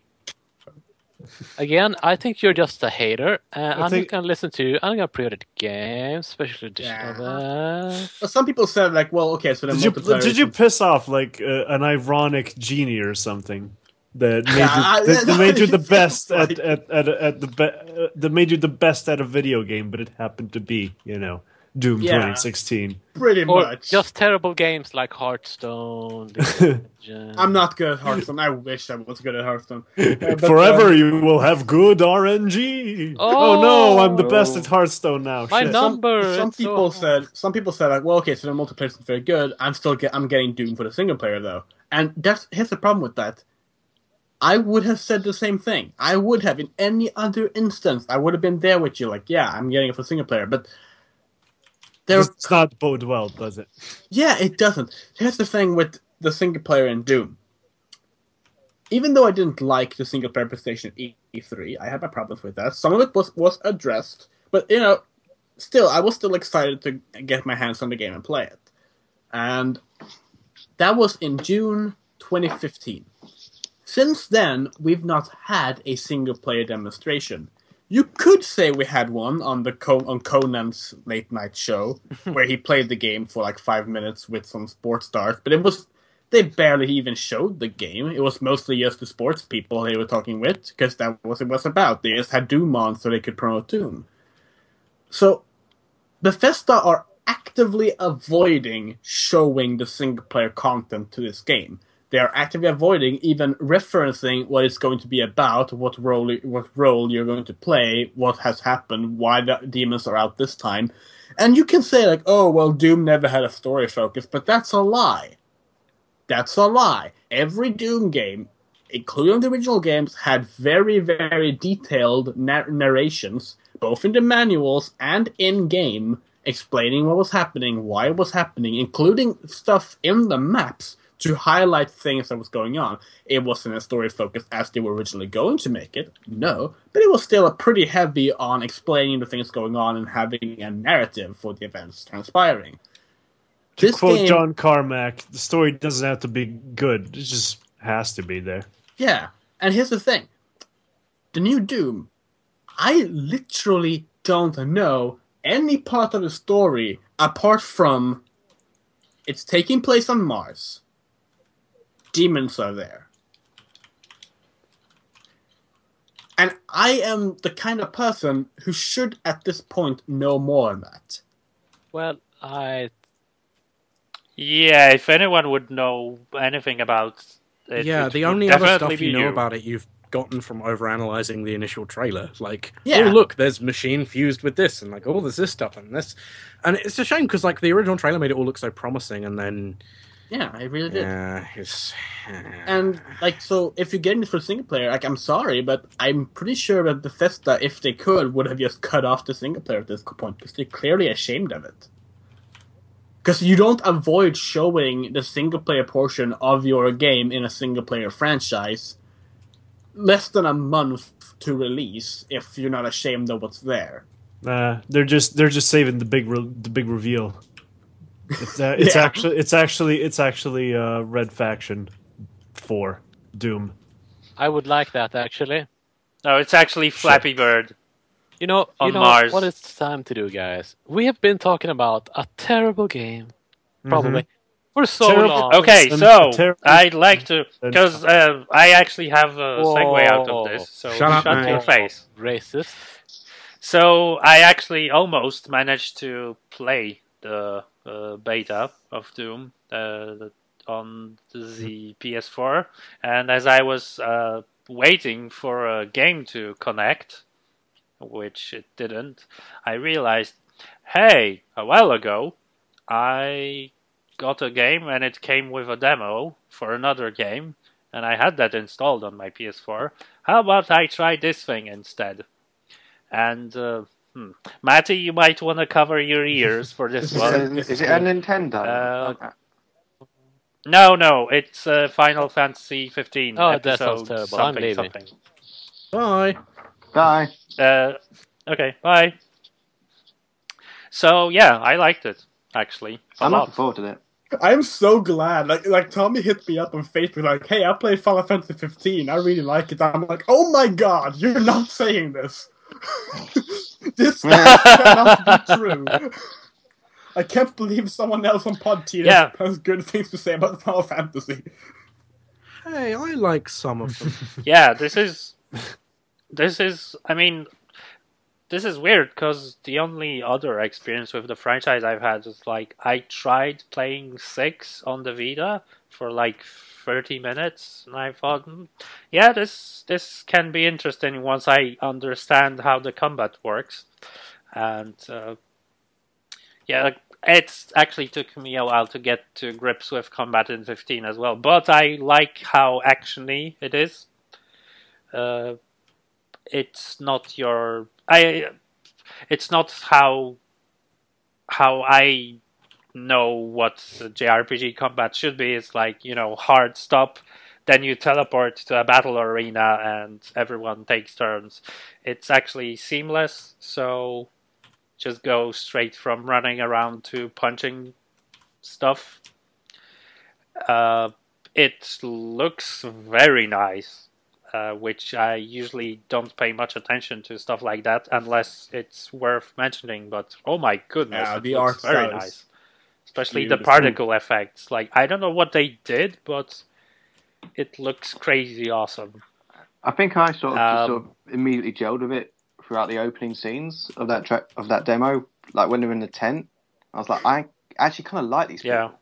B: Again, I think you're just a hater. Uh, I'm
A: think-
B: not gonna listen to you. I'm gonna pre-order the game, special edition of that.
D: But some people said like, "Well, okay, so then
A: Did you
D: multiplayer
A: did
D: is
A: you piss off like uh, an ironic genie or something that made
D: I-
A: you, that, that made you the best at,
D: Like-
A: at, at, at the be, uh, that made you the best at a video game, but it happened to be you know Doom
D: Yeah.
A: 2016.
D: pretty
B: Or
D: much."
B: just terrible games like Hearthstone. League of Legends.
D: I'm not good at Hearthstone. I wish I was good at Hearthstone. Uh, but,
A: Forever,
D: um,
A: you will have good RNG.
B: Oh.
A: Oh, no, I'm the best
I: Oh.
A: at Hearthstone now.
B: My
A: Shit.
B: num-
D: some-
B: number,
D: Some,
B: it's so
D: people
B: high.
D: said some people said like, well, okay, so the multiplayer isn't very good. I'm still get, I'm getting Doom for the single player though, and that's here's the problem with that. I would have said the same thing. I would have in any other instance. I would have been there with you, like, yeah, I'm getting it for single player, but there
A: It's not bode well, does it?
D: yeah, it doesn't. Here's the thing with the single player in Doom. Even though I didn't like the single player presentation at E3, I had my problems with that. Some of it was was addressed, but you know, still I was still excited to get my hands on the game and play it. And that was in June 2015. Since then, we've not had a single player demonstration. You could say we had one on the Co- on Conan's late night show, where he played the game for like five minutes with some sports stars, but it was they barely even showed the game. It was mostly just the sports people they were talking with because that was it was about. They just had Doom on so they could promote Doom. So Bethesda are actively avoiding showing the single player content to this game. They are actively avoiding even referencing what it's going to be about, what role what role you're going to play, what has happened, why the demons are out this time. And you can say like, "Oh, well, Doom never had a story focus," but that's a lie. That's a lie. Every Doom game, including the original games, had very, very detailed nar- narrations, both in the manuals and in game, explaining what was happening, why it was happening, including stuff in the maps to highlight things that was going on. It wasn't as story focused as they were originally going to make it, no, but it was still pretty heavy on explaining the things going on and having a narrative for the events transpiring.
A: To
D: This
A: quote
D: game-
A: John Carmack, the story doesn't have to be good; it just has to be there.
D: Yeah, and here's the thing: the new Doom. I literally don't know any part of the story apart from it's taking place on Mars. Demons are there. And I am the kind of person who should, at this point, know more on that.
B: Well, I
G: Yeah, if anyone would know anything about it,
C: yeah,
G: it
C: the
G: would
C: only other
G: definitely
C: stuff
G: be
C: you know about it you've gotten from overanalyzing the initial trailer. Like,
D: Yeah.
C: oh look, there's machine fused with this, and like, oh, there's this stuff and this, and it's a shame because like the original trailer made it all look so promising, and then
D: Yeah, I really did.
C: yeah, it's
D: And like, so if you're getting this for single player, like, I'm sorry, but I'm pretty sure that Bethesda, if they could, would have just cut off the single player at this point because they're clearly ashamed of it. Because you don't avoid showing the single player portion of your game in a single player franchise less than a month to release if you're not ashamed of what's there.
A: Nah, Uh, they're just they're just saving the big re- the big reveal. It's, uh, it's
D: Yeah.
A: actually it's actually it's actually uh, Red Faction Four Doom.
B: I would like that actually.
G: No, it's actually Flappy Bird.
B: You know, you
G: On
B: know
G: Mars.
B: what it's time to do, guys. We have been talking about a terrible game, probably for so
A: Terrible.
B: long.
G: Okay,
A: And
G: so
A: terrible-
G: I'd like to because uh, I actually have a segue out of this. So
C: Shut up, mate.
G: your face.
B: Racist.
G: So I actually almost managed to play the uh, beta of Doom uh, on the PS4, and as I was uh, waiting for a game to connect, which it didn't, I realized, hey, a while ago, I got a game and it came with a demo for another game, and I had that installed on my PS4. How about I try this thing instead? And uh, hmm. Matty, you might want to cover your ears for this
H: Is it
G: one.
H: a- is it a
B: Uh,
H: Nintendo?
G: Uh, No, no, it's uh, Final Fantasy 15.
B: Oh, that
G: episode
B: sounds terrible. I'm
G: Something,
B: leaving.
G: something.
C: Bye.
H: Bye.
G: Uh, okay, bye. So yeah, I liked it actually a
H: I'm
G: lot.
H: looking forward to that.
D: I'm so glad. Like, like Tommy hit me up on Facebook, like, "Hey, I played Final Fantasy 15. I really like it." I'm like, "Oh my god, you're not saying this. this cannot be true." I can't believe someone else on Pod T
G: Yeah.
D: has good things to say about Final Fantasy.
C: Hey, I like some of them.
G: Yeah, this is this is. I mean, this is weird because the only other experience with the franchise I've had is like I tried playing six on the Vita for like thirty minutes, and I thought, "Hmm, yeah, this this can be interesting once I understand how the combat works, and uh, yeah. Like, it's actually took me a while to get to grips with combat in 15 as well, but I like how actiony it is. Uh, it's not your I it's not how how I know what JRPG combat should be. It's like, you know, hard stop, then you teleport to a battle arena and everyone takes turns. It's actually seamless, so just go straight from running around to punching stuff. Uh, it looks very nice uh, which I usually don't pay much attention to stuff like that unless it's worth mentioning. But oh my goodness,
D: Yeah,
G: it
D: the
G: looks
D: art
G: very
D: style is
G: nice, especially the
D: beautiful.
G: particle effects. Like I don't know what they did, but it looks crazy awesome.
H: I think I sort of, just
G: Um,
H: sort of immediately gelled with it throughout the opening scenes of that track of that demo. Like when they're in the tent, I was like, I actually kind of like these.
G: Yeah.
H: people.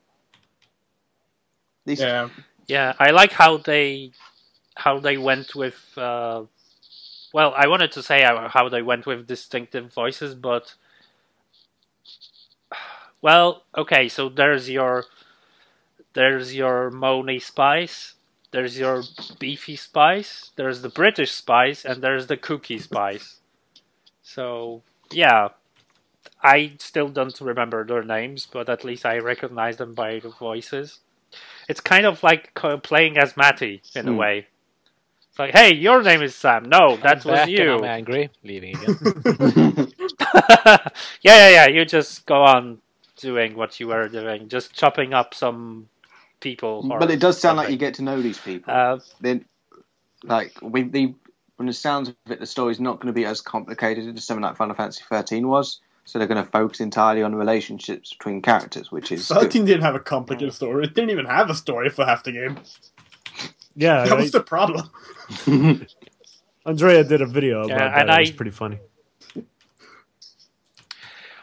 H: These,
D: Yeah,
G: Yeah, I like how they how they went with. Uh, well, I wanted to say how how they went with distinctive voices, but well, okay. So there's your there's your Moni spice, there's your beefy spice, there's the British spice, and there's the cookie spice. So yeah. I still don't remember their names, but at least I recognize them by the voices it's kind of like co- playing as Matty in a
H: Hmm.
G: way. It's like, hey, your name is Sam. No, that
B: I'm
G: was
B: back and
G: you.
B: I'm angry. Leaving again.
G: yeah, yeah, yeah. You just go on doing what you were doing, just chopping up some people. or
H: but it does sound like you
G: something.
H: get to know these people.
G: Uh,
H: then, like we, the from the sounds of it, the story's not going to be as complicated as something like Final Fantasy 13 was. So they're going to focus entirely on the relationships between characters, which is good.
D: 13 didn't have a complicated story. It didn't even have a story for half the game.
A: Yeah,
D: That
A: I,
D: was the problem.
A: Andrea did a video about
G: Yeah,
A: that.
G: and
A: it was
G: I-
A: pretty funny.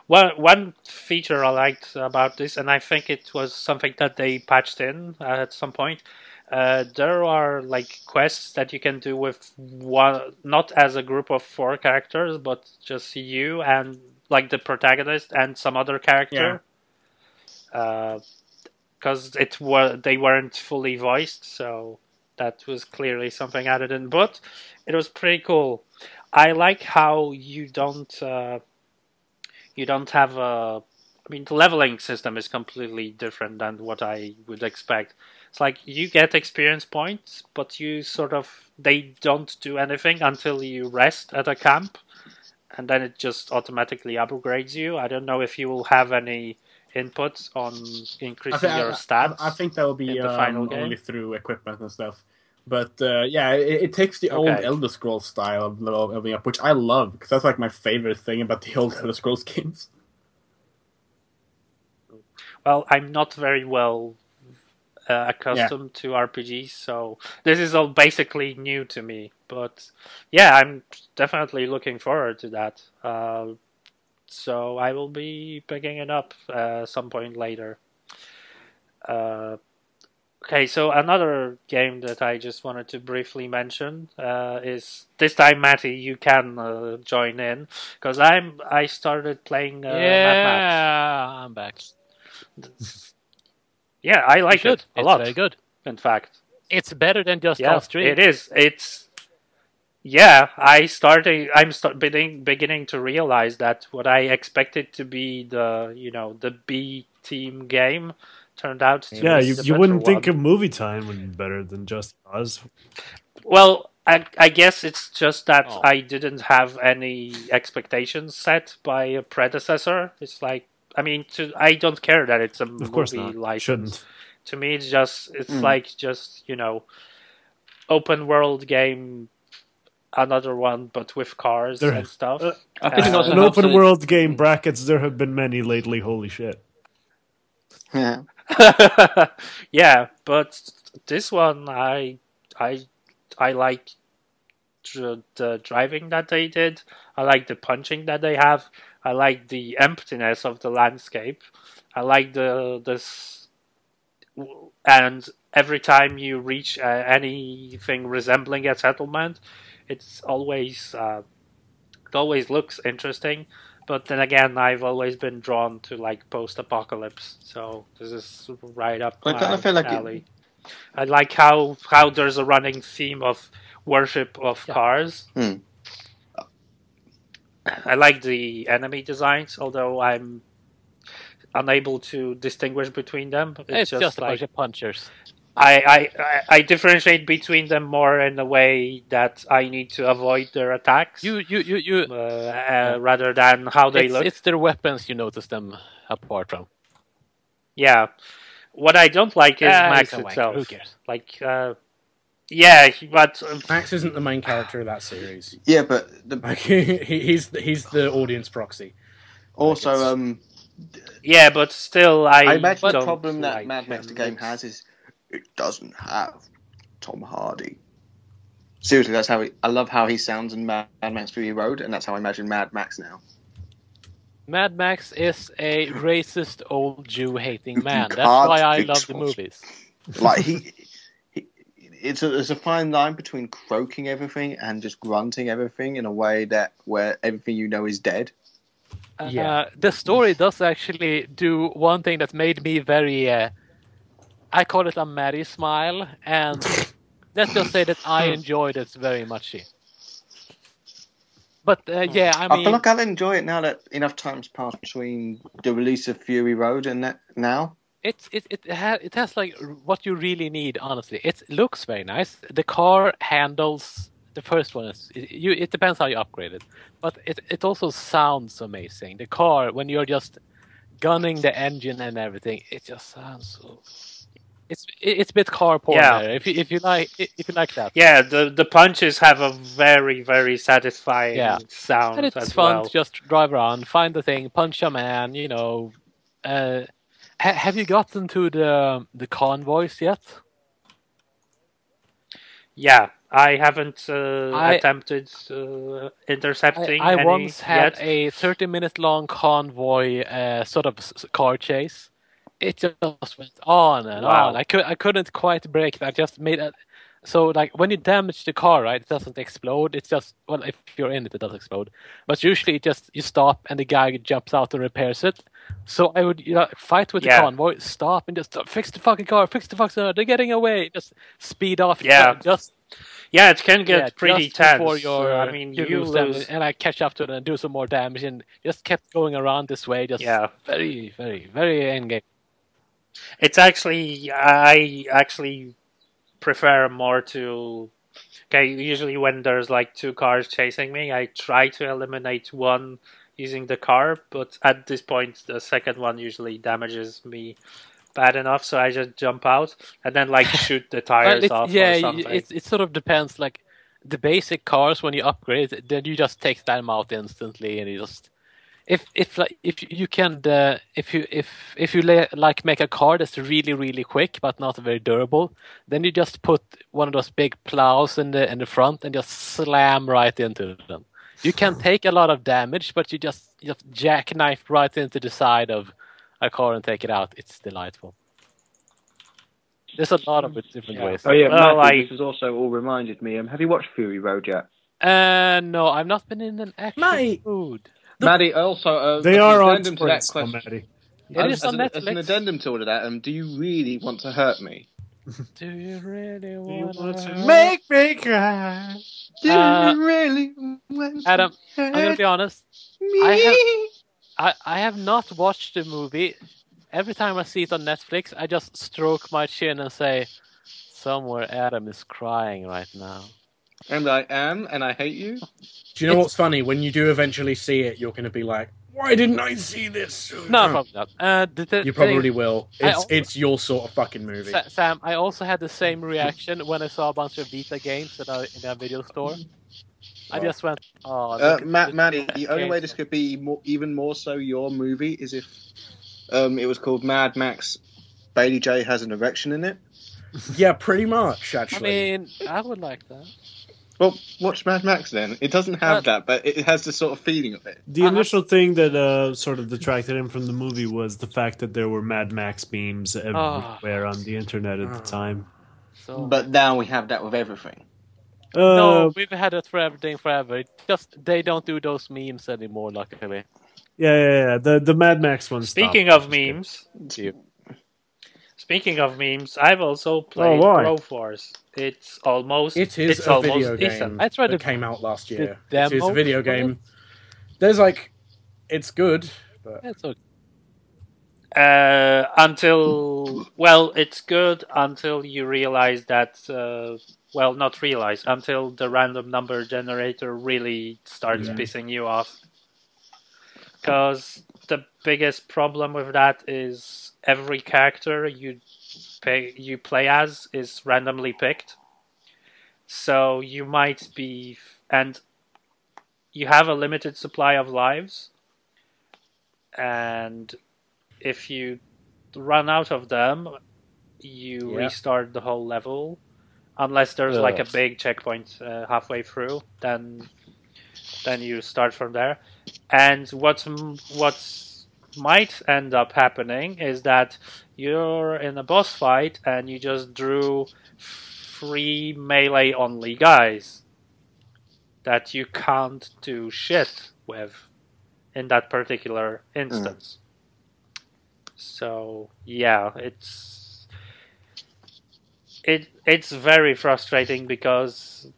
G: Well, one feature I liked about this, and I think it was something that they patched in uh, at some point. Uh, there are like quests that you can do with one, not as a group of four characters, but just you and like the protagonist and some other character. Because it were they weren't fully voiced, so that was clearly something added in. But it was pretty cool. I like how you don't. Uh, you don't have a i mean the leveling system is completely different than what i would expect it's like you get experience points but you sort of they don't do anything until you rest at a camp and then it just automatically upgrades you i don't know if you will have any inputs on
D: I,
G: increasing
D: thi- I-
G: your
D: I-
G: stats
D: I think that will be
G: in the
D: um,
G: final game?
D: only through equipment and stuff. But uh, yeah, it, it takes the old
G: Okay.
D: Elder Scrolls style of leveling up, which I love because that's like my favorite thing about the old Elder Scrolls games.
G: well, I'm not very well uh, accustomed to RPGs, so this is all basically new to me. But yeah, I'm definitely looking forward to that. Uh, so I will be picking it up uh, some point later. Uh, okay, so another game that I just wanted to briefly mention uh, is this time, Matty, you can uh, join in because I'm I started playing uh, Mad Max.
B: yeah, I'm back.
G: Yeah, I like
B: should.
G: it a
B: It's
G: lot.
B: very good.
G: In fact,
B: It's better than just
G: yeah,
B: Half Street.
G: it is. It's yeah. I starting. I'm start beginning beginning to realize that what I expected to be the you know the B team game turned out to
A: Yeah,
G: be
A: you,
G: the
A: you
G: better
A: wouldn't
G: one.
A: think of movie time would be better than Just Cause.
G: Well, I, I guess it's just that
B: Oh.
G: I didn't have any expectations set by a predecessor. It's like I mean, to, I don't care that it's a
A: Of course
G: movie
A: not.
G: license.
A: Shouldn't.
G: To me, it's just it's
H: Mm.
G: like just you know, open world game, another one but with cars
A: There-
G: and stuff.
A: uh,
E: I think it
G: Uh,
E: also
A: An
E: helps that
A: open
E: it's-
A: world game brackets. There have been many lately. Holy shit!
H: Yeah.
G: yeah, but this one I I I like dr- the driving that they did. I like the punching that they have. I like the emptiness of the landscape. I like the this and every time you reach uh, anything resembling a settlement, it's always uh, it always looks interesting. But then again, I've always been drawn to like post-apocalypse, so this is right up
H: I kinda
G: my
H: feel like it-
G: alley. I like how how there's a running theme of worship of cars.
H: Hmm.
G: I like the enemy designs, although I'm unable to distinguish between them.
B: It's, just, a
G: like
B: bunch of punchers.
G: I, I, I- I differentiate between them more in a way that I need to avoid their attacks
B: You, you, you, you.
G: uh, uh, rather than how they
B: it's,
G: look.
B: it's their weapons you notice them apart from.
G: Yeah. What I don't like is
B: Ah,
G: Max
B: he's a wanker.
G: itself.
B: Who cares?
G: Like, uh, yeah, he- but uh,
C: Max isn't the main character of that series.
H: Yeah, but the,
C: Like he, he's he's the audience proxy.
H: also,
C: it's-
H: um,
G: yeah, but still, I,
H: I imagine the
G: don't
H: problem that
G: like um,
H: Mad Max the
G: him.
H: game has is it doesn't have Tom Hardy. Seriously, that's how he, I love how he sounds in Mad Max Fury Road, and that's how I imagine Mad Max now.
B: Mad Max is a racist old Jew hating man. That's
H: can't
B: why I
H: fix
B: love the
H: what's-
B: movies.
H: Like he, he it's a, there's a fine line between croaking everything and just grunting everything in a way that where everything you know is dead.
C: Yeah.
B: Uh, the story does actually do one thing that made me very. Uh, I call it a merry smile, and let's just say that I enjoyed it very much. But uh, yeah, I
H: I,
B: mean,
H: feel like I'll enjoy it now that enough time's passed between the release of Fury Road and that now.
B: it's it it, ha- it has like r- what you really need honestly it looks very nice the car handles the first one is it, you it depends how you upgrade it but it it also sounds amazing the car when you're just gunning the engine and everything it just sounds so it's it- it's a bit car porn
G: Yeah.
B: there, if you if you like if you like that
G: Yeah, the the punches have a very very satisfying
B: Yeah.
G: sound
B: and it's
G: as
B: fun
G: well.
B: to just drive around find the thing punch a man you know uh ha- have you gotten to the the convoys yet
G: Yeah, I haven't uh,
B: I-
G: attempted uh, intercepting
B: I, I
G: any
B: once had
G: yet.
B: a 30 minute long convoy uh, sort of s- s- car chase. It just went on and
G: Wow.
B: on. I could I couldn't quite break it. I just made it. So like when you damage the car, right? It doesn't explode. It's just well, if you're in it, it does explode. But usually, it just you stop and the guy jumps out and repairs it. So I would you know, fight with
G: Yeah.
B: the convoy, stop and just fix the fucking car, fix the fucking car. They're getting away. Just speed off.
G: Yeah.
B: just
G: Yeah, it can get
B: yeah,
G: pretty
B: just
G: tense.
B: Before your, uh,
G: I mean, you, lose.
B: damage, and I catch up to it and do some more damage, and just kept going around this way. Just
G: Yeah.
B: very, very, very endgame.
G: It's actually I actually prefer more to. Okay, usually when there's like two cars chasing me, I try to eliminate one using the car, but at this point, the second one usually damages me bad enough, so I just jump out and then like shoot the tires
B: it,
G: off
B: yeah,
G: or
B: y-
G: something.
B: it it sort of depends. Like the basic cars, when you upgrade, then you just take them out instantly, and you just if if like if you can uh, if you if if you la- like make a car that's really really quick but not very durable, then you just put one of those big plows in the in the front and just slam right into them. You can take a lot of damage, but you just just jackknife right into the side of a car and take it out. It's delightful. There's a lot of
G: Mm,
B: different ways.
I: Oh yeah,
B: Well,
I: Matthew,
B: I-
I: this has also all reminded me. Um, have you watched Fury Road yet?
B: Uh, no, I've not been in an action
C: Mate.
B: food.
H: Maddie, also uh,
A: They
H: as
A: are
H: an
A: on
H: addendum to that
A: Spritz,
H: question.
A: Maddie.
B: It
H: as,
B: is on
H: an, as an
B: Netflix.
H: addendum to all of that, um, do you really want to hurt me?
B: Do you really
A: You
B: want
A: want to
B: to?
A: make me cry.
H: Do
B: Uh,
H: you really want
B: Adam,
H: to
B: I'm gonna
H: hurt
B: be honest.
H: me?
B: I have- I, I have not watched the movie. Every time I see it on Netflix, I just stroke my chin and say, "Somewhere Adam is crying right now."
H: And I am, and I hate you.
C: Do you know what's funny? When you do eventually see it, you're going to be like, "Why didn't I see this?" sooner?"
B: No, probably not. Uh, the, the
C: you
B: thing-
C: probably will.
B: I
C: It's
B: also-
C: it's your sort of fucking movie.
B: Sa- Sam, I also had the same reaction when I saw a bunch of Vita games in a, in a video store. I just went, oh,
H: Uh,
B: look at
H: Matt,
B: this
H: Maddie, the only
B: game."
H: way this could be more, even more so your movie is if um, it was called Mad Max. Bailey J has an erection in it.
C: yeah, pretty much
B: I
C: actually.
B: mean, I would like that.
H: Well, watch Mad Max then. It doesn't have that, but it has the sort of feeling of it.
A: The initial thing that uh, sort of detracted him from the movie was the fact that there were Mad Max memes everywhere on the internet at the time.
B: So,
H: But now we have that with everything.
A: Uh,
B: no, we've had it for everything forever. It just they don't do those memes anymore, luckily.
A: yeah, yeah, yeah. The the Mad Max one. stopped.
G: Speaking of memes,
B: Yeah.
G: speaking of memes, I've
I: Oh,
G: also played
A: why?
G: Pro Force. It's almost
C: It is
G: it's
C: a
G: almost
C: video game
G: decent.
B: I tried
C: that
B: to-
C: came out last year.
B: the
C: It's, it's
B: demo
C: a video
B: for
C: game. There's like, it's good, but
B: That's okay.
G: Uh, until well, it's good until you realize that. Uh, well, not realize until the random number generator really starts pissing you off. Because the biggest problem with that is every character you pay, you play as is randomly picked. So you might be and you have a limited supply of lives. And if you run out of them, you
C: Yeah.
G: restart the whole level, unless there's
A: Ugh.
G: like a big checkpoint uh, halfway through. Then, then you start from there. And what's m- what's might end up happening is that you're in a boss fight and you just drew three melee only guys that you can't do shit with in that particular instance. So yeah, it's it it's very frustrating because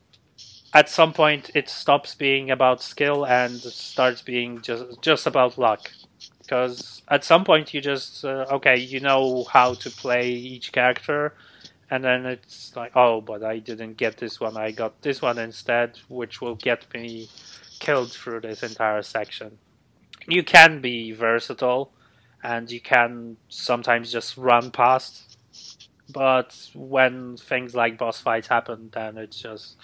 G: at some point it stops being about skill and starts being just just about luck. Because at some point you just uh, okay, you know how to play each character, and then it's like oh, but I didn't get this one. I got this one instead, which will get me killed through this entire section. You can be versatile, and you can sometimes just run past. But when things like boss fights happen, then it's just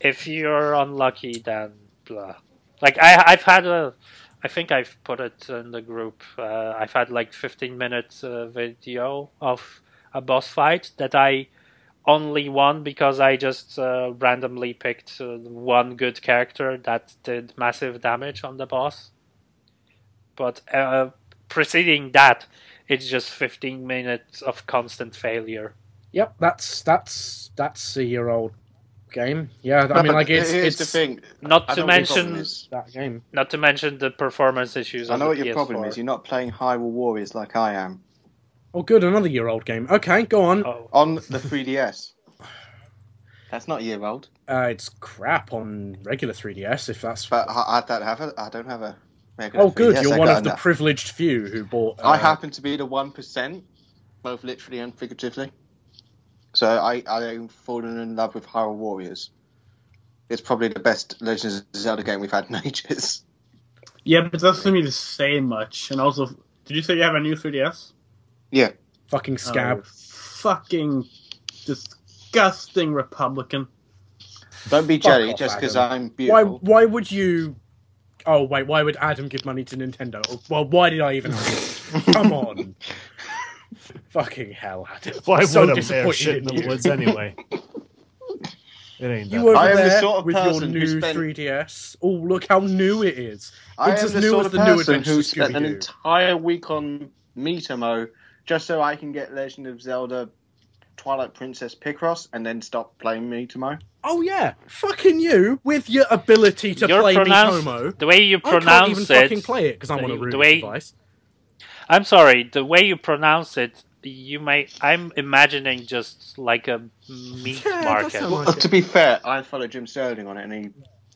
G: if you're unlucky, then blah. Like I, I've had a, I think I've put it in the group. Uh, I've had like 15 minutes uh, video of a boss fight that I only won because I just uh, randomly picked uh, one good character that did massive damage on the boss. But uh, preceding that, it's just 15 minutes of constant failure.
C: yep, that's that's that's a year old game. Yeah, I mean,
H: But
C: like it's
H: here's
C: it's
H: the thing.
G: Not
H: I
G: to
H: know what your problem
G: mention,
H: is.
C: that game.
G: not to mention the performance issues.
H: I
G: on
H: know
G: the
H: what your problem
G: PS4.
H: is. You're not playing Hyrule Warriors like I am
C: Oh, good, another year old game. Okay, go on.
G: Oh,
H: on the 3DS. That's not a year old.
C: Uh, it's crap on regular 3DS. If that's
H: But I, I don't have a. I don't have a. regular
C: oh, good,
H: 3DS.
C: you're
H: I
C: one
H: got
C: of the
H: enough.
C: privileged few who bought. Uh,
H: I happen to be the one percent, both literally and figuratively. So I I am fallen in love with Hyrule Warriors. It's probably the best Legends of Zelda game we've had in ages.
D: Yeah, but that doesn't mean to say much. And also, did you say you have a new 3DS?
H: Yeah,
C: fucking scab.
D: Oh, fucking disgusting Republican.
H: don't be
C: Fuck
H: jelly
C: off,
H: just because
C: Adam.
H: I'm
C: why?
H: beautiful.
C: Why would you Oh wait, why would Adam give money to Nintendo? Well, why did I even? ask? Come on, fucking hell, Adam!
A: Why
C: I'm so
A: would a bear
C: disappointed
A: shit in the
C: you.
A: woods anyway? It ain't that.
C: You over
A: bad.
H: I am the
C: there
H: sort of
C: with your
H: person who
C: new
H: spent-
C: 3DS? Oh, look how new it is!
H: I
C: it's
H: am
C: as
H: the
C: new
H: sort
C: as
H: of
C: the new
H: person
C: adventure
H: who spent an
C: Scooby-Doo.
H: entire week on Metamo just so I can get Legend of Zelda Twilight Princess Picross and then stop playing Metamo.
C: Oh yeah, fucking you with your ability to
G: Your
C: play
G: pronounce-
C: Mitomo.
G: The way you
C: I can't even
G: pronounce
C: fucking
G: it.
C: play it because I'm on a
G: the- the
C: Ruby
G: way-
C: device.
G: I'm sorry. The way you pronounce it, you may. I'm imagining just like a meat
C: Yeah, that
G: market.
C: sounds-
H: Uh, to be fair, I follow Jim Sterling on it, and he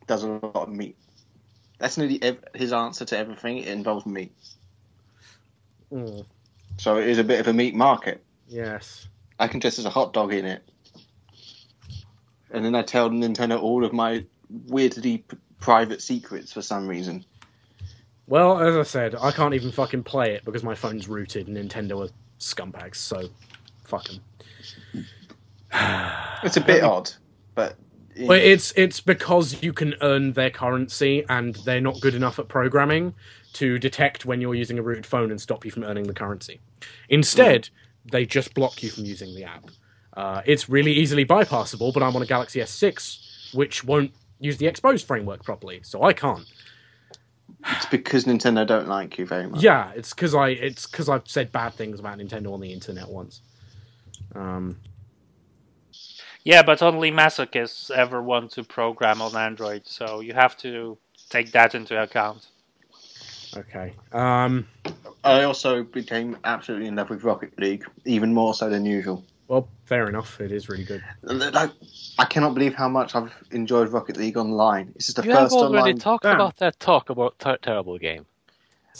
H: does a lot of meat. That's nearly ev- his answer to everything. It involves meat,
C: Mm,
H: so it is a bit of a meat market.
C: yes.
H: I can dress as a hot dog in it, and then I tell Nintendo all of my weirdly p- private secrets for some reason.
C: Well, as I said, I can't even fucking play it because my phone's rooted and Nintendo are scumbags. So, fuck 'em.
H: It's a bit odd, but you
C: But
H: know,
C: it's it's because you can earn their currency, and they're not good enough at programming to detect when you're using a rooted phone and stop you from earning the currency. Instead, they just block you from using the app. Uh, it's really easily bypassable, but I'm on a Galaxy S6, which won't use the Expose framework properly, so I can't.
H: it's because Nintendo don't like you very much.
C: Yeah, it's because I it's because I've said bad things about Nintendo on the internet once. Um,
G: Yeah, but only masochists ever want to program on Android, so you have to take that into account.
C: okay. Um,
H: I also became absolutely in love with Rocket League, even more so than usual.
C: well, fair enough. It is really good.
H: Like, I cannot believe how much I've enjoyed Rocket League online. This is the
B: You have
H: first
B: already
H: online.
B: talked
C: Damn.
B: about that talk about ter- terrible game.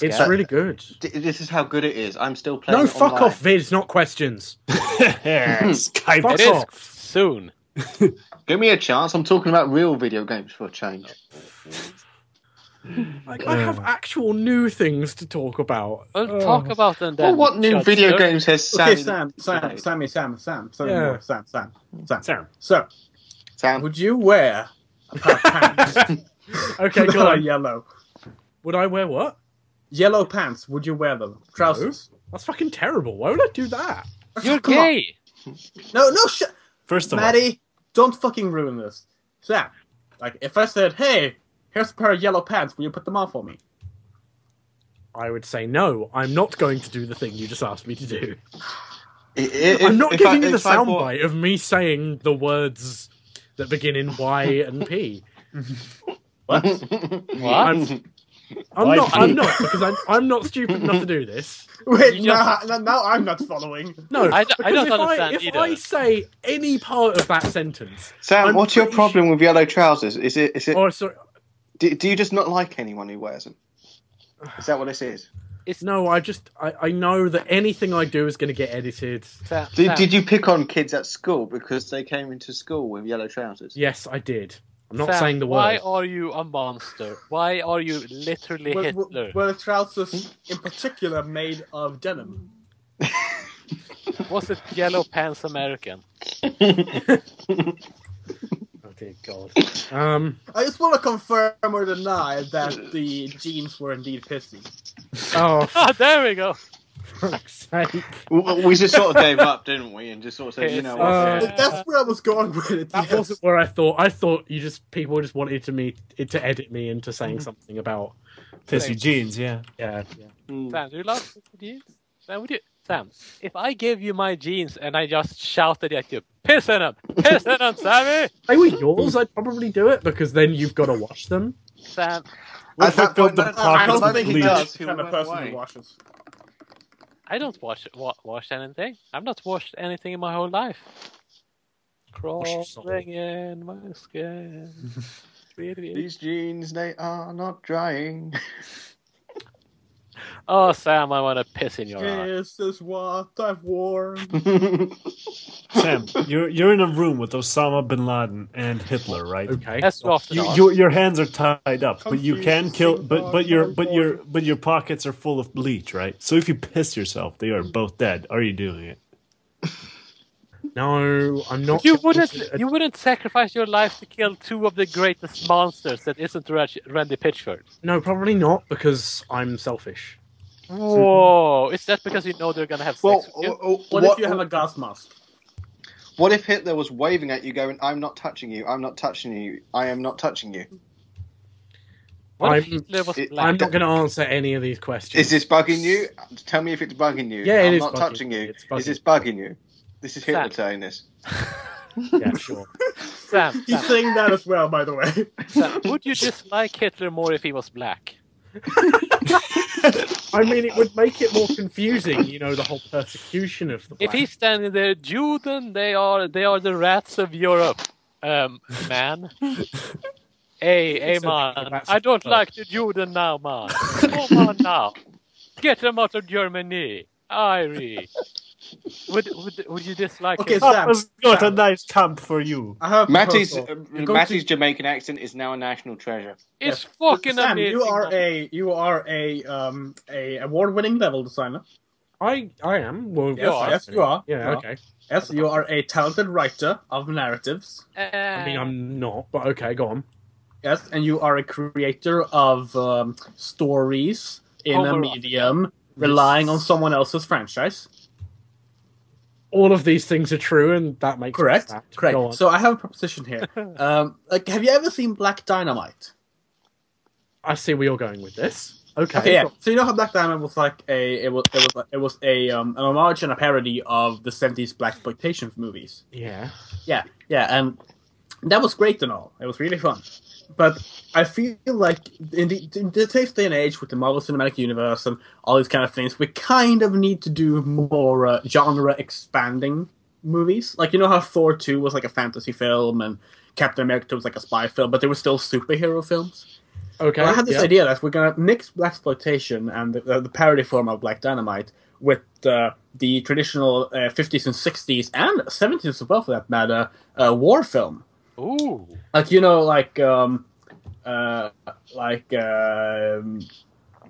C: It's
B: Yeah.
C: really good.
H: D- this is how good it is. I'm still playing.
C: No,
H: it
C: fuck
H: online.
C: off, vids, not questions.
A: Skype.
C: Fuck
B: It is
C: off.
B: soon.
H: Give me a chance. I'm talking about real video games for a change.
C: Like, I have
A: Uh.
C: actual new things to talk about.
B: We'll
C: Oh.
B: talk about them then.
H: well, what new
B: Judge
H: video
B: Sir.
H: games has
D: Okay,
H: Sam?
D: Sam, Sam, Sammy, Sam, Sam, Sam,
C: Yeah.
D: Sam, Sam, Sam,
C: Sam.
D: So,
H: Sam,
D: would you wear a pair of pants
C: Okay,
D: that
C: go
D: are
C: on.
D: yellow?
C: Would I wear what?
D: Yellow pants? Would you wear them? Trousers?
C: That's fucking terrible. Why would I do that?
B: You're
D: Come on.
B: gay.
D: No, no, sh-
A: First of all,
D: Maddie, don't fucking ruin this. Sam, like if I said, "Hey, here's a pair of yellow pants. Will you put them on for me?"
C: I would say no. I'm not going to do the thing you just asked me to do.
H: i- i- if-
C: I'm not
H: if
C: giving
H: I-
C: you the
H: if I bought-
C: soundbite of me saying the words that begin in Y and P.
D: What?
C: I'm, I'm
A: Why
C: not.
A: P?
C: I'm not because I'm, I'm not stupid enough to do this.
D: Wait,
B: You just-
D: no, no, now I'm not following.
C: No,
B: I d- I
C: because
B: don't
C: if
B: understand
C: if
B: either.
C: I say any part of that sentence,
H: Sam,
C: I'm
H: what's your
C: pretty
H: problem with yellow trousers? Is it? Is it?
B: Oh.
C: or sorry,
H: do, do you just not like anyone who wears them? Is that what this is?
C: No, I just I, I know that anything I do is going to get edited.
B: Sam,
H: Did,
B: Sam,
H: did you pick on kids at school because they came into school with yellow trousers?
C: Yes, I did. I'm not
B: Sam,
C: saying the
B: Why
C: word.
B: are you a monster? Why are you literally
D: Were,
B: Hitler?
D: were, were the trousers in particular made of denim?
B: Was it Yellow Pants American?
C: Oh dear God. Um.
D: I just want to confirm or deny that the jeans were indeed pissy.
C: Oh,
B: Ah, there we go.
C: for fuck's sake.
H: W- We just sort of gave up, didn't we? And just sort of said, you know what?
C: Uh,
B: Yeah.
D: That's where I was going with it.
C: That
D: yes.
C: wasn't where I thought. I thought you just people just wanted to me to edit me into saying
B: Mm-hmm.
C: something about
A: pissy jeans. Yeah,
C: yeah.
B: Sam, do you love pissy jeans? Sam, would you? Sam, if I gave you my jeans and I just shouted at you, piss in 'em, piss in 'em, Sammy.
C: If they were yours, I'd probably do it because then you've got to wash them.
B: Sam,
A: we
H: At that
A: fulfilled
H: point,
A: the
H: that-
D: I
A: pockets
D: don't
A: of
D: think he
A: bleach.
D: does.
H: does.
D: He's the kind of
H: He'll
D: person
H: run
D: who
H: away.
D: washes.
B: I don't wash wa- wash anything. I've not washed anything in my whole life.
C: your soul.
B: Crawling in my skin. Really?
H: These jeans, they are not drying.
B: Oh, Sam, I want to piss in your eye.
D: This is what I've worn.
A: Sam, you're you're in a room with Osama bin Laden and Hitler, right?
C: Okay.
B: That's rough.
A: You, you, your hands are tied up, but you can
D: Confused,
A: kill.
D: sing
A: But
D: dog,
A: but your
D: dog
A: but
D: boy.
A: your but your pockets are full of bleach, right? So if you piss yourself, they are both dead. Are you doing it?
C: No, I'm not.
B: You wouldn't. You wouldn't sacrifice your life to kill two of the greatest monsters that isn't Raj- Randy Pitchford.
C: No, probably not because I'm selfish.
B: Whoa! Is that because you know they're gonna have sex?
H: Well,
B: with you?
H: uh, what,
D: What, if you have a gas mask?
H: what if Hitler was waving at you, going, "I'm not touching you. I'm not touching you. I am not touching you."
B: What if
C: I'm-
B: Hitler was
H: it-
B: black?
C: I'm not going to answer any of these questions.
H: Is this bugging you? Tell me if it's bugging you.
C: Yeah, it
H: I'm
C: is
H: not
C: bugging
H: touching
C: me.
H: you.
C: It's bugging
H: Is this bugging you? This is Hitler
B: Sam.
H: saying this.
C: Yeah, sure.
B: Sam,
D: He's
B: Sam,
D: saying that as well, by the way.
B: Sam, would you dislike Hitler more if he was black?
C: I mean, it would make it more confusing, you know, the whole persecution of the.
B: If
C: black.
B: he's standing there, Juden, they are they are the rats of Europe. Um, man. Hey, hey,
C: It's okay,
B: man.
C: that's-
B: I don't like the Juden now, man. Come on now. Get them out of Germany. Irie. Would, would, would you dislike
D: Okay,
B: him?
D: so-
A: That was not Ah, a nice camp for you.
D: I have a
H: Matty's
D: proposal.
H: uh,
D: You're going
H: Matty's
D: to-
H: Jamaican accent is now a national treasure.
B: Oh, It's
D: Yes.
B: fucking
D: Sam,
B: amazing.
D: you are a you are a um a award-winning level designer.
C: I, I am. Well,
D: Yes,
C: that's
D: yes,
C: fascinating.
D: you are.
C: Yeah,
D: You are.
C: okay.
D: Yes, you are a talented writer of narratives.
C: I
B: Uh,
C: mean, I'm not, but okay, go on.
D: Yes, and you are a creator of um, stories in a
B: Homer-
D: medium relying on someone else's franchise.
C: All of these things are true, and that makes me
D: Correct.
C: sad. Go on.
D: Correct. So I have a proposition here. um, like, have you ever seen Black Dynamite?
C: I see where you're going with this. Okay.
D: Okay, yeah. So you know how Black Diamond was like a it was it was it was a um, an homage and a parody of the seventies black exploitation movies.
C: Yeah.
D: Yeah, yeah, and that was great and all. It was really fun, but I feel like in the, in today's day and age with the Marvel Cinematic Universe and all these kind of things, we kind of need to do more uh, genre expanding movies. Like you know how Thor two was like a fantasy film and Captain America was like a spy film, but they were still superhero films.
C: Okay.
D: Well, I had this
C: yeah.
D: idea that we're going to mix black exploitation and the, the parody form of Black Dynamite with uh, the traditional uh, 50s and 60s and 70s as well, for that matter, uh, war film.
B: Ooh.
D: Like you know, like um, uh, like um,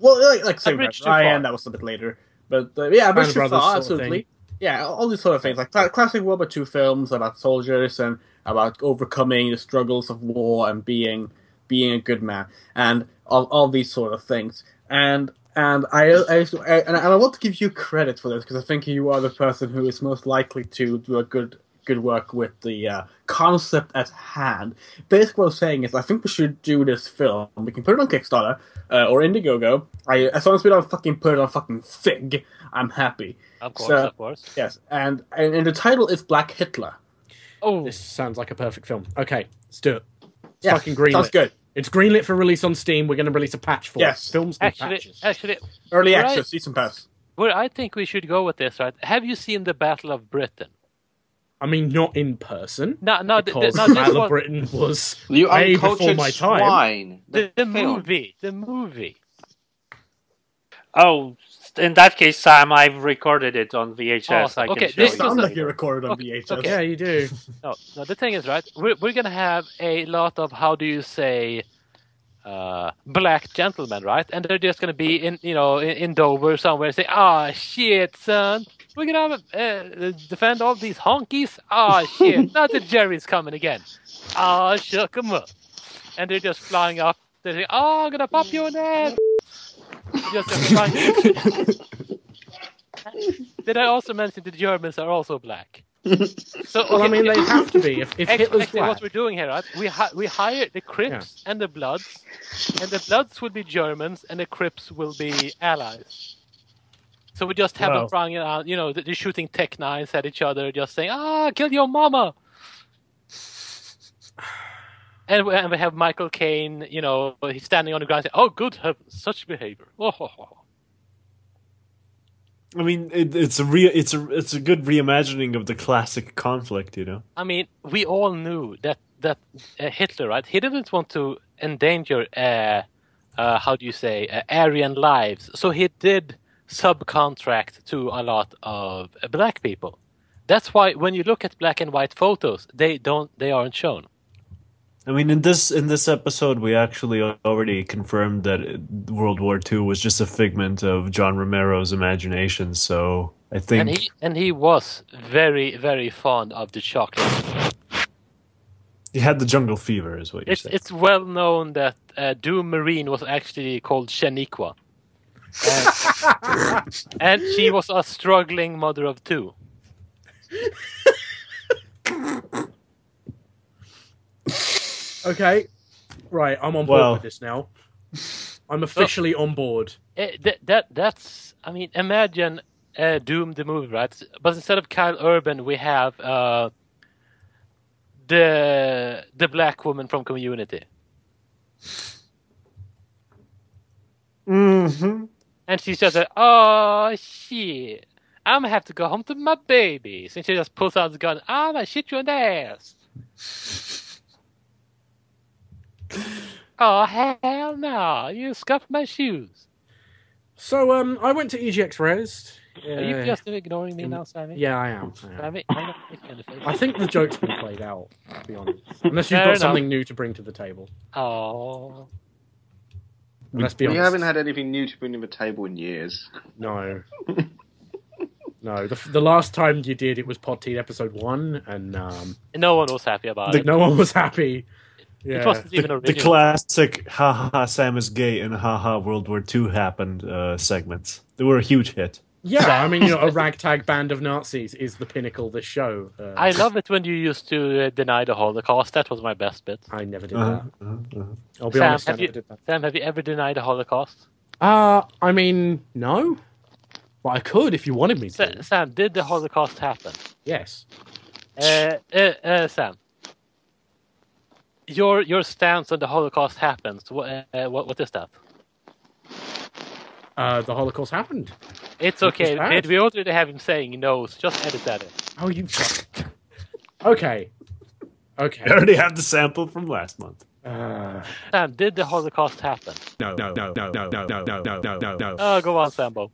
D: well, like, like Saving
B: Bridge Too
D: Private Ryan.
B: Far.
D: That was a bit later, but uh, yeah, a Bridge Too
C: Brothers
D: Far,
C: sort of
D: absolutely.
C: thing.
D: Yeah, all these sort of things, like cla- classic World War II films about soldiers and about overcoming the struggles of war and being being a good man, and all, all these sort of things. And and I, I, I and I want to give you credit for this because I think you are the person who is most likely to do a good good work with the uh, concept at hand. Basically, what I'm saying is, I think we should do this film. We can put it on Kickstarter uh, or Indiegogo. I, as long as we don't fucking put it on fucking Fig, I'm happy.
B: Of course,
D: course, So-
B: of
D: of
B: course.
D: Yes, and, and and the title is Black Hitler.
B: Oh,
C: This sounds like a perfect film. Okay, let's do it. It's
D: Yeah,
C: fucking greenlit.
D: Sounds good.
C: It's greenlit for release on Steam. We're going to release a patch for
D: Yes.
C: it. Films with
B: actually,
C: patches.
B: actually,
D: Early
B: Right.
D: access, season pass.
B: where I think we should go with this, right? Have you seen the Battle of Britain?
C: I mean, not in person.
B: No, no, th- th-
C: because
B: no.
C: Battle
B: This
C: of
B: was
C: Britain was
H: You
C: way before
H: uncultured
C: my time.
H: swine.
B: the, the
H: film.
B: movie. The movie.
G: Oh, in that case, Sam, I've recorded it on VHS.
B: Awesome.
G: I
B: Oh,
G: can
B: Okay,
G: show
B: this
G: you.
D: Sounds
B: was-
D: like you recorded on
B: Okay,
D: VHS.
B: okay.
C: Yeah, you do.
B: No, no. The thing is, right? We're we're gonna have a lot of how do you say, uh, black gentlemen, right? And they're just gonna be in you know in, in Dover somewhere say, ah shit, son. We're gonna have, uh, defend all these honkies. Ah shit, not that Jerry's coming again. Ah shook 'em up, and they're just flying up. They say, oh, I'm gonna pop you in there. just flying. Did I also mention the Germans are also black? So
C: Well, I
B: okay,
C: mean,
B: okay.
C: they have to be. If, if
B: Actually,
C: Hitler's
B: actually
C: black,
B: what we're doing here, right? We hi- we hire the Crips and the Bloods, and the Bloods will be Germans, and the Crips will be allies. So we just have
A: Wow.
B: them running around, you know, th- they're shooting tech nines at each other, just saying, "Ah, kill your mama." And we, and we have Michael Caine, you know, he's standing on the ground saying, "Oh, good heavens, such behavior." Oh, ho, ho, ho.
A: I mean, it, it's a re- it's a it's a good reimagining of the classic conflict, you know.
B: I mean, we all knew that that uh, Hitler, right? He didn't want to endanger, uh, uh, how do you say, uh, Aryan lives. So he did subcontract to a lot of uh, black people. That's why when you look at black and white photos, they don't, they aren't shown.
A: I mean, in this in this episode, we actually already confirmed that World War II was just a figment of John Romero's imagination. So I think
B: And he and he was very very fond of the chocolate.
A: he had the jungle fever, is what you're
B: It's
A: saying.
B: it's well known that uh, Doom Marine was actually called Shaniqua, and, and she was a struggling mother of two.
C: Okay. Right, I'm on board
A: Well-
C: with this now. I'm officially on board.
B: Eh, that, that that's I mean imagine uh, Doom the movie right but instead of Kyle Urban we have uh, the the black woman from Community
A: Mm-hmm.
B: and she's just like oh shit I'm gonna have to go home to my babies and she just pulls out the gun I'm gonna shoot you in the ass oh hell no you scuffed my shoes
C: So um I went to EGX Res.
B: are you
C: Yeah.
B: just ignoring me now Sammy
C: Yeah, I am. I am.
B: Sammy I'm not making a face.
C: I think the joke's been played out, to be honest. Unless you've
B: Fair
C: got
B: enough.
C: something new to bring to the table.
B: oh
A: We-
C: Let's be
H: We
C: honest.
H: haven't had anything new to bring to the table in years.
C: No. no. The, the last time you did, it was Pod Teen episode one, and um,
B: No one was happy about it.
C: no one was happy.
B: It
C: Yeah.
B: wasn't even
A: The, the
B: original.
A: classic "Ha ha ha Sam is gay" and "Ha ha World War II happened" uh, segments. They were a huge hit.
C: Yeah, I mean, you know, a ragtag band of Nazis is the pinnacle of this show. Uh,
B: I love it when you used to uh, deny the Holocaust. That was my best bit.
C: I never did
A: Uh-huh,
C: that.
A: uh-huh, uh-huh.
C: I'll be
B: Sam,
C: honest, I
B: have
C: never
B: you-
C: did that.
B: Sam, have you ever denied the Holocaust?
C: Uh, I mean, no. But I could if you wanted me
B: Sa-
C: to.
B: Sam, did the Holocaust happen?
C: Yes.
B: Uh, uh, uh, Sam, your your stance on the Holocaust happens. What uh, what, what is that?
C: Uh, the Holocaust happened.
B: It's okay.
C: that?
B: Did we already have him saying no? So just edit that in.
C: Oh, you. okay. Okay.
A: I already have the sample from last month.
C: Uh,
B: Sam, did the Holocaust happen?
C: no, no, no, no, no, no, no, no, no, no, no.
B: Oh, go on, Sambo.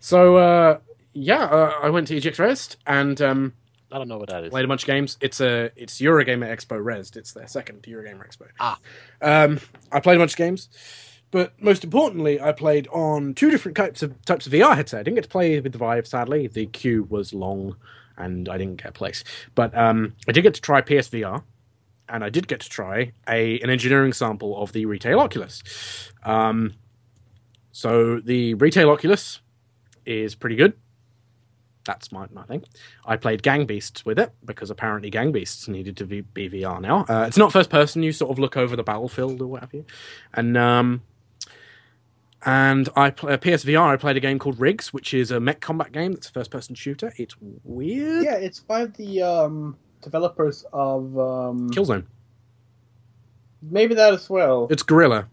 C: So uh, yeah, uh, I went to EGX Rest and um,
B: I don't know what that is.
C: played a bunch of games. It's a it's Eurogamer Expo Rest. It's their second Eurogamer Expo.
B: Ah.
C: um, I played a bunch of games, but most importantly, I played on two different types of types of VR headset. I didn't get to play with the Vive, sadly. The queue was long, and I didn't get a place. But um, I did get to try PSVR. And I did get to try a an engineering sample of the retail Oculus. Um, so the retail Oculus is pretty good. That's my, my thing. I played Gang Beasts with it because apparently Gang Beasts needed to be, be VR now. Uh, it's not first person; you sort of look over the battlefield or what have you. And um, and I pl- uh, PSVR. I played a game called Rigs, which is a mech combat game. That's a first person shooter. It's weird.
D: Yeah, it's by the um, developers of um,
C: Killzone.
D: maybe that as well.
C: It's Gorilla.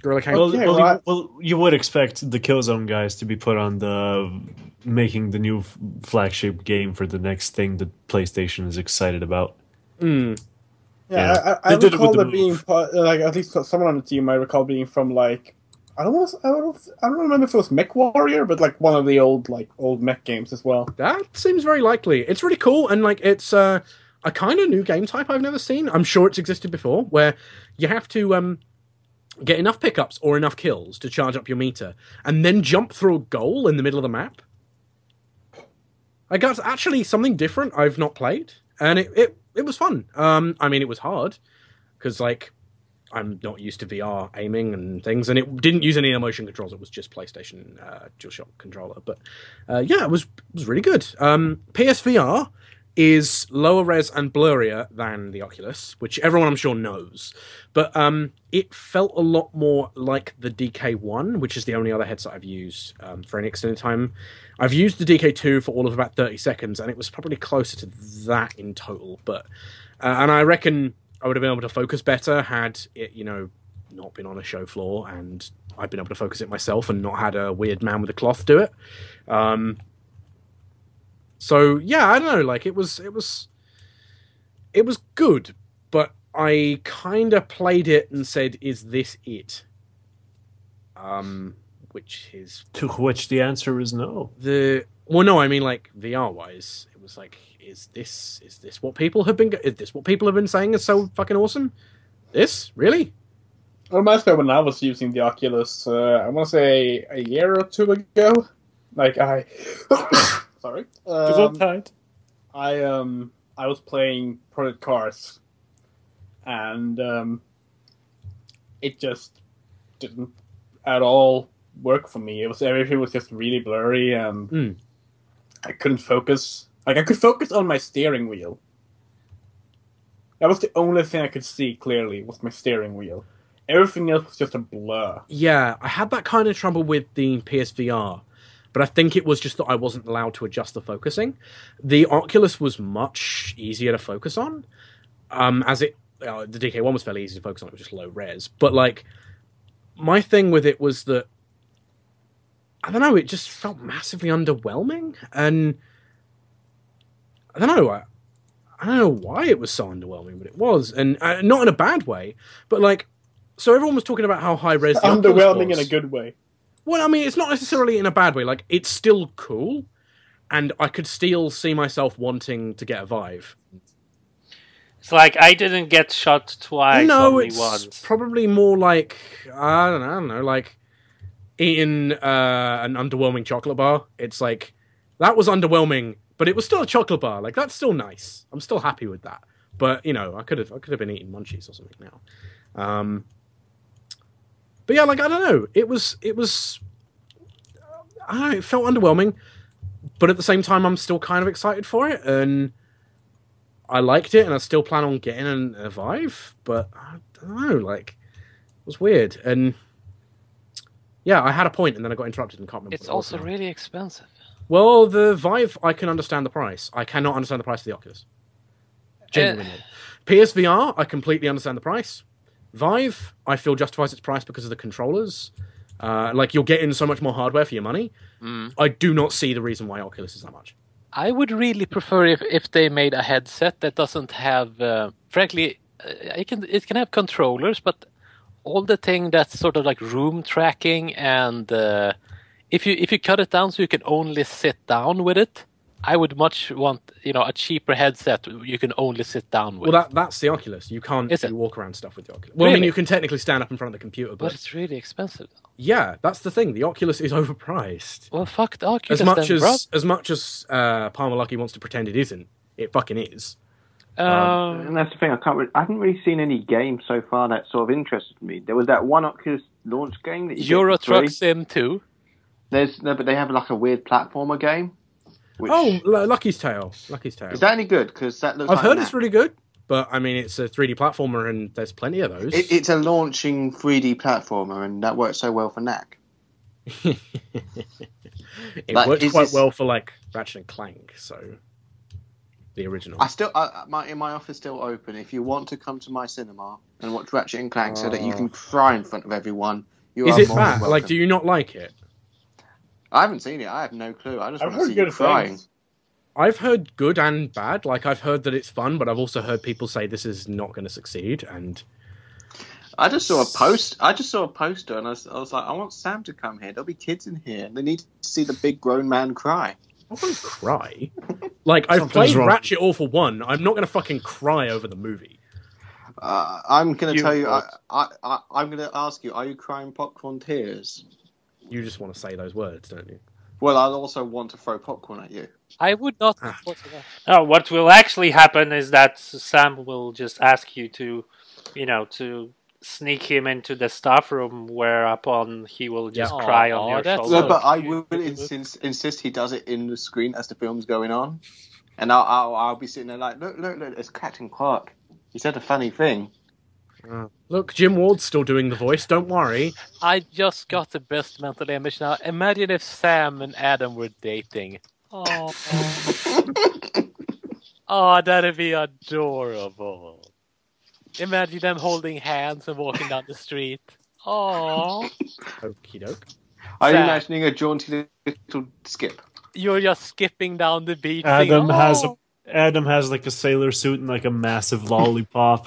C: Gorilla came.
A: Well, well,
D: right.
A: you, well, you would expect the Killzone guys to be put on the making the new f- flagship game for the next thing that PlayStation is excited about.
C: Mm,
D: Yeah,
A: Yeah.
D: I, I, I
A: They did it
D: recall
A: with the
D: there being
A: move.
D: part, like at least someone on the team. I recall being from like I don't want to, I don't I don't remember if it was Mech Warrior, but like one of the old like old mech games as well.
C: that seems very likely. It's really cool, and like it's uh, a kind of new game type I've never seen. I'm sure it's existed before, where you have to um, get enough pickups or enough kills to charge up your meter, and then jump through a goal in the middle of the map. Like that's actually something different I've not played, and it it, it was fun. Um, I mean, it was hard because like I'm not used to VR aiming and things, and it didn't use any of the motion controls. It was just PlayStation uh, DualShock controller, but uh, yeah, it was it was really good. Um, PSVR is lower res and blurrier than the Oculus, which everyone I'm sure knows, but um, it felt a lot more like the DK1, which is the only other headset I've used um, for any extended time. I've used the DK2 for all of about 30 seconds, and it was probably closer to that in total, but uh, and I reckon I would have been able to focus better had it, you know, not been on a show floor and I'd been able to focus it myself and not had a weird man with a cloth do it. Um, so yeah, I don't know. Like it was, it was, it was good, but I kind of played it and said, "Is this it?" Um, which is
A: To which the answer is no.
C: the well no i mean like vr wise it was like is this is this what people have been is this what people have been saying is so fucking awesome this really
D: It reminds me of when I was using the Oculus. Uh, I want to say a year or two ago. Like I, sorry, um, I um I was playing Project Cars, and um, it just didn't at all work for me. It was everything was just really blurry, and
C: Mm.
D: I couldn't focus. Like I could focus on my steering wheel. That was the only thing I could see clearly was my steering wheel. Everything else was just a blur.
C: Yeah, I had that kind of trouble with the PSVR, but I think it was just that I wasn't allowed to adjust the focusing. The Oculus was much easier to focus on, um, as it uh, the DK1 was fairly easy to focus on. It was just low res, but like my thing with it was that I don't know. It just felt massively underwhelming, and I don't know. I, I don't know why it was so underwhelming, but it was, and uh, not in a bad way, but like. So everyone was talking about how high res the Oculus
D: Underwhelming in
C: was.
D: a good way.
C: Well, I mean, it's not necessarily in a bad way. Like, it's still cool, and I could still see myself wanting to get a Vive.
G: It's like I didn't get shot twice,
C: no,
G: only
C: it's
G: once.
C: probably more like I don't know, I don't know, like eating uh, an underwhelming chocolate bar. It's like that was underwhelming, but it was still a chocolate bar. Like that's still nice. I'm still happy with that. But you know, I could have I could have been eating munchies or something now. Um, but yeah, like I don't know. It was it was I don't know. It felt underwhelming, but at the same time, I'm still kind of excited for it, and I liked it, and I still plan on getting an, a Vive. But I don't know. Like it was weird, and yeah, I had a point, and then I got interrupted and can't remember.
B: It's
C: what it was
B: also
C: now.
B: really expensive.
C: Well, the Vive, I can understand the price. I cannot understand the price of the Oculus. Genuinely.
B: Uh,
C: PSVR, I completely understand the price. Vive, I feel justifies its price because of the controllers. Uh, like, you're getting so much more hardware for your money.
B: Mm.
C: I do not see the reason why Oculus is that much.
B: I would really prefer if, if they made a headset that doesn't have, uh, frankly, uh, it can it can have controllers, but all the thing that's sort of like room tracking and uh, if you if you cut it down so you can only sit down with it, I would much want you know a cheaper headset you can only sit down with.
C: Well, that that's the Oculus. You can't
B: Is it?
C: do walk around stuff with the Oculus. Well, I mean,
B: Really?
C: you can technically stand up in front of the computer,
B: but
C: but
B: it's really expensive.
C: yeah, that's the thing. The Oculus is overpriced.
B: Well, fuck the Oculus
C: As much
B: then, bro.
C: as, as much as uh, Palmer Lucky wants to pretend it isn't, it fucking is.
B: Um,
I: And that's the thing. I can't. Really, I haven't really seen any game so far that sort of interested me. There was that one Oculus launch game that you get
B: Euro
I: for free.
B: Truck Sim 2.
H: There's no, but they have like a weird platformer game. Which,
C: Oh, L- Lucky's Tale. Lucky's Tale.
H: is that any good? Because that looks.
C: I've
H: like
C: heard
H: an
C: it's
H: app.
C: really good, but I mean, it's a 3D platformer, and there's plenty of those.
H: It, it's a launching 3D platformer, and that works so well for Knack.
C: It
H: Like,
C: worked
H: is
C: quite
H: this-
C: well for like Ratchet and Clank, so the original.
H: I still, I, my in my office still open. If you want to come to my cinema and watch Ratchet and Clank, so that
I: Oh.
H: you can cry in front of everyone, you
C: Is
H: are
C: it
H: more than
C: bad? Like,
H: welcome.
C: do you not like it?
H: I haven't seen it. I have no clue. I just
D: I've
H: want to
D: heard
H: see you
D: good
H: crying.
D: things.
C: I've heard good and bad. Like, I've heard that it's fun, but I've also heard people say this is not going to succeed. And
H: I just saw a post. I just saw a poster, and I was, I was like, I want Sam to come here. There'll be kids in here, and they need to see the big grown man cry.
C: I won't cry. Like, I've
A: Something's
C: played
A: wrong.
C: Ratchet all for one. I'm not going to fucking cry over the movie.
H: Uh, I'm gonna
G: You
H: tell you. I,
G: what?
H: I, I, I'm gonna ask you. Are you crying popcorn tears?
C: You just want to say those words, don't you?
H: Well, I'll also want to throw popcorn at you.
B: I would not.
C: Ah.
G: No, what will actually happen is that Sam will just ask you to, you know, to sneak him into the staff room, whereupon he will just
B: Yeah.
G: cry on
B: Aw,
G: your
B: that's
G: shoulder.
H: No, but I
B: cute.
H: will insist, insist he does it in the screen as the film's going on, and I'll, I'll, I'll be sitting there like, look, look, look, it's Captain Clark. He said a funny thing.
C: Look, Jim Ward's still doing the voice. Don't worry.
B: I just got the best mental image now. Imagine if Sam and Adam were dating. Oh, oh that'd be adorable. Imagine them holding hands and walking down the street. Oh,
C: Okie doke.
H: Are you
B: Sad.
H: imagining a jaunty little skip?
B: you're just skipping down the beach. singing,
A: Adam has a
B: "Oh."
A: Adam has like a sailor suit and like a massive lollipop.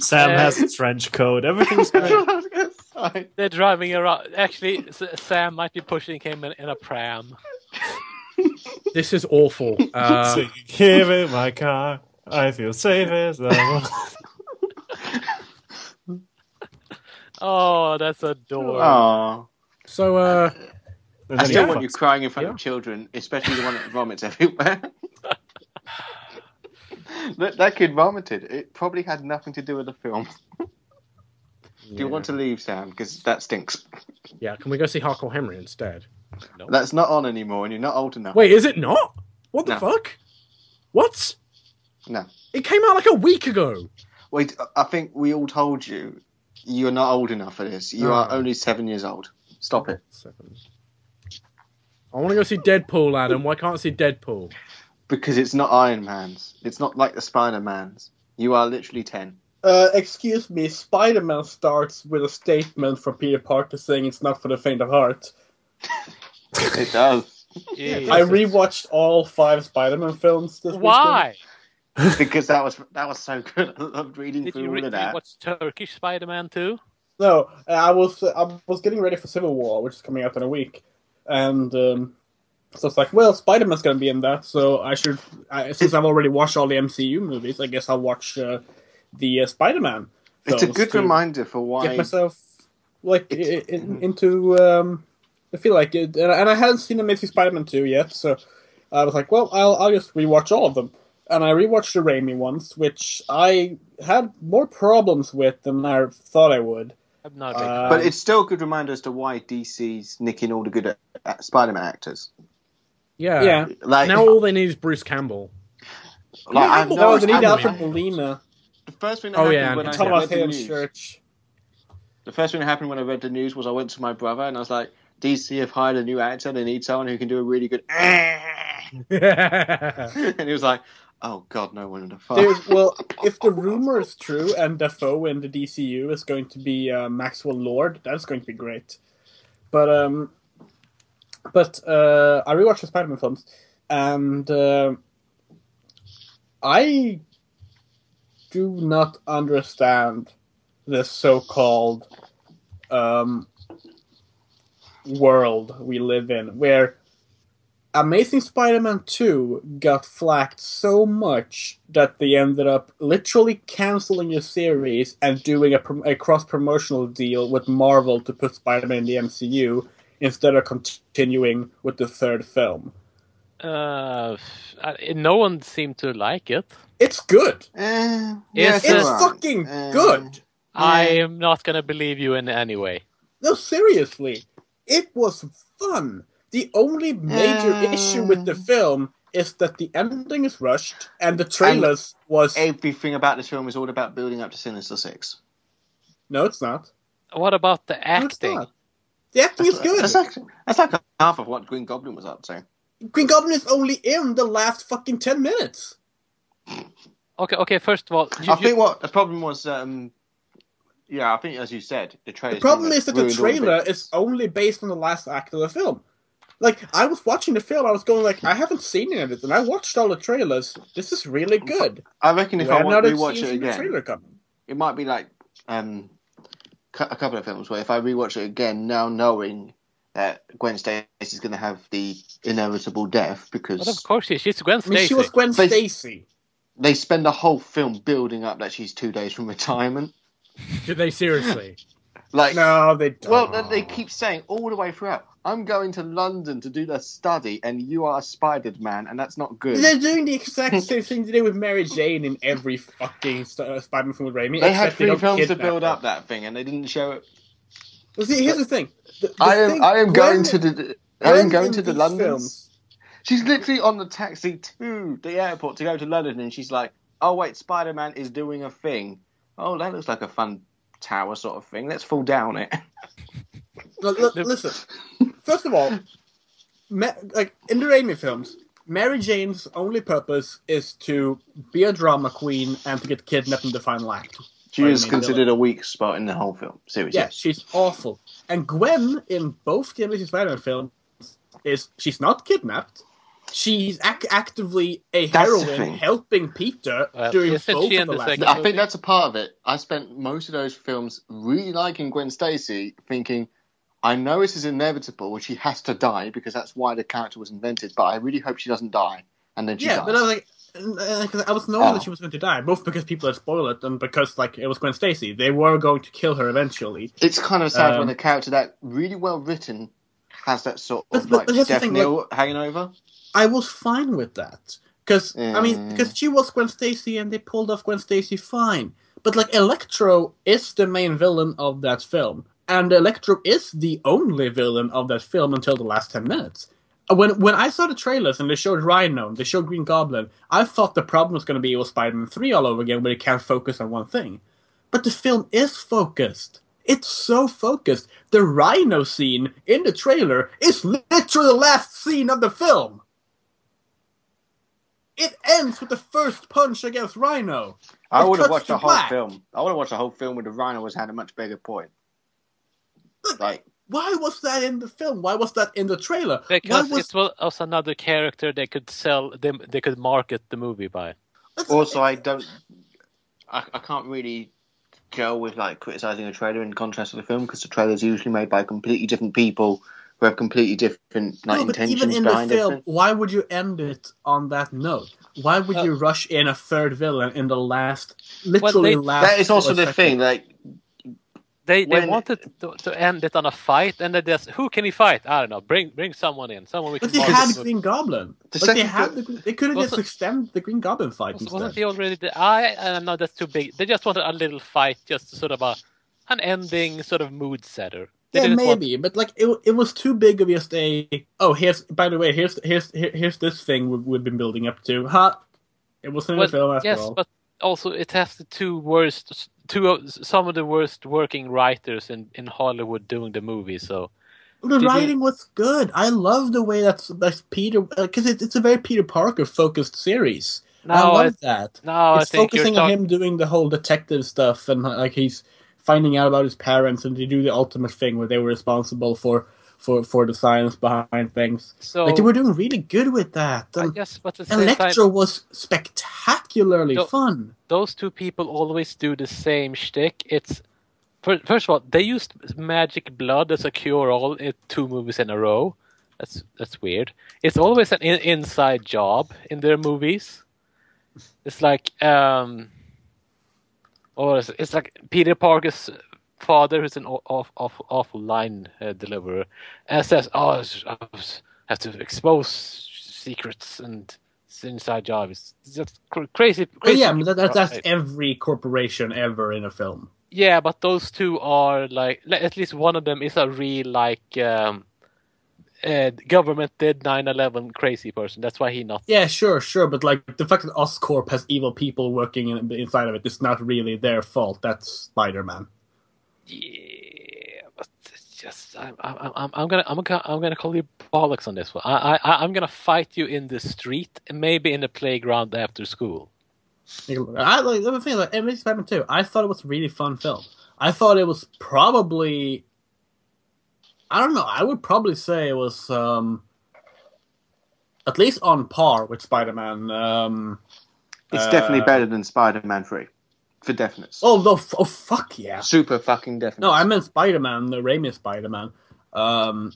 A: Sam
B: Uh,
A: has a trench coat. Everything's great.
H: I was gonna say.
B: They're driving around. Actually, S- Sam might be pushing him in, in a pram.
C: This is awful. Uh,
A: Singing, Here in my car, I feel safe as ever.
B: Oh, that's adorable.
H: Aw.
C: so, uh,
H: I still want you crying in front of children, especially the one that vomits everywhere. that, that kid vomited. It probably had nothing to do with the film. Do you want to leave, Sam? Because that stinks.
C: Yeah, can we go see Hardcore Henry instead?
H: That's not on anymore, and you're not old enough.
C: Wait, is it not? What the
H: No.
C: fuck? What?
H: No.
C: It came out like a week ago.
H: Wait, I- I think we all told you you're not old enough for this. You are only seven years old. Oh. Stop it.
C: Seven. I want to go see Deadpool, Adam. Why can't I see Deadpool?
H: Because it's not Iron Man's. It's not like the Spider Man's. You are literally 10.
D: Uh, excuse me, Spider Man starts with a statement from Peter Parker saying it's not for the faint of heart.
H: It does.
D: I rewatched all five Spider Man films this
B: Why?
H: because that was that was so good. I loved reading
B: Did
H: through
B: you
H: all
B: really
H: of that.
B: watch Turkish Spider-Man too?
D: weekend. No, uh, I was I was getting ready for Civil War, which is coming out in a week, and um, so it's like, well, Spider Man's going to be in that, so I should I, since I've already watched all the MCU movies, I guess I'll watch uh, the uh, Spider Man.
H: It's a good reminder for
D: get
H: why
D: myself like i in, into. Um, I feel like it, and I and I hadn't seen Amazing Spider-Man two yet, so I was like, well, I'll I'll just rewatch all of them, and I rewatched the Raimi ones, which I had more problems with than I thought I would.
B: I'm not a big
D: Um,
H: But it's still a good reminder as to why DC's nicking all the good uh, Spider-Man actors.
C: Yeah.
D: yeah,
H: Like,
C: Now all they need is Bruce Campbell.
H: like I have
D: no,
H: no
D: they need
H: idea.
D: Alfred Molina,
H: The first thing that
C: Oh,
H: happened
C: yeah,
H: when
C: and
H: I
D: Thomas
H: read the
D: Hale
H: news,
D: Church.
H: the first thing that happened when I read the news was I went to my brother and I was like, DC have hired a new actor. They need someone who can do a really good. and he was like, "Oh God, no one in the fuck."
D: There's, well, if the rumor is true and Defoe in the DCU is going to be uh, Maxwell Lord, that's going to be great. But um, but uh, I rewatched the Spider-Man films, and uh, I do not understand this so-called um, world we live in, where Amazing Spider-Man 2 got flacked so much that they ended up literally canceling the series and doing a, prom- a cross-promotional deal with Marvel to put Spider-Man in the MCU instead of continuing with the third film.
B: Uh, I- no one seemed to like it.
D: It's good.
H: Eh,
B: It's
H: all
D: It's
H: right.
D: fucking
H: Eh,
D: good.
B: I am not gonna believe you in any way.
D: No, seriously. It was fun. The only major
H: Yeah.
D: issue with the film is that the ending is rushed and the trailers was
H: Everything about this film is all about building up to Sinister Six.
D: No, it's not.
B: What about the
D: No, it's
B: acting?
D: not. The acting is
H: That's,
D: good.
H: that's like, that's like half of what Green Goblin was up to.
D: Green Goblin is only in the last fucking ten minutes.
B: Okay, okay. First of all, you,
H: I
B: you-
H: think what the problem was, um, yeah, I think as you said, the trailer.
D: The problem is that the trailer is only based on the last act of the film. Like I was watching the film, I was going like, I haven't seen any of this, and I watched all the trailers. This is really good.
H: I reckon if
D: Where
H: I
D: now
H: want
D: that
H: to rewatch
D: scenes
H: it
D: in the
H: again,
D: trailer coming.
H: it might be like um, cu- a couple of films where if I rewatch it again now, knowing that Gwen Stacy is going to have the inevitable death because
B: but of course she, she's Gwen
D: I mean,
B: Stacy.
D: she was Gwen
H: They-
D: Stacy.
H: they spend the whole film building up that she's two days from retirement.
C: Do they seriously?
H: Like,
D: No, they don't.
H: well, they- they keep saying all the way throughout, "I'm going to London to do the study, and you are a spidered man, and that's not good."
D: They're doing the exact same thing they do with Mary Jane in every fucking st- uh, Spider-Man film with Raimi.
H: They had
D: except
H: three
D: don't
H: films to
D: kidnap
H: build
D: her.
H: up that thing, and they didn't show it.
D: Well, see, here's the thing. The- the
H: I am,
D: thing-
H: I
D: Gwen-
H: am going to the, I am
D: Gwen
H: going
D: in
H: to the
D: these
H: London.
D: films-
H: She's literally on the taxi to the airport to go to London, and she's like, "Oh wait, Spider Man is doing a thing. Oh, that looks like a fun tower sort of thing. Let's fall down it."
D: No, li- listen. First of all, Ma- like in the Raimi films, Mary Jane's only purpose is to be a drama queen and to get kidnapped in the final act.
H: She
D: Spider-Man
H: is considered a weak spot in the whole film series.
D: Yeah, she's awful. And Gwen in both the Amazing Spider-Man films is she's not kidnapped. She's ac- actively a
H: That's the
D: heroine
H: thing.
D: helping Peter
B: Well,
D: during
B: isn't
D: both
B: she
D: of
B: in
D: the
B: the
D: last.
B: second-
H: I think that's a part of it. I spent most of those films really liking Gwen Stacy, thinking, I know this is inevitable, and she has to die because that's why the character was invented. But I really hope she doesn't die, and then she
D: Yeah,
H: dies.
D: but I was like, and, uh, 'cause I was knowing
H: Oh.
D: that she was going to die, both because people had spoiled it and because like it was Gwen Stacy. They were going to kill her eventually.
H: It's kind of sad
D: Um,
H: when a character that really well written has that sort
D: But-
H: of
D: but-
H: like
D: but that's the
H: Steph
D: thing,
H: Neal hanging over.
D: I was fine with that because I mean
H: Yeah.
D: because she was Gwen Stacy and they pulled off Gwen Stacy fine. But like Electro is the main villain of that film, and Electro is the only villain of that film until the last ten minutes. Uh, When when I saw the trailers and they showed Rhino, and they showed Green Goblin, I thought the problem was going to be with Spider-Man three all over again, where they can't focus on one thing. But the film is focused. It's so focused. The Rhino scene in the trailer is literally the last scene of the film. It ends with the first punch against Rhino.
H: I
D: It
H: would have
D: cuts
H: watched
D: to
H: the whole
D: black.
H: film. I would have watched the whole film with the Rhino was had a much bigger point. Like
D: Why was that in the film? Why was that in the trailer?
B: Because
D: Why was
B: it was also another character they could sell, they, they could market the movie by.
H: also I don't I, I can't really gel with like criticizing a trailer in contrast to the film because the trailer is usually made by completely different people who have completely different like
D: no, but
H: intentions
D: even in the
H: behind
D: film,
H: it.
D: why would you end it on that note? Why would you rush in a third villain in the last, literally
B: Uh, they-
D: last?
H: That is also
D: four
H: the
D: seconds?
H: thing. Like
B: They they
H: When-
B: wanted to, to end it on a fight, and they just who can he fight? I don't know. Bring bring someone in, someone we can
D: But they
B: market
D: had
B: the movie.
D: Green Goblin.
H: The
D: like they
H: second
D: had, the, Green- they could have just
B: Wasn't-
D: extended the Green Goblin fight
B: Was-
D: instead.
B: Wasn't he already the I? Uh, no, that's too big. They just wanted a little fight, just sort of a an ending, sort of mood setter. They
D: yeah,
B: didn't want-
D: maybe, but like it, it was too big of just a. Oh, here's by the way, here's here's here, here's this thing we've, we've been building up to. Ha! It was in
B: well,
D: the film after
B: yes,
D: all.
B: but also it has the two worst, two of- some of the worst working writers in in Hollywood doing the movie. So
D: the
B: did you-
D: writing was good. I love the way that's that's Peter because it, it's a very Peter Parker focused series. I
B: No,
D: love
B: it's-
D: that.
B: no, I
D: it's
B: think you're
D: focusing on
B: talking.
D: him doing the whole detective stuff and uh, like he's finding out about his parents and they do the ultimate thing where they were responsible for for for the science behind things.
B: So
D: like they were doing really good with that.
B: I
D: And,
B: guess, but at the same time,
D: Electro was spectacularly
B: Don't-
D: fun.
B: those two people always do the same shtick. It's fir- first of all they used magic blood as a cure-all in two movies in a row. That's that's weird. It's always an in- inside job in their movies. It's like um, or it's, it's like Peter Parker's father, who's an aw- off off awful line uh, deliverer, and says, "Oh, I s- I s- have to expose secrets and." It's inside job. It's just cr- crazy.
D: But
B: crazy
D: Oh, yeah, I mean, that, that, that's
B: Right.
D: every corporation ever in a film.
B: Yeah, but those two are like le- at least one of them is a real like um, uh, government did 9/11 crazy person. That's why he not.
D: Yeah, sure, sure, but like the fact that Oscorp has evil people working in, inside of it is not really their fault. That's Spider-Man.
B: Yeah, but it's just I'm I'm I'm, I'm gonna I'm gonna I'm gonna call you bollocks on this one. I I I- I'm gonna fight you in the street, and maybe in the playground after school.
D: I like the thing like Amazing Spider-Man Two. I thought it was a really fun film. I thought it was probably, I don't know. I would probably say it was um, at least on par with Spider-Man. Um,
H: It's definitely
D: uh,
H: better than Spider Man Three, for definite.
D: Oh no! f- Oh fuck yeah!
H: Super fucking definite.
D: No, I meant Spider-Man, the Raimi Spider-Man. Um,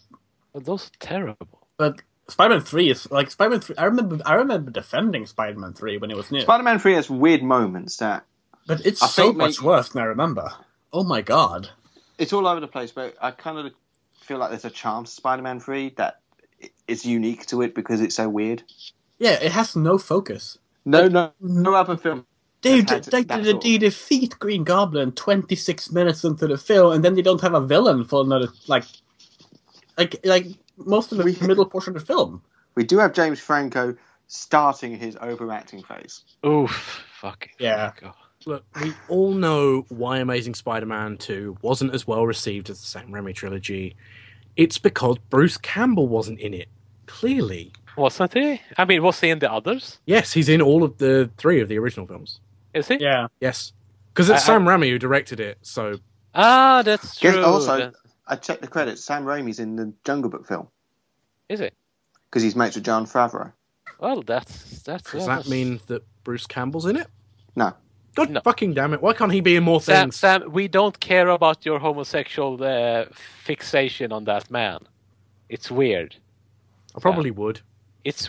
B: But those are terrible.
D: but Spider-Man Three is like Spider-Man Three. I remember, I remember defending Spider-Man Three when it was new,
H: Spider Man Three has weird moments that
D: but it's
H: I
D: so
H: think
D: much
H: maybe-
D: worse than I remember. Oh my god!
H: it's all over the place, but I kind of feel like there's a charm to Spider Man Three that i- is unique to it because it's so weird.
D: Yeah, it has no focus.
H: No, no,
D: Mm-hmm.
H: no other film.
D: They,
H: That's
D: they,
H: how-
D: they,
H: that's
D: they,
H: all.
D: they defeat Green Goblin 26 minutes into the film, and then they don't have a villain for another like, like, like most of the
H: We-
D: middle portion of the film.
H: We do have James Franco starting his overacting phase.
B: Oof, fuck.
D: Yeah.
B: God.
C: Look, we all know why Amazing Spider Man 2 wasn't as well received as the Sam Raimi trilogy. It's because Bruce Campbell wasn't in it. Clearly.
B: Wasn't he? I mean, was he in the others?
C: Yes, he's in all of the three of the original films.
B: Is he?
D: Yeah,
C: Yes. Because it's
B: I-
C: Sam Raimi who directed it, so
B: Ah, that's
H: Guess-
B: true.
H: also, I checked the credits. Sam Raimi's in the Jungle Book film
B: is it?
H: because he's mates with John Favreau.
B: Well, that's that's.
C: does
B: that's-
C: that mean that Bruce Campbell's in it?
H: No.
C: God
B: No.
C: fucking damn it. Why can't he be in more
B: Sam,
C: things?
B: Sam, we don't care about your homosexual uh, fixation on that man. It's weird.
C: I probably would.
B: It's,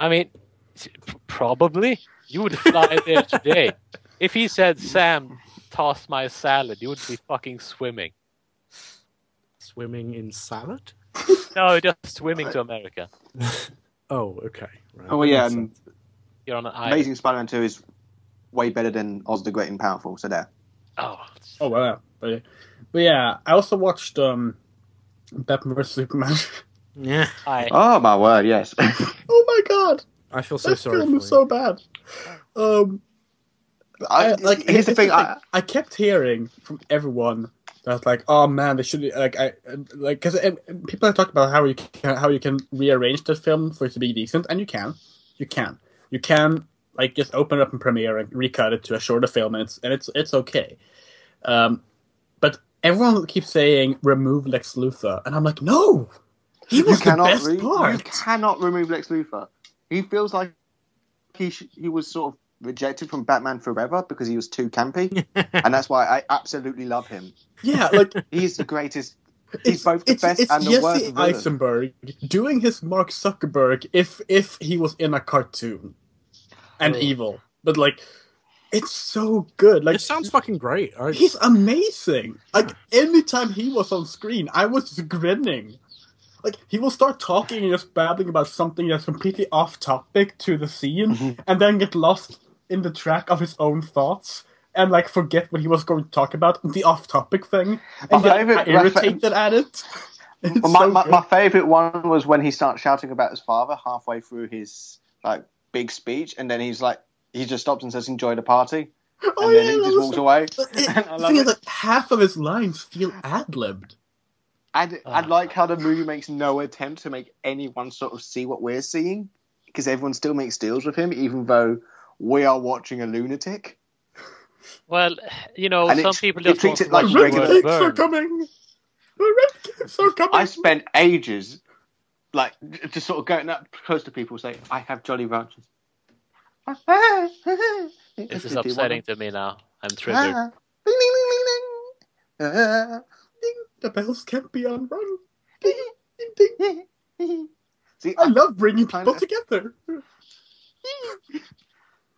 B: I mean, s- p- probably you would fly there today. If he said, "Sam, toss my salad," you would be fucking swimming.
C: Swimming in salad?
B: No, just swimming to America.
C: Oh, okay. Right.
H: Oh well, yeah, and
B: You're on an island.
H: Amazing Spider-Man Two is way better than Oz the Great and Powerful. So there.
B: Oh,
D: Oh wow! But, but yeah, I also watched um, Batman vs Superman.
C: Yeah,
B: I,
H: Oh my word! Yes.
D: oh my god,
C: I feel so
D: that
C: sorry.
D: film
C: for
D: is
C: you.
D: so bad. Um,
H: I,
D: I- Uh, like
H: here's the thing. I,
D: I kept hearing from everyone that like, oh man, they should like I like because people have talked about how you can, how you can rearrange the film for it to be decent, and you can, you can, you can like just open it up in Premiere and recut it to a shorter film, and it's and it's it's okay. Um, but everyone keeps saying remove Lex Luthor, and I'm like, no, he
H: you
D: was the
H: cannot.
D: best
H: Re- you
D: part.
H: cannot remove Lex Luthor. He feels like he sh- he was sort of rejected from Batman Forever because he was too campy, and that's why I absolutely love him.
D: Yeah, like
H: He's the greatest. He's both the
D: it's,
H: best
D: it's
H: and the
D: Jesse
H: worst villain.
D: Eisenberg doing his Mark Zuckerberg if if he was in a cartoon and
G: Ugh.
D: evil, but like it's so good. Like
C: It sounds fucking great. I,
D: he's amazing. Like anytime he was on screen, I was just grinning. Like he will start talking and just babbling about something that's completely off topic to the
H: Mm-hmm.
D: scene, and then get lost in the track of his own thoughts. And like forget what he was going to talk about, the off-topic thing,
H: My
D: and get
H: favorite refer-
D: irritated at it. It's
H: Well, my,
D: so
H: my,
D: good.
H: my favorite one was when he starts shouting about his father halfway through his like big speech, and then he's like, he just stops and says, "Enjoy the party," and
D: Oh, yeah,
H: then he
D: that
H: just
D: was
H: walks
D: so-
H: away.
D: But it-
H: I
D: the
H: love
D: thing is,
H: it.
D: like, half of his lines feel ad libbed.
H: And I like how the movie makes no attempt to make anyone sort of see what we're seeing, because everyone still makes deals with him, even though we are watching a lunatic.
B: well, you know,
H: And it-
B: some people
H: it
B: just
H: treats
B: want
H: it like
B: to
D: The
B: watch
D: red
B: the
H: regular-
B: world
D: cakes are
B: burn.
D: coming! The red cakes are coming!
H: I spent ages, like, j- just sort of going up close to people, saying, "I have Jolly Ranchers."
B: This is upsetting to me now. I'm
H: Ah.
B: triggered.
D: the bells can't be unrung. Ding, ding, ding. I love bringing people
H: Ah. I-
D: together.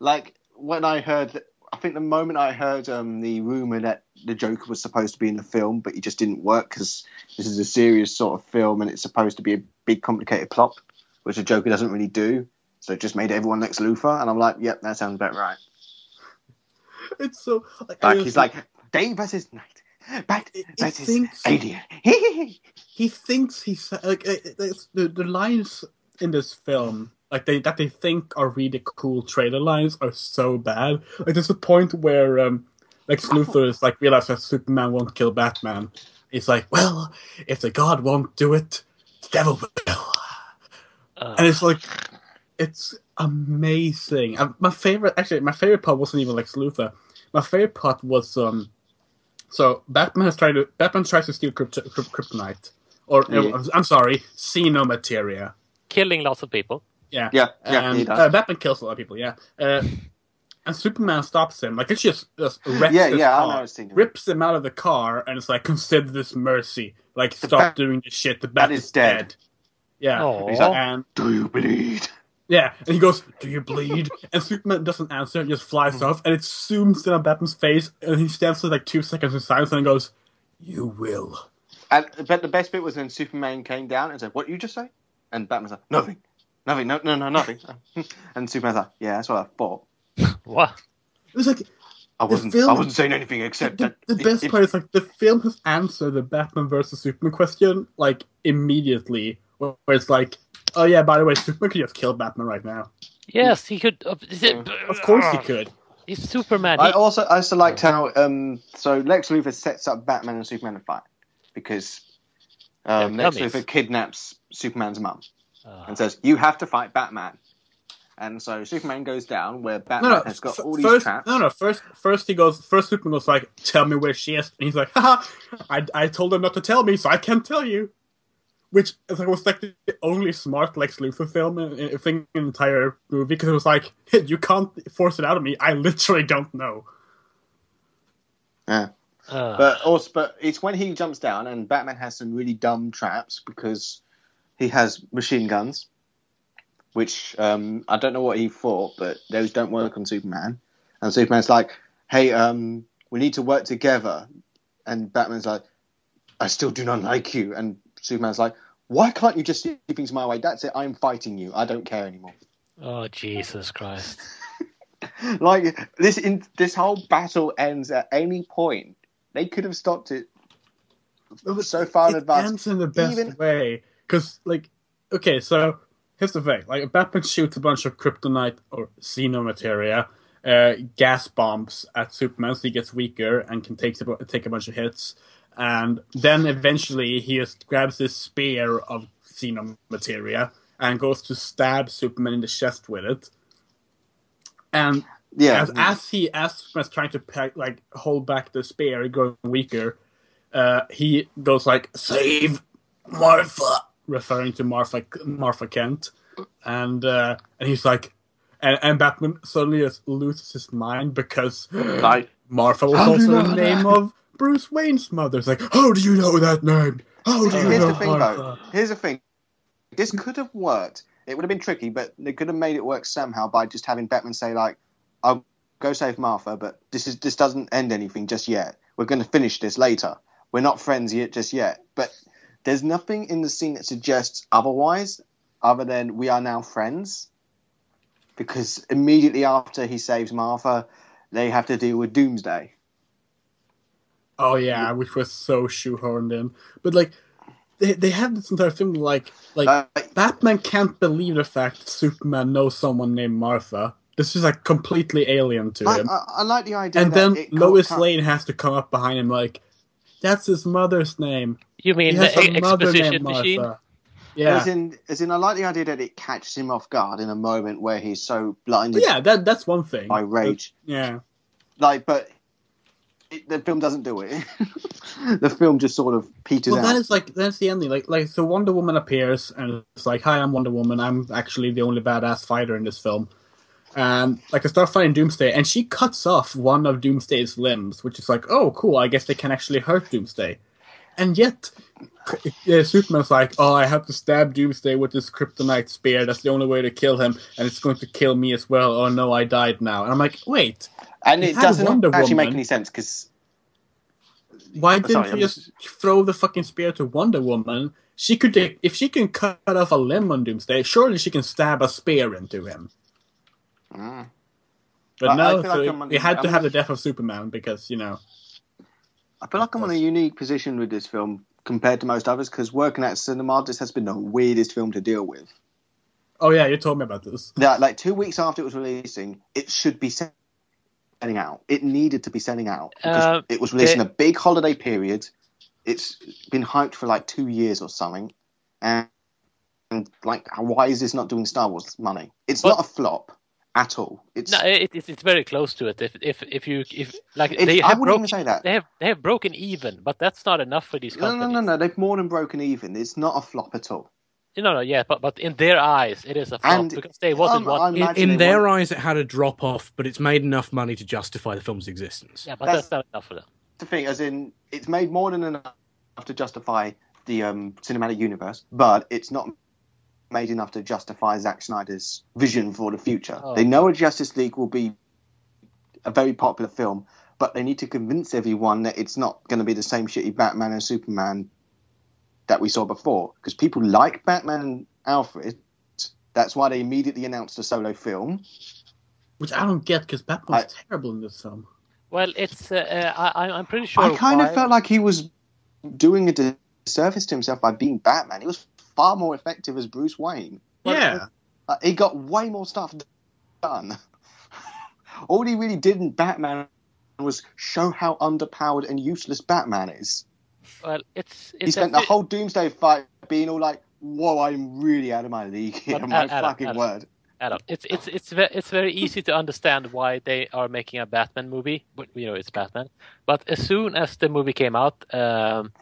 H: like when I heard, that, I think the moment I heard um, the rumor that the Joker was supposed to be in the film, but it just didn't work because this is a serious sort of film and it's supposed to be a big, complicated plot, which the Joker doesn't really do. So it just made everyone Lex Luthor, and I'm like, yep, that sounds about right.
D: It's so. Like, I
H: Like
D: just-
H: he's like day versus night, bat
D: It- it
H: versus
D: thinks-
H: alien.
D: he thinks he's like uh, there's- the the lines in this film like they that they think are really cool trailer lines are so bad. Like there's a point where um like Luthor is like realizes that Superman won't kill Batman. He's like, well, if the God won't do it, the devil will. And it's like it's amazing. Uh, my favorite, actually, my favorite part wasn't even Lex Luthor. My favorite part was um, so Batman has tried to Batman tries to steal krypto, kryp- kryptonite, or uh,
H: Yeah.
D: I'm sorry, xenomateria.
B: Killing lots of people.
D: Yeah,
H: yeah, yeah,
D: And,
H: he does.
D: uh, Batman kills a lot of people. Yeah, uh, and Superman stops him. Like it's just, just wrecks
H: Yeah,
D: his
H: yeah, I know
D: car,
H: I've seen him.
D: rips him out of the car, and it's like consider this mercy. Like stop
H: Bat-
D: doing this shit. The Bat
H: is
D: is
H: dead.
D: dead. Yeah,
B: Aw.
H: He's like-
D: and
H: do you bleed?
D: yeah, and he goes, "Do you bleed?" and Superman doesn't answer; just flies off, and it zooms in on Batman's face, and he stands for like two seconds in silence, and goes, "You will."
H: And but the best bit was when Superman came down and said, "What you just say?" And Batman's like, "Nothing, nothing, no, no, no, nothing." and Superman's like, "Yeah, that's what I thought.
B: What?
D: It was like
H: I wasn't,
D: film-
H: I wasn't saying anything except
D: the,
H: that."
D: the
H: it-
D: best
H: it-
D: part is like the film has answered the Batman versus Superman question like immediately, where where it's like, "Oh yeah, by the way, Superman could just kill Batman right now.
B: Yes, he could. uh, Of
D: Of course
B: uh, Ah.
D: he could."
B: He's Superman.
H: I
B: He-
H: also, I also liked how um, so Lex Luthor sets up Batman and Superman to fight because um,
B: They're
H: Lex
B: dummies.
H: Luthor kidnaps Superman's mum
B: Ah.
H: and says, "You have to fight Batman." And so Superman goes down where
D: No,
H: Batman
D: no,
H: has got
D: f-
H: all these
D: first,
H: traps.
D: no, no. First, first he goes. First Superman goes like, "Tell me where she is," and he's like, "Haha, I, I told him not to tell me, so I can't tell you." Which is like, was like the only smart Lex Luthor film in, in, thing in the entire movie because it was like, "You can't force it out of me. I literally don't know."
H: Yeah.
B: Ah.
H: But also, but it's when he jumps down and Batman has some really dumb traps because he has machine guns, which um, I don't know what he thought, but those don't work on Superman. And Superman's like, "Hey, um, we need to work together," and Batman's like, "I still do not like you." And Superman's like, Why can't you just do things my way? That's it. I'm fighting you. I don't care anymore.
B: Oh Jesus Christ!
H: Like this, in, this whole battle ends at any point. They could have stopped it so far in
D: it
H: advance.
D: ends in the best
H: Even-
D: way because like okay so here's the thing like batman shoots a bunch of kryptonite or xenomateria uh, gas bombs at superman so he gets weaker and can take, a- take a bunch of hits and then eventually he just grabs this spear of xenomateria and goes to stab superman in the chest with it and
H: Yeah.
D: as, as he as Superman's trying to pe- like hold back the spear, he grows weaker. Uh, he goes like save Martha, referring to Martha Martha Kent, and uh, and he's like, and, and Batman suddenly just loses his mind because
I: Like,
D: Martha was
I: how do you
D: also the
I: know
D: name
I: that?
D: of Bruce Wayne's mother. It's like, how do you know that name? How do you
H: Here's
D: know
H: the thing, though.
D: Martha?
H: Here's the thing. This could have worked. It would have been tricky, but they could have made it work somehow by just having Batman say like, "I'll go save Martha, but this is this doesn't end anything just yet. We're going to finish this later. We're not friends yet, just yet." But there's nothing in the scene that suggests otherwise, other than we are now friends. Because immediately after he saves Martha, they have to deal with Doomsday.
D: Oh yeah, which was so shoehorned in. But like, they they had this entire thing like like
H: Like,
D: Batman can't believe the fact that Superman knows someone named Martha. This is like completely alien to
H: I,
D: him.
H: I, I like the idea.
D: and
H: that
D: then
H: it can't-
D: Lois
H: can't-
D: Lane has to come up behind him like, "That's his mother's name.
B: You mean
D: he
B: the
D: has a
B: e-
D: mother
B: exposition
D: named
B: machine?
D: Martha." Yeah,
H: As in, as in, I like the idea that it catches him off guard in a moment where he's so blinded
D: yeah, that that's one thing.
H: by rage.
D: Yeah,
H: Like, but it, the film doesn't do it. the film just sort of peters
D: well,
H: out.
D: that is like that's the ending. Like like so, Wonder Woman appears and it's like, "Hi, I'm Wonder Woman. I'm actually the only badass fighter in this film." And like I start fighting Doomsday, and she cuts off one of Doomsday's limbs, which is like, "Oh, cool! I guess they can actually hurt Doomsday." And yet, yeah, Superman's like, "Oh, I have to stab Doomsday with this kryptonite spear. That's the only way to kill him, and it's going to kill me as well. Oh no, I died now." And I'm like, "Wait,
H: and
D: you
H: it
D: had
H: doesn't
D: Wonder
H: actually make
D: Woman.
H: any sense because
D: Why didn't
H: Sorry,
D: you
H: I'm
D: just throw the fucking spear to Wonder Woman? She could, if she can cut off a limb on Doomsday, surely she can stab a spear into him. But
H: Mm. I- I
D: no,
H: feel like
D: so
H: I'm on-
D: we had to
H: I'm-
D: have the death of Superman because you know.
H: I feel like I'm in a unique position with this film compared to most others because working at cinema, this has been the weirdest film to deal with.
D: Oh yeah, you told me about this.
H: that like two weeks after it was releasing, it should be sending out. It needed to be sending out because
B: Uh,
H: it was releasing
B: it-
H: a big holiday period. It's been hyped for like two years or something, and, and like, why is this not doing Star Wars money? It's
B: But-
H: not a flop at all. It's
B: No, it, it's it's very close to it. If if if you if like
H: It's-
B: they
H: I
B: have
H: wouldn't even
B: broken,
H: say that.
B: they have they have broken even, but that's not enough for these
H: no,
B: companies.
H: no, no, no. They've more than broken even. It's not a flop at all.
B: No, no, yeah, but but in their eyes, it is a flop
H: And-
B: because they wanted
H: I'm-
B: what.
H: I'm
B: it-
H: not-
C: In
H: Actually,
C: their
H: one-
C: eyes, it had a drop off, but it's made enough money to justify the film's existence.
B: yeah, but
H: that's-
B: that's not enough for them.
H: The thing, as in, it's made more than enough to justify the um, cinematic universe, but it's not made enough to justify Zack Snyder's vision for the future.
B: Oh.
H: They know a Justice League will be a very popular film, but they need to convince everyone that it's not going to be the same shitty Batman and Superman that we saw before. Because people like Batman and Alfred. That's why they immediately announced a solo film.
D: Which I don't get because Batman's terrible in this film.
B: Well, it's uh, uh, I I- I'm pretty sure.
H: I kind
B: why-
H: of felt like he was doing a disservice to himself by being Batman. He was far more effective as Bruce Wayne.
D: yeah,
H: Like, he got way more stuff done. All he really did in Batman was show how underpowered and useless Batman is.
B: well, it's, it's
H: He spent the
B: a-
H: whole Doomsday fight being all like, "Whoa, I'm really out of my league here."
B: But
H: my
B: Adam,
H: fucking
B: Adam.
H: word.
B: Adam, it's it's it's ve- it's very easy to understand why they are making a Batman movie. But you know, it's Batman. But as soon as the movie came out, um,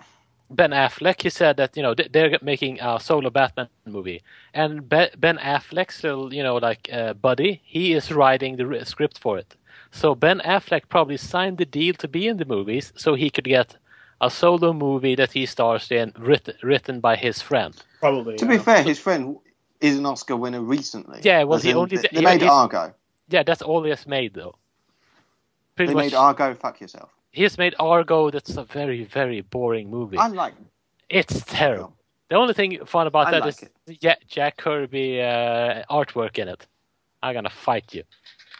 B: Ben Affleck he said that you know th- they're making a solo Batman movie, and Be- Ben Affleck's little you know like uh, buddy, he is writing the r- script for it. So Ben Affleck probably signed the deal to be in the movies, so he could get a solo movie that he stars in, written written by his friend.
D: probably.
H: To be fair, his friend is an Oscar winner recently.
B: Yeah, well,
H: As
B: he
H: in,
B: only-
H: they,
B: he-
H: they made
B: he's-
H: Argo.
B: Yeah, that's all he has made though. Pretty
H: They
B: much-
H: made Argo. Fuck yourself.
B: He has made Argo. That's a very, very boring movie.
H: I like
B: It's terrible. The only thing fun about
E: I
B: that
E: like
B: is Ja- Jack Kirby uh, artwork in it. I'm gonna fight you.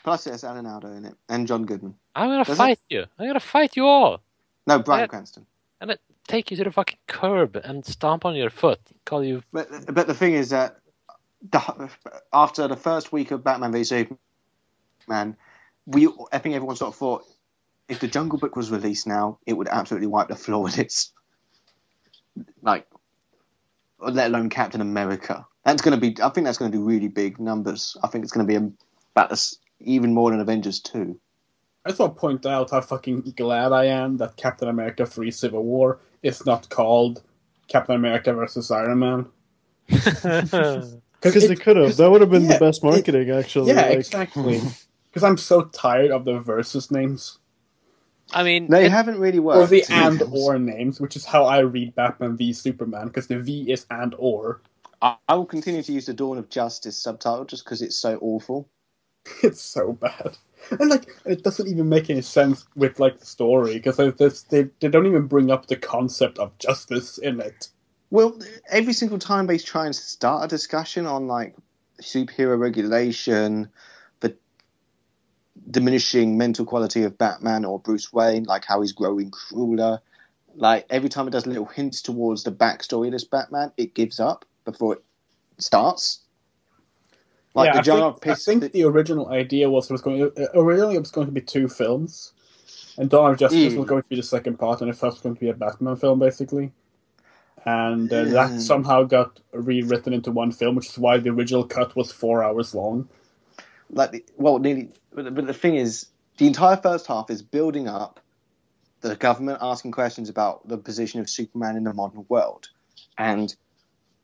H: Plus, it has Alan Aldo in it and John Goodman.
B: I'm gonna
H: Does it?
B: fight you. I'm gonna fight you all.
H: No, Brian
B: Yeah.
H: Cranston.
B: And it take you to the fucking curb and stomp on your foot. Call you
H: But but the thing is that the, after the first week of Batman v Superman, we I think everyone sort of thought if the Jungle Book was released now, it would absolutely wipe the floor with its like, let alone Captain America. That's going to be. I think that's going to do really big numbers. I think it's going to be about this, even more than Avengers two.
D: I just want to point out how fucking glad I am that Captain America 3 Civil War is not called Captain America versus Iron Man.
A: Because they
D: it-
A: could have.
D: 'cause-
A: That would have been
D: yeah,
A: the best marketing, actually.
D: Yeah,
A: like-
D: exactly. Because I'm so tired of the versus names.
B: I mean,
H: They haven't really worked.
D: Or the and or names, which is how I read Batman v Superman, because the V is and or.
H: I I will continue to use the Dawn of Justice subtitle just because it's so awful.
D: It's so bad. And like, it doesn't even make any sense with like the story because they, they they don't even bring up the concept of justice in it.
H: Well, every single time they try and start a discussion on like superhero regulation, the diminishing mental quality of Batman or Bruce Wayne, like how he's growing crueler, like every time it does little hints towards the backstory of this Batman, it gives up before it starts. Like
D: yeah,
H: the jar
D: I
H: of
D: think,
H: piss.
D: I think
H: that-
D: the original idea was it was going uh, originally it was going to be two films, and Dawn of Justice
H: Mm.
D: was going to be the second part, and the first was going to be a Batman film basically, and uh,
H: Mm.
D: that somehow got rewritten into one film, which is why the original cut was four hours long.
H: like the, well nearly but the, but the thing is the entire first half is building up the government asking questions about the position of superman in the modern world and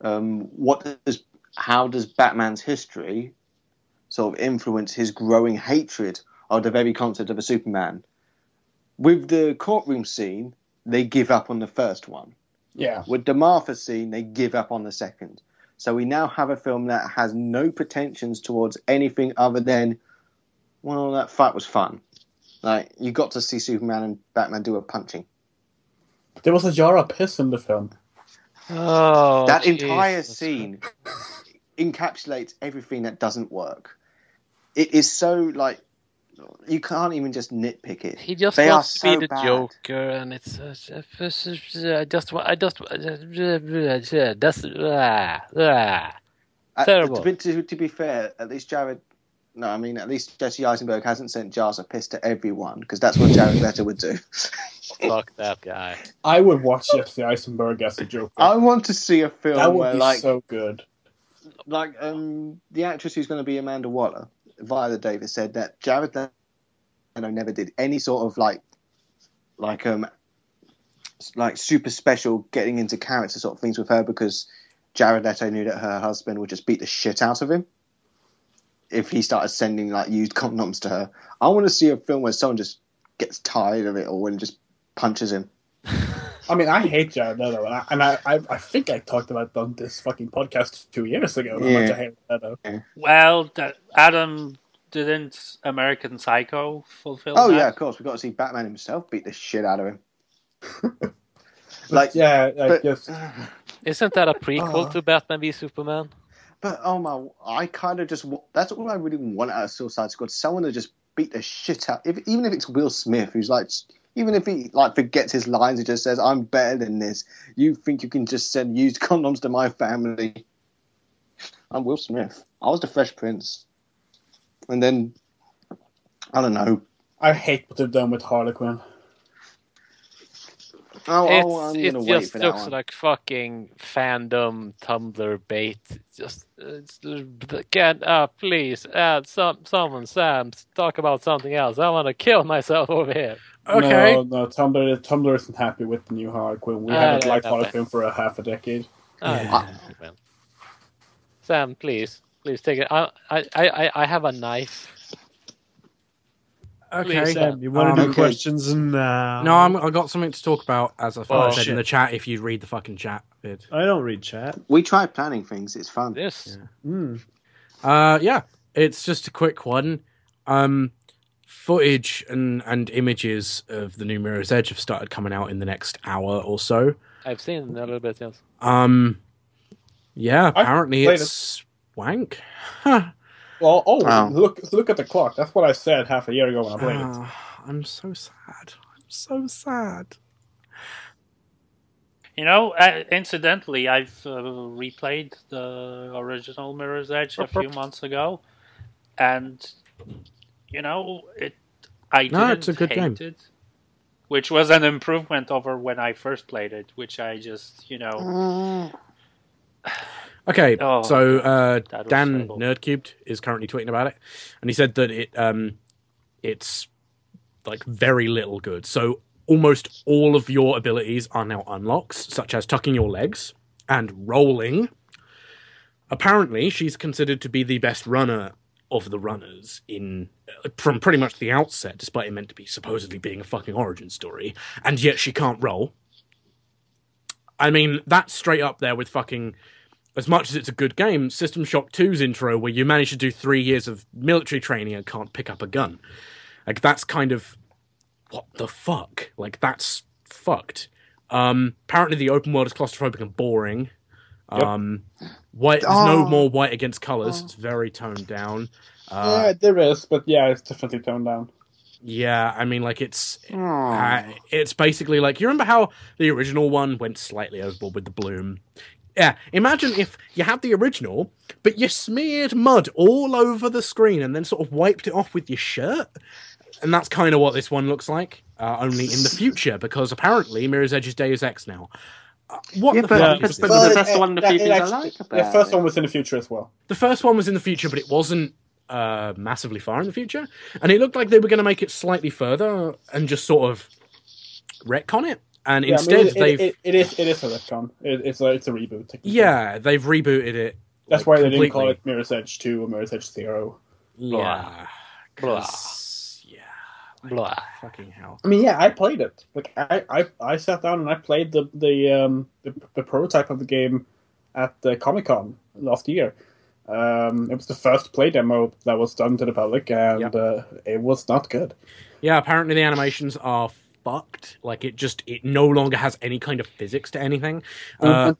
H: um, what does how does batman's history sort of influence his growing hatred of the very concept of a superman with the courtroom scene they give up on the first one
D: Yeah,
H: with the Martha scene, they give up on the second. So we now have a film that has no pretensions towards anything other than, well, that fight was fun. Like you got to see Superman and Batman do a punching.
D: there was a jar of piss in the film.
B: oh
H: that
B: jeez.
H: entire scene encapsulates everything that doesn't work. It is so like you can't even just nitpick it.
B: He just
H: They are
B: wants to be
H: so
B: the
H: bad.
B: Joker, and it's uh, I just want I just uh, that's ah, ah.
H: Uh,
B: Terrible.
H: To be, to, to be fair, at least Jared. No, I mean at least Jesse Eisenberg hasn't sent jars of piss to everyone because that's what Jared Leto would do.
B: fuck that guy.
D: I would watch Jesse Eisenberg as a Joker.
H: I want to see a film
D: that would
H: where,
D: be
H: like,
D: so good.
H: like um, the actress who's going to be Amanda Waller, Viola Davis, said that Jared Leto never did any sort of like, like um, like super special getting into character sort of things with her because Jared Leto knew that her husband would just beat the shit out of him if he started sending like used condoms to her. I want to see a film where someone just gets tired of it all and just punches him.
D: I mean, I hate Jared Leto, and I, and I, I, I think I talked about it on this fucking podcast two years ago how much I
H: Yeah.
D: hate Leto.
G: Well, that Adam didn't American Psycho fulfill.
H: Oh
G: that?
H: yeah, of course. We've got to see Batman himself beat the shit out of him. like,
D: yeah, I
H: but-
D: guess
B: Isn't that a prequel
H: Uh.
B: to Batman v Superman?
H: but oh my, I kind of just wa- that's all I really want out of Suicide Squad. Someone to just beat the shit out. If even if it's Will Smith, who's like, even if he like forgets his lines and just says, "I'm better than this." You think you can just send used condoms to my family? I'm Will Smith. I was the Fresh Prince, and then I don't know.
D: I hate what they've done with Harlequin.
H: Oh,
B: It's-
H: oh I'm
B: it
H: gonna wait
B: just
H: for that
B: looks
H: one.
B: like fucking fandom Tumblr bait. It's Just it's, can uh, please add some someone Sam talk about something else. I want to kill myself over here.
C: Okay.
D: No, no, Tumblr, Tumblr isn't happy with the new Harlequin. We
B: Ah,
D: haven't
B: yeah,
D: liked
B: okay.
D: Harlequin for a half a decade.
B: Oh,
H: Yeah.
B: well. Sam, please, please take it. I I I, I- I have a knife.
C: Okay.
B: Please,
A: Sam, you want
C: Um,
A: to do
H: okay.
A: questions now?
C: No,
D: um,
C: I'm, I got something to talk about, as I
B: Oh,
C: said
A: shit.
C: in the chat. If you read the fucking chat, vid.
A: I don't read chat.
H: We try planning things. It's fun.
B: This
A: Mm.
C: Uh, yeah, it's just a quick one. Um, footage and and images of the new Mirror's Edge have started coming out in the next hour or so.
B: I've seen a little bit. Yes.
C: Um, Yeah, apparently
D: played
C: it's wank.
D: Well, oh,
H: Wow.
D: look look at the clock. That's what I said half a year ago when I played it.
C: Ah, I'm so sad. I'm so sad.
G: You know, uh, incidentally, I've uh, replayed the original Mirror's Edge a few months ago, and you know, it I didn't
C: No, it's a good
G: hate
C: game.
G: it, which was an improvement over when I first played it, which I just, you
H: Mm.
G: know,
C: Okay,
G: Oh,
C: so uh,
G: that was
C: Dan
G: terrible.
C: Nerdcubed is currently tweeting about it, and he said that it um, it's like very little good. So almost all of your abilities are now unlocks, such as tucking your legs and rolling. Apparently, she's considered to be the best runner of the runners in uh, from pretty much the outset, despite it meant to be supposedly being a fucking origin story, and yet she can't roll. I mean, that's straight up there with fucking as much as it's a good game, System Shock 2's intro, where you manage to do three years of military training and can't pick up a gun. Like, that's kind of. What the fuck? Like, that's fucked. Um, apparently, the open world is claustrophobic and boring. Um, white, there's no
H: Oh.
C: more white against colors. It's very toned down. Uh,
D: yeah, there is, but yeah, it's definitely toned down.
C: yeah, I mean, like it's uh, it's basically like you remember how the original one went slightly overboard with the bloom. Yeah, imagine if you had the original, but you smeared mud all over the screen and then sort of wiped it off with your shirt. And that's kind of what this one looks like, uh, only in the future, because apparently Mirror's Edge is Deus Ex now. Uh, what
I: Yeah,
C: the
I: but-
C: fuck
I: but-
C: is
I: but
C: this?
I: the
D: it-
I: first
D: it-
I: one of the
D: yeah,
I: few
D: it
I: things I
D: actually-
I: like
D: The
I: about
D: first
I: it.
D: one was in the future as well.
C: The first one was in the future, but it wasn't uh, massively far in the future. And it looked like they were going to make it slightly further and just sort of retcon it. And
D: Yeah, I mean,
C: instead,
D: it- it-
C: they've
D: it- it is it is a retcon. It, it's a it's a reboot. technically.
C: yeah they've rebooted it.
D: that's
C: like,
D: why they didn't call
C: completely.
D: it Mirror's Edge Two or Mirror's Edge Zero.
C: Yeah,
G: Blah.
C: 'cause- yeah,
G: blah.
C: fucking hell.
D: I mean, yeah, I played it. Like I, I, I sat down and I played the the um the, the prototype of the game at the Comic Con last year. Um, it was the first play demo that was done to the public, and
C: Yep.
D: uh, it was not good.
C: Yeah, apparently the animations are fucked. Like it just it no longer has any kind of physics to anything. Uh,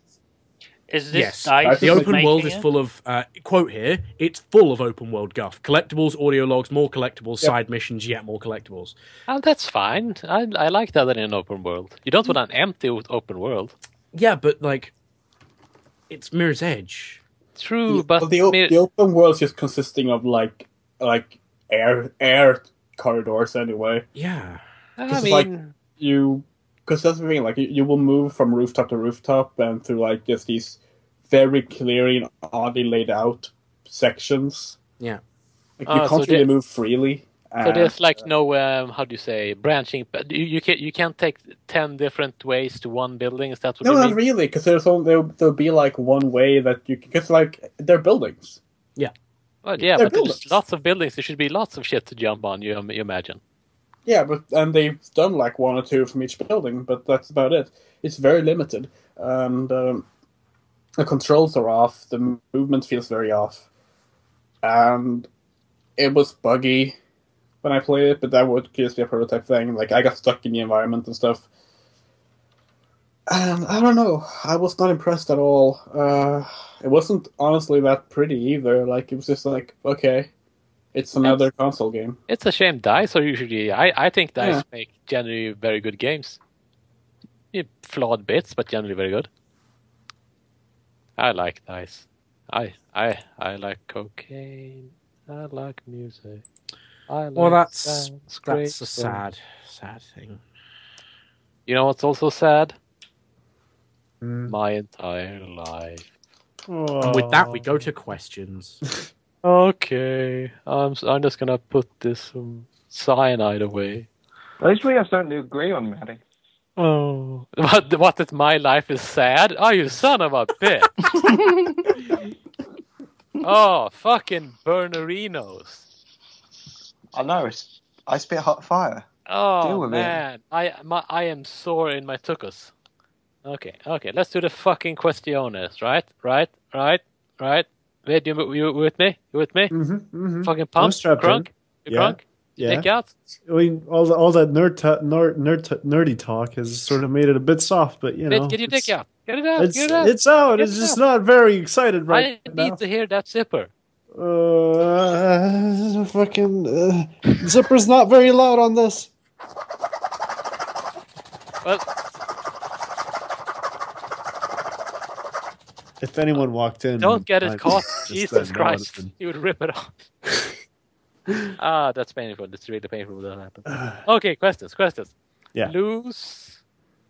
G: Is this
C: Yes,
G: nice?
C: Uh, the open
G: making
C: world is
G: it?
C: full of uh, quote here. It's full of open world guff, collectibles, audio logs, more collectibles,
D: Yep.
C: side missions, yet more collectibles.
B: Oh, that's fine. I, I like that in an open world. You don't want an empty o- open world.
C: Yeah, but like, it's Mirror's Edge.
B: True, but
D: the, o-
B: mir-
D: the open world's just consisting of like like air air corridors anyway.
C: Yeah,
B: I
D: this is like-
B: mean,
D: you because that's the thing like you, you will move from rooftop to rooftop and through like just these very clearly and oddly laid out sections
C: Yeah.
D: like,
B: Ah,
D: you
B: so
D: can't really
B: the-
D: move freely
B: so
D: and-
B: there's like no um, how do you say branching. but You, you can you can't take ten different ways to one building. Is that what
D: no
B: you
D: not
B: mean?
D: really because there's only there'll, there'll be like one way that you because like they're buildings
B: Well, yeah,
D: They're
B: but there's
D: buildings.
B: lots of buildings. There should be lots of shit to jump on. You, you imagine?
D: yeah but and they've done like one or two from each building but that's about it it's very limited and um, the controls are off the movement feels very off and it was buggy when I played it, but that would just be a prototype thing. Like I got stuck in the environment and stuff. And I don't know. I was not impressed at all. Uh, it wasn't honestly that pretty either. Like it was just like okay, it's another console game.
B: It's a shame dice are usually. I, I think dice
D: Yeah.
B: make generally very good games. Yeah, flawed bits, but generally very good. I like dice. I I I like cocaine. I like music. I like
C: Well, that's-
B: sounds great.
C: that's a sad, sad thing.
B: You know what's also sad?
C: Mm.
A: Hmm.
B: My entire life.
C: And with that, we go to questions.
B: Okay, I'm s- I'm just gonna put this um, cyanide away.
I: At least we have something to agree on, Maddie.
B: Oh, what? What? That my life is sad? Oh, you son of a bitch! oh, fucking Bernarinos!
H: I know. It's, I spit hot fire. Deal
B: Oh
H: with it.
B: man, I my I am sore in my tuchus. Okay, okay, let's do the fucking questiones, right? Right? Right? Right? Wait, you, you with me? You with me?
A: Mm-hmm, mm-hmm.
B: Fucking pump,
A: strapped in.
B: crunk, you
A: Yeah,
B: crunk, you
A: yeah.
B: dick out.
A: I mean, all the, all that nerd ta- nerd nerd ta- nerdy talk has sort of made it a bit soft, but you know,
B: Get your dick
A: it's-
B: out. Get it out.
A: It's,
B: get it out.
A: it's out.
B: Get
A: It's
B: it
A: just not very excited right
B: I
A: now.
B: need to hear that zipper.
A: Uh, fucking uh, zipper's not very loud on this.
B: Well,
A: Mm-hmm. If anyone walked in,
B: don't get
A: I'd
B: it caught.
A: just
B: Jesus
A: then know what
B: Christ. You would rip it off. ah, that's painful. That's really painful when that happens. Okay, questions, questions.
A: Yeah.
B: Luz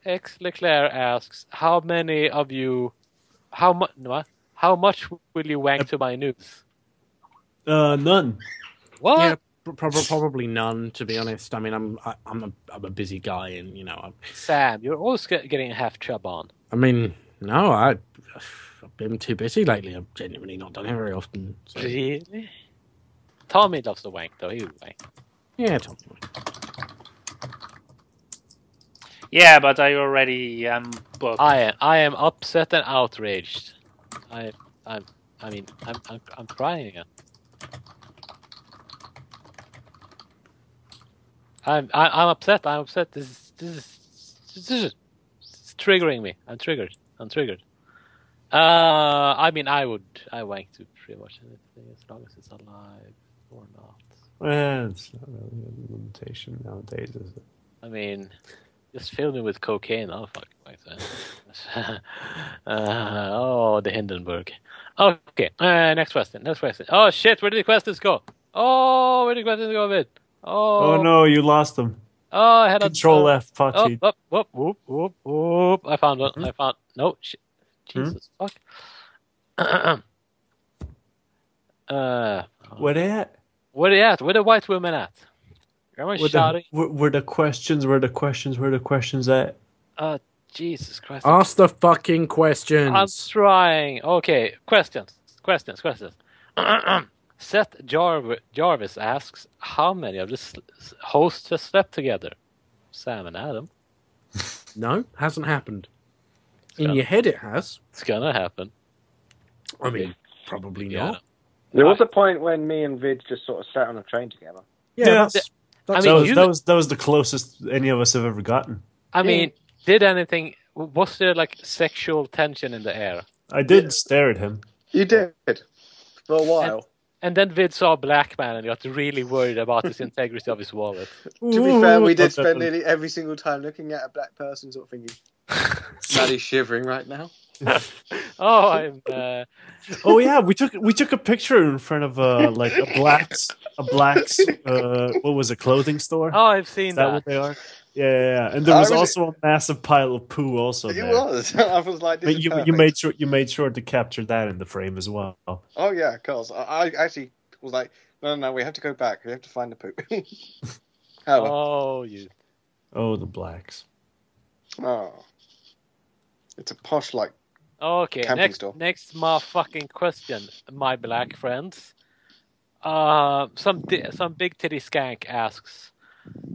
B: X Leclerc asks, how many of you, how much, how much will you wank to my news?
A: Uh, none.
B: What?
C: Yeah, pro- prob- probably none. To be honest, I mean, I'm I, I'm a I'm a busy guy, and you know, I'm,
B: Sam, you're always get- getting a half chub on.
C: I mean, no, I I've been too busy lately. I've genuinely not done it very often. So,
B: Really? Tommy loves the wank though. He would wank.
C: yeah, Tom.
G: Yeah, but I already am booked.
B: I am. I am upset and outraged. I. I'm. I mean, I'm. I'm, I'm crying again. I'm. I, I'm upset. I'm upset. This is. This is. This is it's triggering me. I'm triggered. I'm triggered. Uh, I mean, I would. I wank to pretty much anything as long as it's alive or not.
A: Eh, it's not really a limitation nowadays, is it?
B: I mean, just fill me with cocaine. I'll fucking like that. uh, oh, the Hindenburg. Okay, uh, next question. Next question. Oh shit, where did the questions go? Oh, where did the questions go, Vid? Oh,
A: Oh, no, you lost them.
B: Oh, I had a
A: Control
B: uh,
A: F,
B: Oh,
A: Pachi.
B: up, whoop, whoop, whoop, whoop. I found
A: Mm-hmm.
B: one. I found no shit.
A: Hmm?
B: Jesus fuck. uh,
A: What at?
B: where they at? Where the white women at? Grandma
A: Where the,
B: shouting.
A: where, where the questions? Where the questions? Where the questions at?
B: Uh, Jesus Christ.
C: Ask the fucking
B: I'm
C: questions.
B: trying. Okay, questions, questions, questions. Seth Jarv- Jarvis asks, "How many of the sl- hosts have slept together?" Sam and Adam.
C: No, hasn't happened. In
B: Yeah.
C: your head, it has.
B: It's gonna happen.
C: I mean, probably
B: Yeah.
C: not.
I: There was a point when me and Vid just sort of sat on a train together.
C: Yeah,
A: Yeah.
C: that's,
B: I
C: that's
A: that,
B: mean,
A: was,
B: you-
A: that was that was the closest any of us have ever gotten.
B: I mean, did anything? Was there like sexual tension in the air?
A: I did stare at him.
H: You did for a while.
B: And then Vid saw a black man and got really worried about his integrity of his wallet.
H: to be fair, we
A: Ooh,
H: did
A: what
H: spend
A: happened?
H: nearly every single time looking at a black person, sort of thinking, "Maddie's shivering right now."
B: Oh, I'm. Uh,
A: Oh yeah, we took we took a picture in front of uh like a blacks a blacks uh what was it clothing store?
B: oh, I've seen
A: Is that
B: that.
A: what they are? Yeah, yeah, yeah. And there
H: I
A: was
H: was-
A: also a massive pile of poo also
H: It
A: there.
H: was. I was like, this
A: But
H: is
A: you you
H: perfect.
A: made sure you made sure to capture that in the frame as well.
H: Oh yeah, of course. I, I actually was like, no, no, no, we have to go back. We have to find the poop. oh, well.
B: Oh, you.
A: Oh, the blacks.
H: Oh. it's a posh like.
B: Okay,
H: Camping
B: next
H: store.
B: next my fucking question, my black friends. Uh, some di- some big titty skank asks,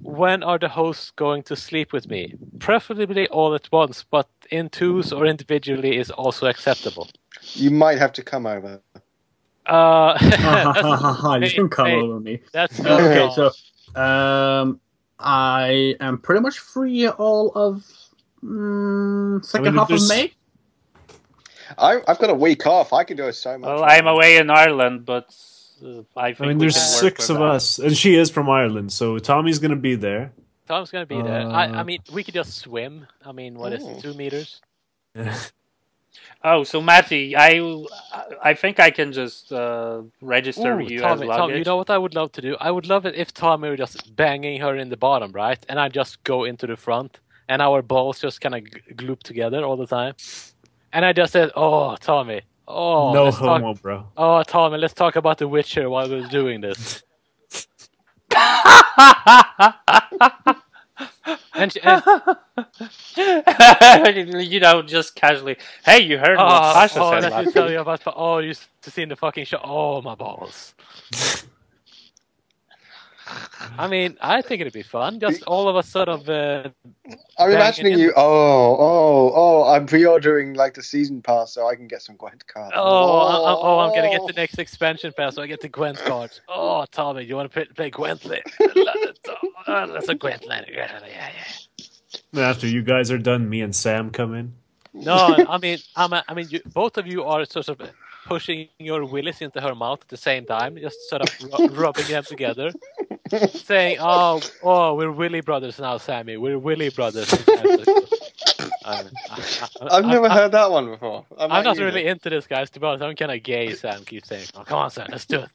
B: when are the hosts going to sleep with me? Preferably all at once, but in twos or individually is also acceptable.
H: You might have to come over.
B: Uh, that's,
D: you can come
B: hey. Oh,
D: over me.
B: that's not
D: Okay,
B: all.
D: so um, I am pretty much free all of mm, second
A: I mean,
D: half of
A: there's-
D: May.
H: I, I've got a week off. I can do so much.
G: Well, I'm away in Ireland, but uh, I think
A: I mean,
G: we
A: there's
G: can work
A: six
G: with
A: of
G: that.
A: us, and she is from Ireland, so Tommy's gonna be there.
B: Tom's gonna be there. I, I
A: Uh,
B: mean, we could just swim. I mean, what is it,
H: Ooh.
B: two meters?
G: Oh, so Matty, I I think I can just uh, register
B: Ooh,
G: you as
B: Tommy,
G: luggage.
B: Tommy, you know what I would love to do? I would love it if Tommy were just banging her in the bottom, right? And I just go into the front, and our balls just kind of g- gloop together all the time. And I just said, "Oh, Tommy, oh,
A: no
B: let's talk-
A: homo, bro.
B: oh, Tommy, let's talk about The Witcher while we're doing this." and, she, and
G: you know, just casually. Hey, you heard what
B: oh,
G: Sasha
B: oh,
G: said
B: let me
G: last
B: tell
G: week.
B: you about. Oh, you s- to see in the fucking show. Oh, my balls. I mean, I think it'd be fun. Just all of a sort of uh,
H: I'm
B: Bang
H: imagining
B: it
H: you.
B: in.
H: Oh, oh, oh! I'm pre-ordering like the season pass so I can get some Gwent cards.
B: Oh, I, I- oh, I'm gonna get the next expansion pass, so I get the Gwent cards. Oh, Tommy, you want to play, play Gwent? later? oh, that's a Gwent later. Yeah, yeah, yeah.
A: After you guys are done, me and Sam come in.
B: No, I mean, I'm a, I mean, you, both of you are sort of pushing your willies into her mouth at the same time, just sort of ru- rubbing them together, saying, "Oh, oh, we're Willy brothers now, Sammy. We're Willy brothers." Um, I- I-
H: I've never heard that one before. I
B: I'm
H: might
B: not
H: use
B: really
H: it.
B: into this, guys. To be honest, I'm kind of gay. Sam keeps saying, "Oh, come on, Sam, let's do it.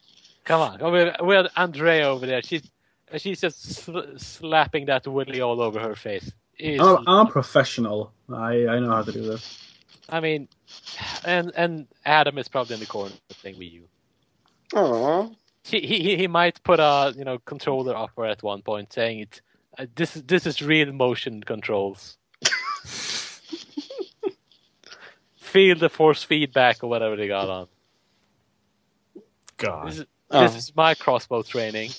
B: Come on." Oh, we we had Andrea over there. She's she's just sl- slapping that Willy all over her face. It's-
D: I'm, Oh, I'm a professional. I, I know how to do this.
B: I mean, and and Adam is probably in the corner playing with you.
H: Aww.
B: He he he might put a you know controller upper at one point, saying it. Uh, this is this is real motion controls. Feel the force feedback or whatever they got on.
A: God.
B: This is,
H: Oh.
B: this is my crossbow training.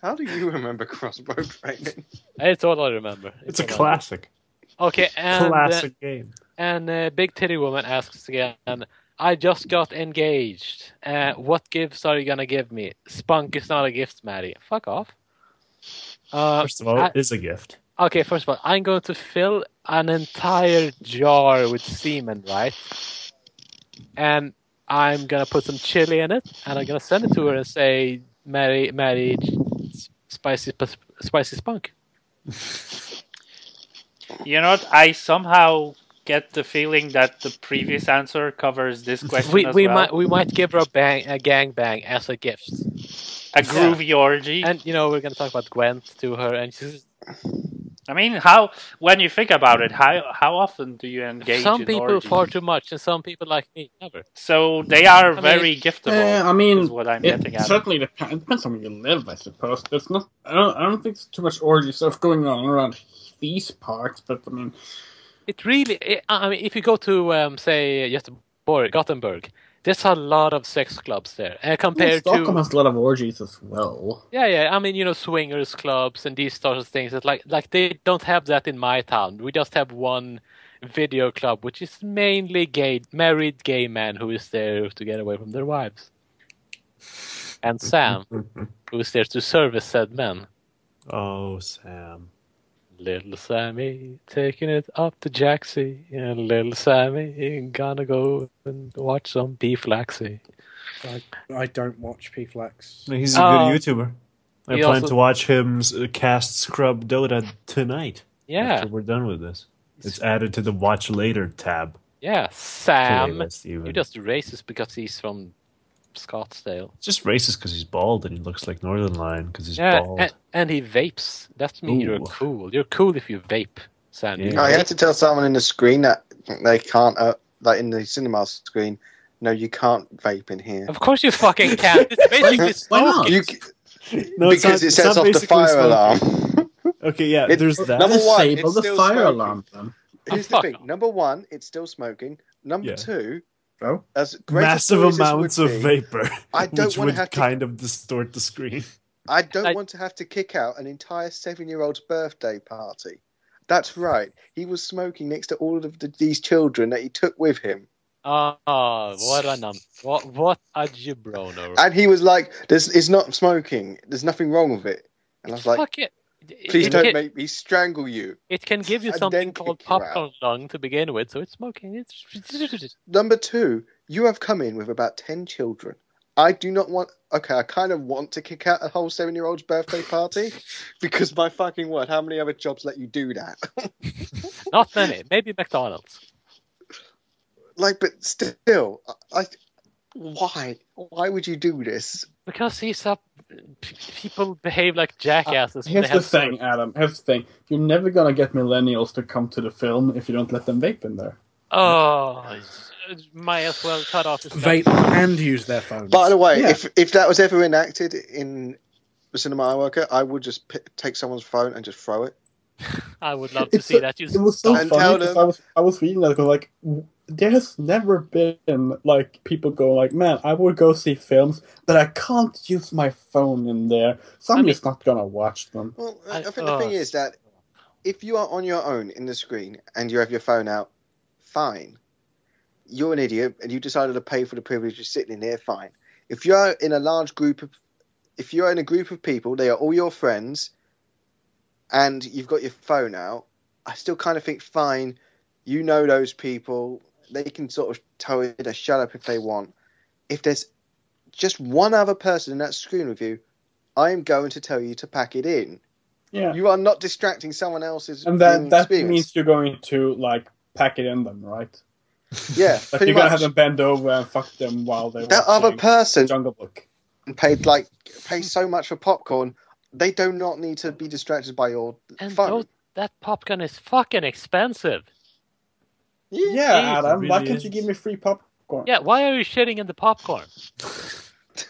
H: How do you remember crossbow training?
B: It's all I remember.
A: It's a
B: all I-
A: classic.
B: Okay, and uh,
A: classic
B: classic.
A: game.
B: and uh, Big Titty Woman asks again. I just got engaged. Uh, what gifts are you gonna give me? Spunk is not a gift, Maddie. Fuck off. Uh,
A: First of all,
B: I-
A: it is a gift.
B: okay, first of all, I'm going to fill an entire jar with semen, right? And I'm gonna put some chili in it, and I'm gonna send it to her and say, "Mary, Mary, spicy, spicy spunk."
G: You know what? I somehow get the feeling that the previous answer covers this question
B: we
G: as
B: we
G: well.
B: might we might give her a bang a gang bang as a gift,
G: A groovy orgy.
B: and you know we're gonna talk about Gwent to her, and she's
G: I mean, how when you think about it, how how often do you engage
B: some
G: in
B: people
G: orgies?
B: far too much, and some people like me never.
G: So they are
B: mean-
G: very giftable.
D: Eh, I mean,
G: is what I'm
D: it
G: getting at.
D: certainly depends, it depends on where you live, I suppose. There's not. I don't. I don't think there's too much orgy stuff going on around these parts, but I mean,
B: It really, it, I I mean, if you go to um, say Göteborg, Gothenburg, there's a lot of sex clubs there, uh, compared
D: Stockholm
B: to
D: has a lot of orgies as well.
B: yeah, yeah. I mean, you know, swingers clubs and these sorts of things. That like like they don't have that in my town. We just have one video club, which is mainly gay, married gay men who is there to get away from their wives, and Sam, who is there to service said men.
A: Oh, Sam.
B: Little Sammy taking it up to Jaxie, and little Sammy gonna go and watch some beef laxie.
C: I don't watch P Flex.
A: He's a
B: Oh.
A: good YouTuber. I
B: He
A: plan
B: also-
A: to watch him s- cast Scrub Dota tonight.
B: Yeah,
A: After we're done with this. It's added to the watch later tab.
B: yeah,
A: Playlist,
B: Sam.
A: even.
B: You're just racist because he's from Scottsdale.
A: It's just racist because he's bald and he looks like Northern Lion because he's
B: Yeah,
A: bald.
B: and, and he vapes. That's me. You're
A: Ooh.
B: cool. You're cool if you vape, Sam.
A: Yeah.
H: I had to tell someone in the screen that they can't, uh, like in the cinema screen, no, you can't vape in here.
B: Of course you fucking can. It's basically
D: Why not?
B: smoking.
H: You,
A: No, it's
H: because
A: not-
H: it
A: it's not
H: sets off the
A: basically
H: fire
A: smoking.
H: alarm.
A: Okay, yeah,
H: It-
A: there's that.
H: Number one,
D: Disable
H: it's
D: the
H: still
D: fire
H: smoking.
D: alarm, then.
H: Here's
B: Oh,
H: the
B: fuck
H: thing.
B: off.
H: Number one, it's still smoking. Number
A: Yeah.
H: two,
D: Oh.
H: as great as
A: Massive
H: noise as
A: amounts
H: would
A: of
H: be,
A: vapor,
H: I don't
A: which
H: wanna
A: would
H: have to-
A: kind of distort the screen.
H: I don't
B: I-
H: want to have to kick out an entire seven-year-old's birthday party. That's right. He was smoking next to all of the, these children that he took with him,
B: Ah, what a num. What what a gibroner.
H: and he was like, "This is not smoking. There's nothing wrong with it." And I was like,
B: Fuck it. It-
H: "Please
B: it
H: don't
B: can-
H: make me strangle you."
B: It can give you
H: And
B: something
H: then
B: called
H: kick you out.
B: popcorn lung to begin with, so it's smoking. It's
H: Number two, you have come in with about ten children. I do not want. Okay, I kind of want to kick out a whole seven-year-old's birthday party because my fucking word, how many other jobs let you do that?
B: not many. Maybe McDonald's.
H: like, but still, I, I, why? Why would you do this?
B: Because he's a p- people behave like jackasses. when
D: Here's
B: they have
D: the thing, Adam. Here's the thing. You're never gonna get millennials to come to the film if you don't let them vape in there.
B: Oh, it's- it's- might as well cut off his
C: Vape and use their phones.
H: By the way,
D: Yeah.
H: if if that was ever enacted in the cinema I work at, I would just p- take someone's phone and just throw it.
B: I would love to
D: It's
B: see
D: a-
B: that. You
D: It was so
H: And
D: funny
H: tell
D: because
H: them-
D: I was I was reading that going like, w- there has never been like people go like, man, I would go see films, but I can't use my phone in there, so I'm
B: I mean-
D: just not gonna watch them.
H: Well, I,
B: I-
H: I think
B: oh,
H: the thing is that if you are on your own in the screen and you have your phone out, fine. You're an idiot and you decided to pay for the privilege of sitting in here, fine. If you're in a large group of if you're in a group of people, they are all your friends and you've got your phone out, I still kind of think, fine, you know those people. They can sort of toe it or shut up if they want. If there's just one other person in that screen with you, I am going to tell you to pack it in.
D: Yeah.
H: You are not distracting someone else's
D: And that
H: viewing
D: that
H: experience.
D: means you're going to like pack it in them, right?
H: yeah,
D: That
H: pretty
D: you're gonna
H: much.
D: have them bend over and fuck them while they
H: That
D: watching
H: other person-
D: Jungle Book.
H: and paid like pay so much for popcorn, they do not need to be distracted by your
B: And
H: phone.
B: those- that popcorn is fucking expensive.
D: Yeah,
A: it
D: Adam, why
A: really
D: can't you
A: is.
D: give me free popcorn?
B: Yeah, why are you shitting in the popcorn?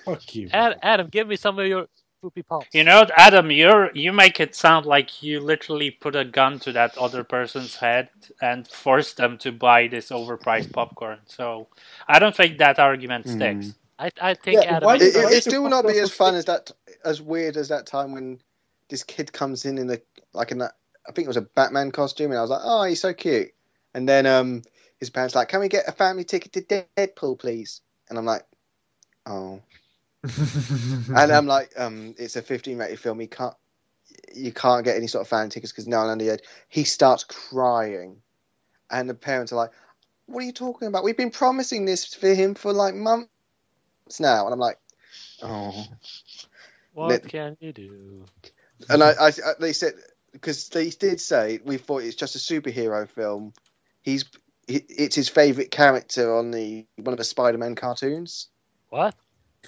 D: Fuck you.
B: Ad- Adam, give me some of your poopy pops.
G: You know, Adam, you're you make it sound like you literally put a gun to that other person's head and forced them to buy this overpriced popcorn. So I don't think that argument sticks.
B: I, I think
D: Yeah,
B: Adam.
D: why
B: is
D: did
H: it, it,
B: right.
H: it still will not be as fun as that as weird as that time when this kid comes in in the like in that I think it was a Batman costume and I was like oh he's so cute and then um his parents like can we get a family ticket to Deadpool please and I'm like oh and I'm like um it's a 15 rated film he can't you can't get any sort of fan tickets because no one under the age he starts crying and the parents are like what are you talking about we've been promising this for him for like months now and I'm like oh
B: What can you do?
H: and I, I, I- they said because they did say we thought it's just a superhero film. He's he, it's his favorite character on the one of the Spider-Man cartoons.
B: What?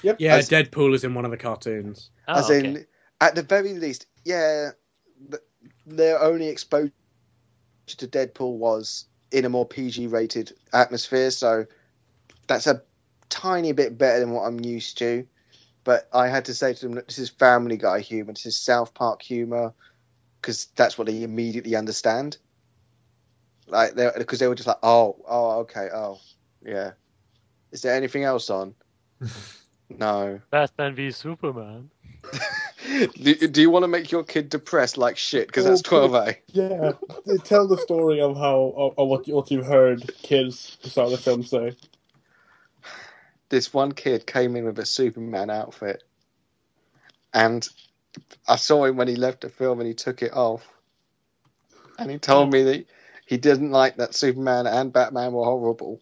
C: Yeah,
H: As-
C: Deadpool is in one of the cartoons.
B: Oh,
H: As
B: okay.
H: in, at the very least, yeah, th- their only exposure to Deadpool was in a more PG-rated atmosphere, so that's a tiny bit better than what I'm used to. But I had to say to them, "Look, this is Family Guy humor, this is South Park humor, because that's what they immediately understand. Like, because they were just like, oh, oh, okay, oh, yeah. Is there anything else on? no.
B: Batman v Superman.
H: Do, do you want to make your kid depressed like shit? Because that's
D: Oh,
H: 12A.
D: Yeah, they tell the story of how of, of what you, what you heard kids who saw the film say.
H: This one kid came in with a Superman outfit. And I saw him when he left the film and he took it off. And he told me that he didn't like that Superman and Batman were horrible.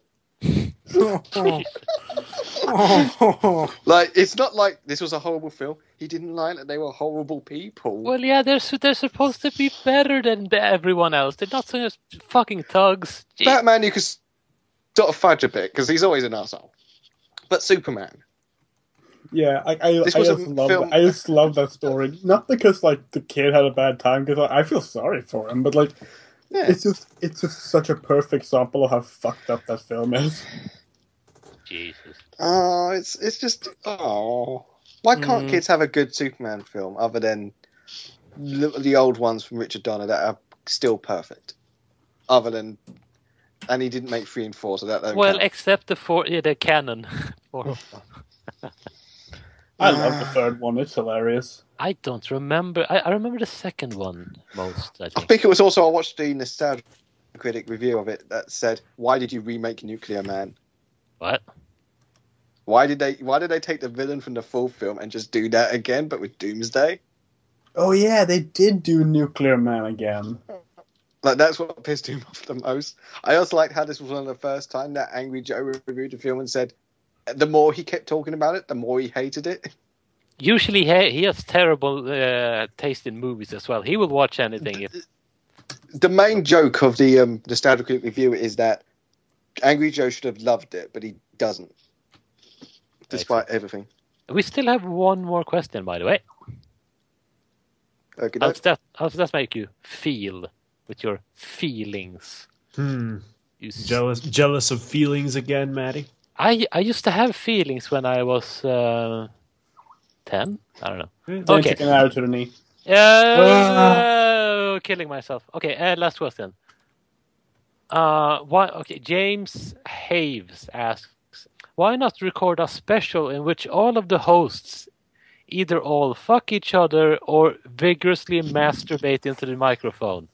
C: Oh.
H: Like, it's not like this was a horrible film. He didn't like that they were horrible people.
B: Well, yeah, they're su- they're supposed to be better than the- everyone else. They're not so much fucking thugs. Gee,
H: Batman, you could sort of fudge a bit because he's always an asshole. But Superman,
D: Yeah, I I, I
H: This was
D: just
H: a
D: love
H: film-
D: I just love that story. Not because like the kid had a bad time, because I, I feel sorry for him, but like
H: yeah,
D: it's just it's just such a perfect example of how fucked up that film is.
B: Jesus.
H: Oh, it's it's just oh. Why can't kids have a good Superman film other than the, the old ones from Richard Donner that are still perfect? Other than, and he didn't make three and four, so that don't
B: Well,
H: count.
B: except the four, yeah, the canon. Or-
D: I love the third one; it's hilarious.
B: I don't remember. I, I remember the second one most. I
H: I
B: think.
H: think it was also I watched the nostalgia critic review of it that said, "Why did you remake Nuclear Man?
B: What?
H: Why did they Why did they take the villain from the full film and just do that again, but with Doomsday?
D: Oh yeah, they did do Nuclear Man again.
H: Like that's what pissed him off the most. I also liked how this was one of the first time that Angry Joe reviewed the film and said, the more he kept talking about it, the more he hated it.
B: Usually, he, he has terrible uh, taste in movies as well. He will watch anything. If,
H: The main joke of the um, nostalgia critic review is that Angry Joe should have loved it, but he doesn't, despite everything.
B: we still have one more question, by the way.
H: Okay,
B: How does that how does that make you feel with your feelings?
A: Hmm.
B: You s-
A: Jealous, jealous of feelings again, Maddie.
B: I I used to have feelings when I was uh, ten. I don't know.
D: Then
B: Okay.
D: took an arrow to the knee.
B: Uh, killing myself. Okay, uh, last question. Uh, why? Okay, James Haves asks, why not record a special in which all of the hosts either all fuck each other or vigorously masturbate into the microphone?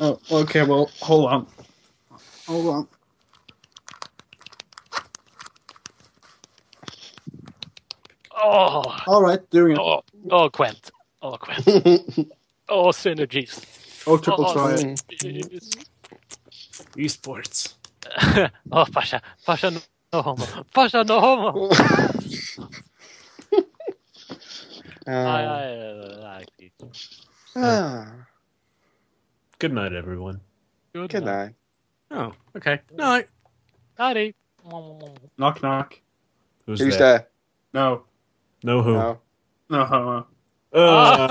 D: Oh, okay. Well, hold on, hold on.
B: Oh,
D: All right, doing it.
B: oh, oh, Quent. Oh, Quent.
H: that-
B: Oh, synergies.
D: Oh, triple
B: Oh,
D: try.
B: s- it's-
A: Esports.
B: oh, Pasha, Pasha, no homo. Pasha, no homo. I, I, uh, like it.
H: Ah,
A: Good night, everyone.
B: Good,
H: good
B: night.
H: night.
C: Oh, okay. No,
B: Nighty.
D: Knock knock.
A: Who's,
H: Who's
A: that?
H: there? Oh.
D: No.
A: No who.
H: No.
D: No.
A: Uh,
B: Ah.